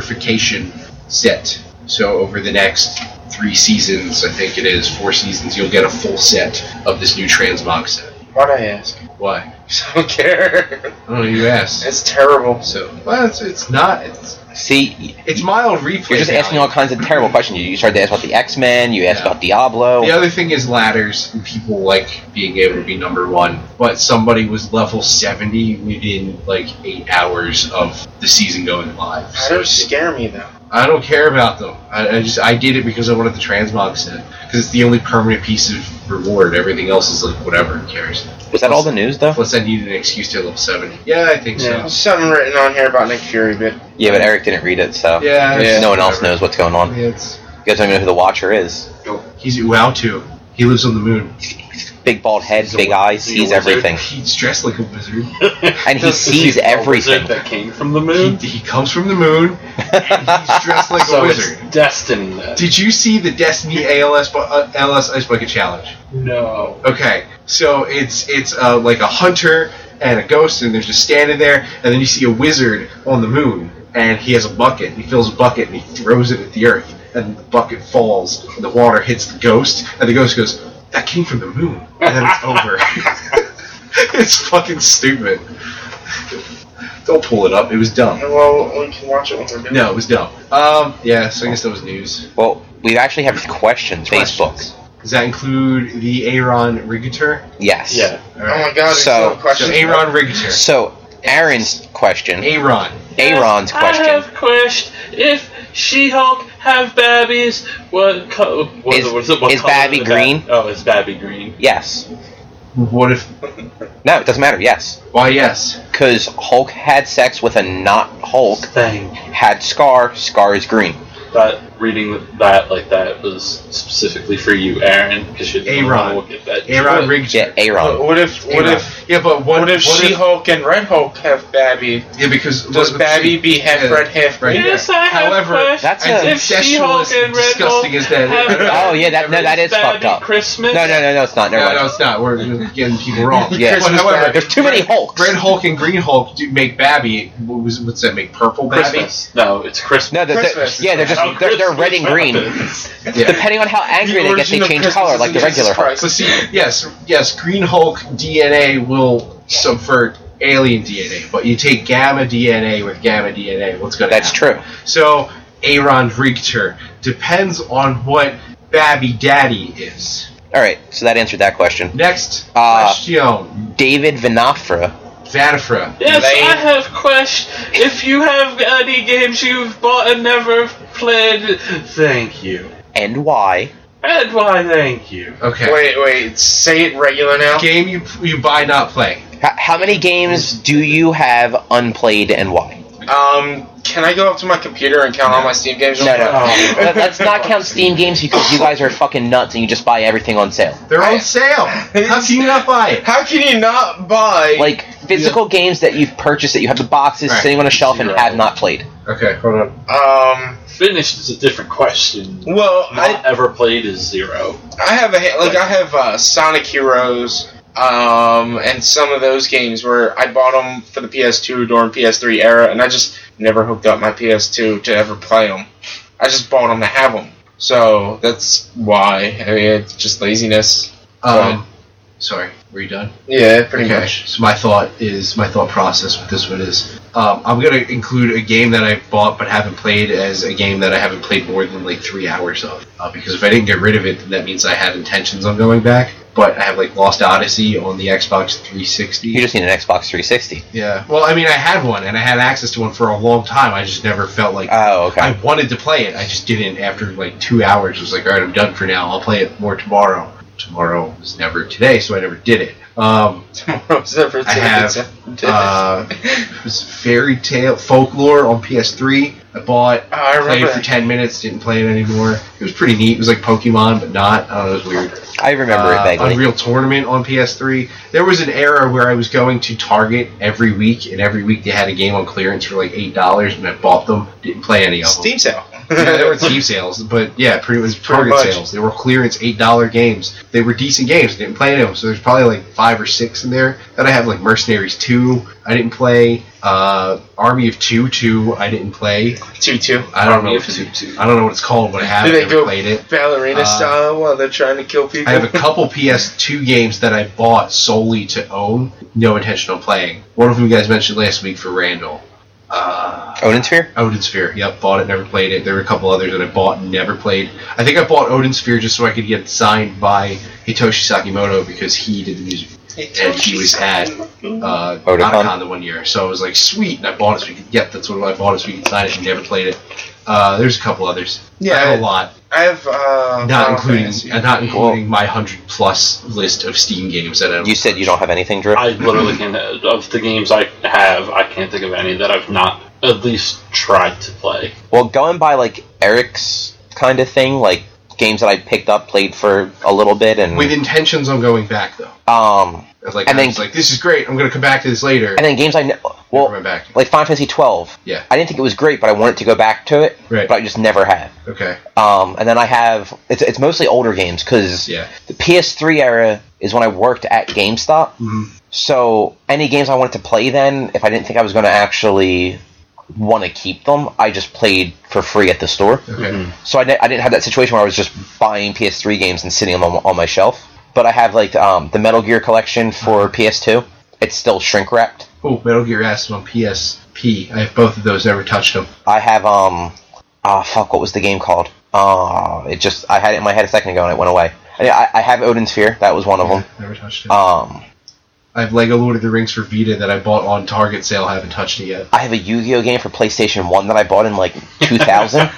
F: transmogrification set. So over the next three seasons, I think it is four seasons, you'll get a full set of this new transmog set.
D: Why'd I ask?
F: Why?
D: I don't care.
F: I don't know. You asked.
D: it's terrible.
F: So well, it's, it's not. It's,
A: See,
F: it's mild replay.
A: You're just
F: value.
A: asking all kinds of terrible questions. You- You started to ask about the X Men. You asked
F: Yeah.
A: about Diablo.
C: Oh.
F: The other thing is ladders and people like being able to be number one. But somebody was level seventy within like eight hours of the season going live.
D: That
F: So
D: don't
F: it's-
D: scare me though.
F: I don't care about them. I, I just I did it because I wanted the transmog set because it's the only permanent piece of reward. Everything else is like whatever. Who cares?
A: Was that all the news though?
F: Plus, I needed an excuse to level seventy. Yeah, I think
C: Yeah.
F: so.
D: There's something written on here about Nick Fury, but
A: Yeah, but Eric didn't read it, so
F: Yeah, it's-
A: no one else
F: whatever.
A: knows what's going on. You
F: Yeah, it's,
A: guys don't even know who the Watcher is.
F: he's wow too. He lives on the moon.
A: Big bald head,
F: He's a
A: big
F: wa-
A: eyes,
C: he's a
A: sees
C: wizard.
A: everything,
F: He's dressed like a wizard.
A: and he
C: This is
A: sees
C: the wizard
A: everything.
C: that came from the
F: he,
C: moon.
F: he comes from the moon. And he's dressed like
C: so
F: a wizard.
C: it's destiny. Then.
F: Did you see the Destiny ALS bu- uh, ALS Ice Bucket Challenge?
C: No.
F: Okay, so it's it's uh, like a hunter and a ghost, and they're just standing there, and then you see a wizard on the moon, and he has a bucket. He fills a bucket and he throws it at the earth, and the bucket falls, and the water hits the ghost, and the ghost goes, "That came from the moon," and then it's over. it's fucking stupid. Don't pull it up. It was dumb.
D: well, we can watch it when we're doing.
F: No, it was dumb. Um, yeah. So I guess that was news.
A: Well, we actually have questions.
F: Questions.
A: Facebook.
F: Does that include the Aaron Rigator?
A: Yes.
C: Yeah.
D: Oh my god, there's
A: So-
D: so, no question.
F: So Aaron Rigator.
A: So Aaron's question,
F: Aaron.
A: Aaron's question
C: question. If She-Hulk have babies, what, co- what,
A: Is-
C: was it- what
A: is
C: color
A: babby
C: the ba-
A: green?
C: oh, is Babby green?
A: yes.
F: What if?
A: No, it doesn't matter. Yes,
F: Why yes?
A: because Hulk had sex with a not Hulk.
C: Thank
A: Had Scar. Scar is green.
C: that. reading that like that was specifically for you, Aaron, because you didn't
F: A-Rod.
C: want to look at that.
F: Aaron Riggs.
A: Yeah,
D: But
A: Aaron.
D: what if what
F: Yeah.
D: if
F: Yeah, but what,
D: what, if
F: what
D: She Hulk and Red Hulk have Babby?
F: Yeah, because
D: Does
F: what if
D: Babby
F: she-
D: be half
F: yeah,
D: red, half
F: right,
D: green?
G: Yes,
F: yeah.
G: I have
F: However,
G: questions.
A: That's
F: as
A: a.
G: If
F: incestual
G: She-Hulk
F: as
G: and Red
F: disgusting
G: Hulk
F: as that is.
G: have-
A: Oh yeah, that no, that is
G: Babby
A: fucked up.
G: Christmas.
A: No, no, no, no, it's not. Never
F: No,
A: mind.
F: no, it's not. We're getting people wrong.
A: Yeah.
F: But however,
A: There's too many Hulks.
F: Red Hulk and Green Hulk do make Babby. What was, what's that make? Purple Babby?
C: Christmas. No, it's Christmas.
A: No, they're, they're,
D: Christmas.
A: yeah, they're just
C: Oh,
A: they're, they're red and
C: Christmas.
A: green.
F: Yeah.
A: Depending on how angry they get, they
D: origin of
A: change
D: Christmas
A: color
D: is
A: like
D: in
A: the
D: Jesus
A: regular Hulk.
D: Christ.
F: But see, yes, yes, Green Hulk DNA will subvert alien DNA, but you take gamma DNA with gamma DNA, what's going to
A: That's true.
F: So, Aaron Richter depends on what Babby Daddy is.
A: All right, so that answered that question.
F: Next
A: Uh,
F: question,
A: David Vinafra.
F: Vanifra.
G: Yes,
D: Lame.
G: I have questions. If you have any games you've bought and never played,
C: Thank you.
A: And why?
G: and why thank you.
F: Okay.
D: Wait, wait. Say it regular now.
F: Game you you buy not play.
A: H- how many games do you have unplayed and why?
D: Um, can I go up to my computer and count all my Steam games?
A: No, no.
D: Oh.
A: Let- Let's not count Steam games because you guys are fucking nuts and you just buy everything on sale.
F: They're
D: I-
F: on sale. How can you not buy it?
D: How can you not buy?
A: Like physical games that you've purchased that you have the boxes
F: Right.
A: sitting on a shelf and
F: Zero.
A: have not played.
F: Okay, hold on.
D: um,
C: Finished is a different question.
D: well,
C: Not
D: I,
C: ever played is zero.
D: I have a ha- like I have uh, Sonic Heroes, um, and some of those games where I bought them for the PS2 during PS3 era, and I just never hooked up my PS2 to ever play them. I just bought them to have them. So that's why. I mean, it's just laziness.
F: Um, sorry, were you done?
D: Yeah, pretty
F: okay.
D: much.
F: So my thought is my thought process with this one is um, I'm gonna include a game that I bought but haven't played as a game that I haven't played more than like three hours of uh, because if I didn't get rid of it, then that means I had intentions on going back. But I have like Lost Odyssey on the Xbox 360.
A: You just need an Xbox 360.
F: yeah. Well, I mean, I had one and I had access to one for a long time. I just never felt like
A: Oh, okay.
F: I wanted to play it. I just didn't. After like two hours, I was like, all right, I'm done for now. I'll play it more tomorrow. Tomorrow was never today, so I never did it. Um,
D: Tomorrow's never
F: I have, uh, it was Fairy Tale Folklore on PS3. I bought,
D: Oh, I
F: played
D: remember
F: it for
D: that.
F: 10 minutes, didn't play it anymore. It was pretty neat. It was like Pokemon, but not. I don't know, it was weird.
A: I remember it
F: Uh,
A: vaguely.
F: Unreal Tournament on PS3. There was an era where I was going to Target every week, and every week they had a game on clearance for like $8, and I bought them, didn't play any of them.
D: Steam sale.
F: yeah, they were Steam sales, but yeah, pretty much
D: Pretty
F: Target
D: much.
F: sales. They were clearance eight dollar games. They were decent games. Didn't play any of them, so there's probably like five or six in there that I have. Like Mercenaries Two, I didn't play. Uh, Army of Two Two, I didn't play.
D: two two.
F: I don't know.
C: Army
F: If
C: of
F: it's,
C: Two.
F: I don't know what it's called, but I
D: Do
F: have
D: they
F: never
D: go
F: played it.
D: ballerina
F: Uh,
D: style while they're trying to kill people?
F: I have a couple PS2 games that I bought solely to own, no intention of playing. One of them you guys mentioned last week for Randall. Uh,
A: Odin Sphere?
F: Odin Sphere. Yep, bought it, never played it. There were a couple others that I bought and never played. I think I bought Odin Sphere just so I could get it signed by Hitoshi Sakimoto because he did the music and he was at uh,
A: Otakon?
F: Otakon the one year. So I was like, sweet, and I bought it so we could yep, that's what I bought it so we could sign it and never played it. Uh, there's a couple others.
D: Yeah,
F: I have
D: I-
F: a lot,
D: I have uh,
F: not
D: Final
F: including
D: Fantasy.
F: uh, not including my hundred plus list of Steam games that I don't
A: You said you don't have anything, Drew?
C: I literally can of the games I have, I can't think of any that I've not at least tried to play.
A: Well, going by like Eric's kind of thing, like games that I picked up, played for a little bit, and
F: with intentions on going back though.
A: um,
F: I was like,
A: And
F: I
A: then-
F: was like, this is great. I'm gonna come back to this later.
A: and then games I know, well,
F: Never went back.
A: like Final Fantasy twelve.
F: Yeah.
A: I didn't think it was great, but I wanted to go back to it,
F: Right.
A: but I just never have.
F: Okay.
A: Um, and then I have it's it's mostly older games because
F: Yeah.
A: the PS3 era is when I worked at GameStop.
F: Mm-hmm.
A: So any games I wanted to play then, if I didn't think I was going to actually want to keep them, I just played for free at the store.
F: Okay.
A: So I, di- I didn't have that situation where I was just buying PS3 games and sitting them on, on my shelf. But I have like um, the Metal Gear collection for PS2. It's still shrink wrapped.
F: Oh, Metal Gear S on PSP. I have both of those. Never touched them.
A: I have um, ah fuck, what was the game called? Uh, it just I had it in my head a second ago and it went away. I, I- I have Odin's Sphere. That was one of them.
F: Never touched it.
A: Um,
F: I have Lego Lord of the Rings for Vita that I bought on Target sale. Haven't touched it yet.
A: I have a Yu-Gi-Oh game for PlayStation One that I bought in like 2000.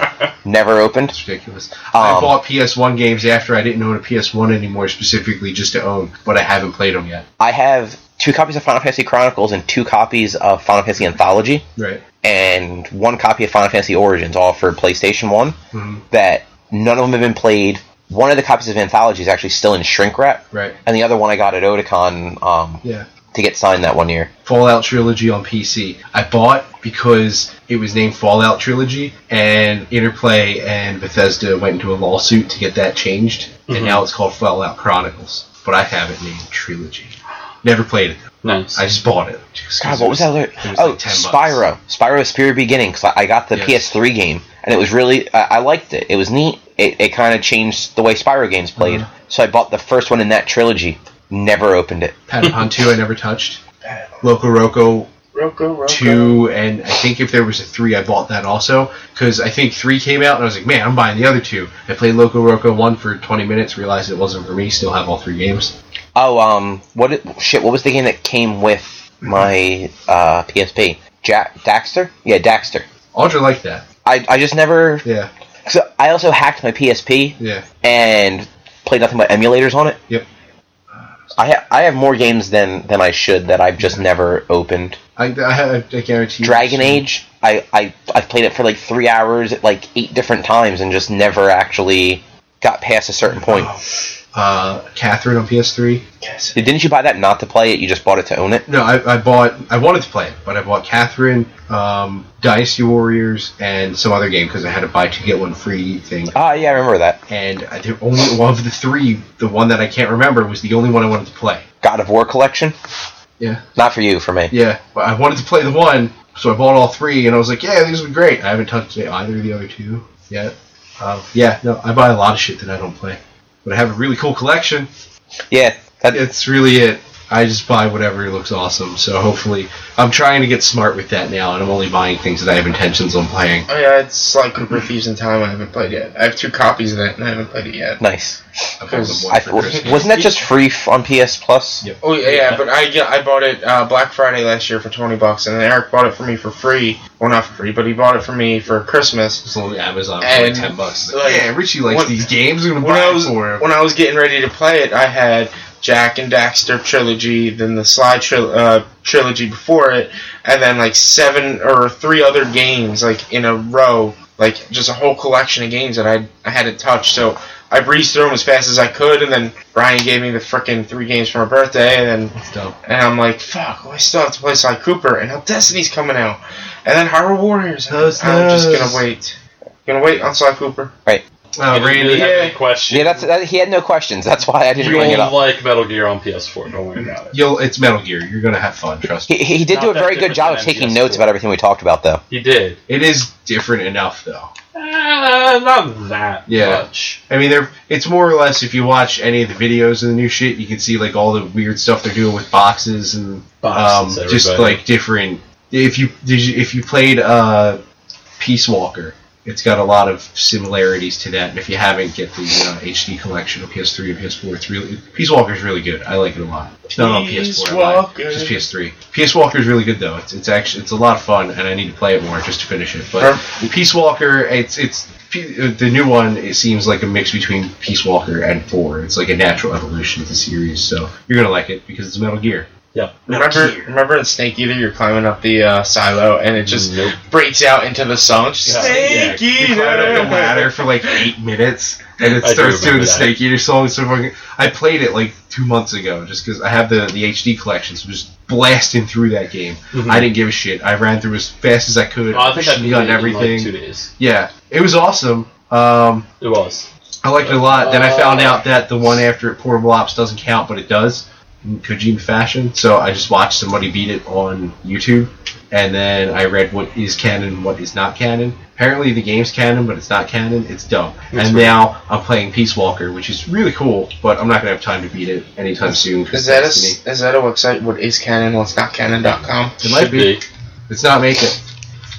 A: never opened.
F: It's ridiculous. I
A: Um,
F: bought PS1 games after I didn't own a PS1 anymore, specifically just to own, but I haven't played them yet.
A: I have two copies of Final Fantasy Chronicles and two copies of Final Fantasy Anthology.
F: Right.
A: and one copy of Final Fantasy Origins, all for PlayStation One.
F: Mm-hmm.
A: That none of them have been played. One of the copies of Anthology is actually still in shrink wrap,
F: Right.
A: and the other one I got at Otakon um,
F: Yeah.
A: to get signed that one year.
F: Fallout Trilogy on PC. I bought because it was named Fallout Trilogy, and Interplay and Bethesda went into a lawsuit to get that changed, and now it's called Fallout Chronicles. But I have it named Trilogy. Never played it.
C: Nice.
F: I just bought it. just 'cause
A: God,
F: it
A: what was that? Other?
F: it was
A: Oh,
F: like 10 bucks.
A: Spyro. Spyro: Spirit Beginning. 'cause I, I got the
F: Yes.
A: PS3 game, and it was really I, I liked it. It was neat. It, it kind of changed the way Spyro games played.
F: Mm-hmm.
A: So I bought the first one in that trilogy. Never opened it.
F: Patapon 2 I never touched. Loco Roco
D: Roko, Roko.
F: 2, and I think if there was a 3, I bought that also, because I think 3 came out, and I was like, man, I'm buying the other two. I played Loco Roco 1 for 20 minutes, realized it wasn't for me, still have all three games.
A: Oh, um, what it, shit? What was the game that came with my uh, PSP? Jack Daxter? Yeah, Daxter.
F: Audra liked that.
A: I, I just never.
F: Yeah,
A: So I also hacked my PSP
F: yeah.
A: and played nothing but emulators on it.
F: Yep.
A: I ha- I have more games than than I should that I've just never opened.
F: I, I, I guarantee. you-
A: Dragon Age. I I I played it for like three hours at like eight different times and just never actually got past a certain point.
F: Oh, Uh, Catherine on PS3.
A: Didn't you buy that not to play it? You just bought it to own it.
F: No, I, I bought. I wanted to play it, but I bought Catherine, um, Dynasty Warriors, and some other game because I had to buy to get one free thing.
A: Ah, yeah, I remember that.
F: And I, the only one of the three, the one that I can't remember, was the only one I wanted to play.
A: God of War collection.
F: Yeah.
A: Not for you, for me.
F: Yeah, but I wanted to play the one, so I bought all three, and I was like, yeah, these would be great. I haven't touched either of the other two yet. Um, yeah, no, I buy a lot of shit that I don't play, but I have a really cool collection.
A: Yeah, that,
F: it's really it. I just buy whatever looks awesome. So hopefully, I'm trying to get smart with that now, and I'm only buying things that I have intentions on playing.
D: Oh yeah, it's like Cooper Thieves in Time. I haven't played yet. I have two copies of it, and I haven't played it yet.
A: nice.
F: I bought them one
A: I,
F: for Christmas.
A: wasn't that just free f- on PS Plus?
F: Yep.
D: Oh yeah, yeah, but I yeah, I bought it uh, Black Friday last year for twenty bucks, and then Eric bought it for me for free. Well, not for free, but he bought it for me for Christmas.
F: It's on Amazon for like
D: And,
F: ten bucks.
D: like,
F: yeah, Richie likes
D: when-
F: these games. I'm gonna
D: When
F: buy
D: I
F: it
D: was
F: for him.
D: when I was getting ready to play it, I had Jack and Daxter trilogy, then the Sly tril uh, trilogy before it, and then like seven or three other games like in a row, like just a whole collection of games that I I hadn't touched. So I breezed through them as fast as I could, and then Brian gave me the frickin' three games for my birthday, and then
F: Stuff.
D: and I'm like, fuck, well, I still have to play Sly Cooper, and now Destiny's coming out, and then Hyrule Warriors. and
F: Those-
D: I'm just
F: those.
D: gonna wait, gonna wait on Sly Cooper.
F: Uh,
H: really
F: Randy,
H: have any questions.
A: Yeah, that's that, he had no questions. That's why I didn't
C: You'll
A: bring it up.
C: like Metal Gear on PS4. Don't worry about it.
F: you'll it's Metal Gear. You're gonna have fun. Trust me.
A: He, he did
H: Not
A: do a
H: that
A: very good
H: different
A: job
H: than
A: of taking
H: MGS4.
A: notes about everything we talked about, though.
C: He did.
F: It is different enough though.
C: Ah,
H: Uh, not that
F: Yeah.
H: much.
F: I mean, they're, it's more or less if you watch any of the videos of the new shit, you can see like all the weird stuff they're doing with boxes and
C: Boxes,
F: um, just
C: everybody.
F: like different. If you did you- if you played uh, Peace Walker, it's got a lot of similarities to that. And if you haven't, get the uh, HD collection of PS3 and PS4. It's really Peace Walker is really good. I like it a lot. It's not on
D: Peace
F: PS4. I like it.
D: Walker.
F: Just PS3. Peace Walker is really good though. It's, it's actually it's a lot of fun, and I need to play it more just to finish it. But
D: Or-
F: Peace Walker, it's it's P- the new one. It seems like a mix between Peace Walker and Four. It's like a natural evolution of the series, so you're gonna like it because it's Metal Gear.
C: Yeah.
D: Remember, remember in Snake Eater, you're climbing up the uh, silo, and it just
C: Nope.
D: breaks out into the song. It's just,
C: Yeah.
D: Snake
F: You
D: Eater.
F: climb up the ladder for like eight minutes, and it
C: I do
F: starts doing
C: remember
F: the
C: that.
F: Snake Eater song. So fucking, I played it like two months ago, just because I have the the HD collection, so just blasting through that game. I didn't give a shit. I ran through as fast as I could.
H: Mm-hmm. Oh, I think I
F: machine
H: beat it
F: gunned
H: in, like,
F: everything.
C: Two days.
F: yeah, it was awesome. Um,
C: It was.
F: I liked it a lot. Then I found out that the one after it, Portable Ops, doesn't count, but it does in Kojima fashion. So I just watched somebody beat it on YouTube, and then I read what is canon and what is not canon. Apparently, the game's canon, but it's not canon. It's dumb. and now I'm playing Peace Walker, which is really cool, but I'm not going to have time to beat it anytime soon.
D: Is
F: 'cause
D: that a
F: Destiny-
D: is that a website? What is canon? What's not canon.com?
F: It might
C: Should
F: be. It's not making it.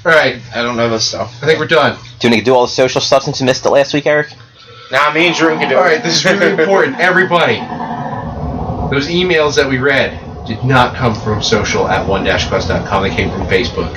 F: All right,
D: I don't know this stuff.
F: I think we're done.
A: Do you want to do all the social stuff since you missed it last week, Eric?
D: Nah, me and Drew can do
F: All
D: it.
F: right, this is really important. Everybody, those emails that we read did not come from social at one-quest.com. They came from Facebook.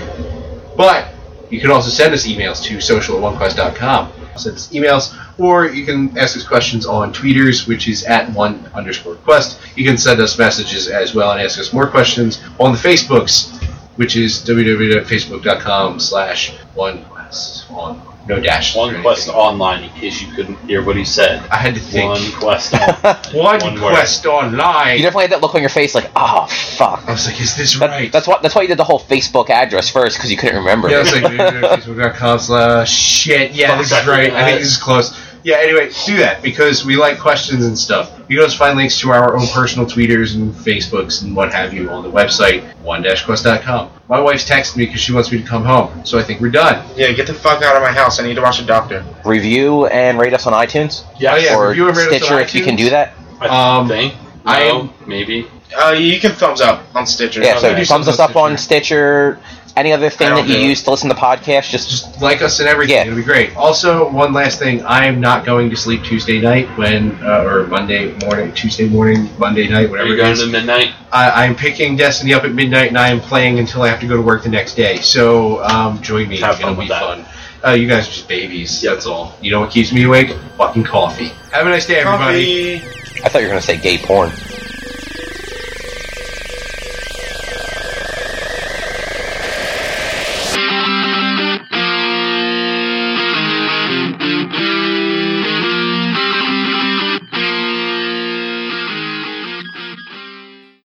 F: But you can also send us emails to social at onequest.com. Send us emails, or you can ask us questions on tweeters, which is at one underscore quest. You can send us messages as well and ask us more questions on the Facebooks. which is www.facebook.com slash onequest on no dash.
C: One quest online, in case you couldn't hear what he said.
F: I had to think.
C: One quest online.
F: One,
C: word.
F: quest online.
A: You definitely had that look on your face, like, oh fuck.
F: I was like, is this
A: That,
F: right?
A: That's why. That's why you did the whole Facebook address first because you couldn't remember.
F: yeah, I was like, facebook.com slash Uh, shit. Yeah, this is right. I think this is close. Yeah, anyway, do that because we like questions and stuff. You can also find links to our own personal tweeters and Facebooks and what have you on the website, one-quest.com. My wife's texting me because she wants me to come home, so I think we're done.
D: Yeah, get the fuck out of my house. I need to watch a doctor.
A: Review and rate us on iTunes
F: Oh, yeah,
A: or
F: review and rate us on
A: Stitcher if you can
F: iTunes.
A: do that.
C: I
F: Um,
C: think.
F: I
C: No,
F: am-
C: maybe.
D: Uh, you can thumbs up on Stitcher.
A: Yeah, so
C: Okay.
D: Do
A: thumbs
D: something
A: us up on Stitcher. Any other thing
D: I
A: that
D: don't
A: you
D: know.
A: use to listen to podcasts, just
F: Just like us and everything.
A: Yeah.
F: It'll be great. Also, one last thing. I am not going to sleep Tuesday night when, uh, or Monday morning, Tuesday morning, Monday night,
C: Are
F: whatever
C: you
F: it
C: going
F: is.
C: to midnight?
F: I, I'm picking Destiny up at midnight, and I am playing until I have to go to work the next day. So um, join me;
C: Have
F: it's gonna
C: fun with
F: be
C: that.
F: fun. Uh, you guys are just babies.
C: Yeah.
F: That's all. You know what keeps me awake? Fucking coffee. Have a nice day, everybody.
D: Coffee.
A: I thought you were going to say gay porn.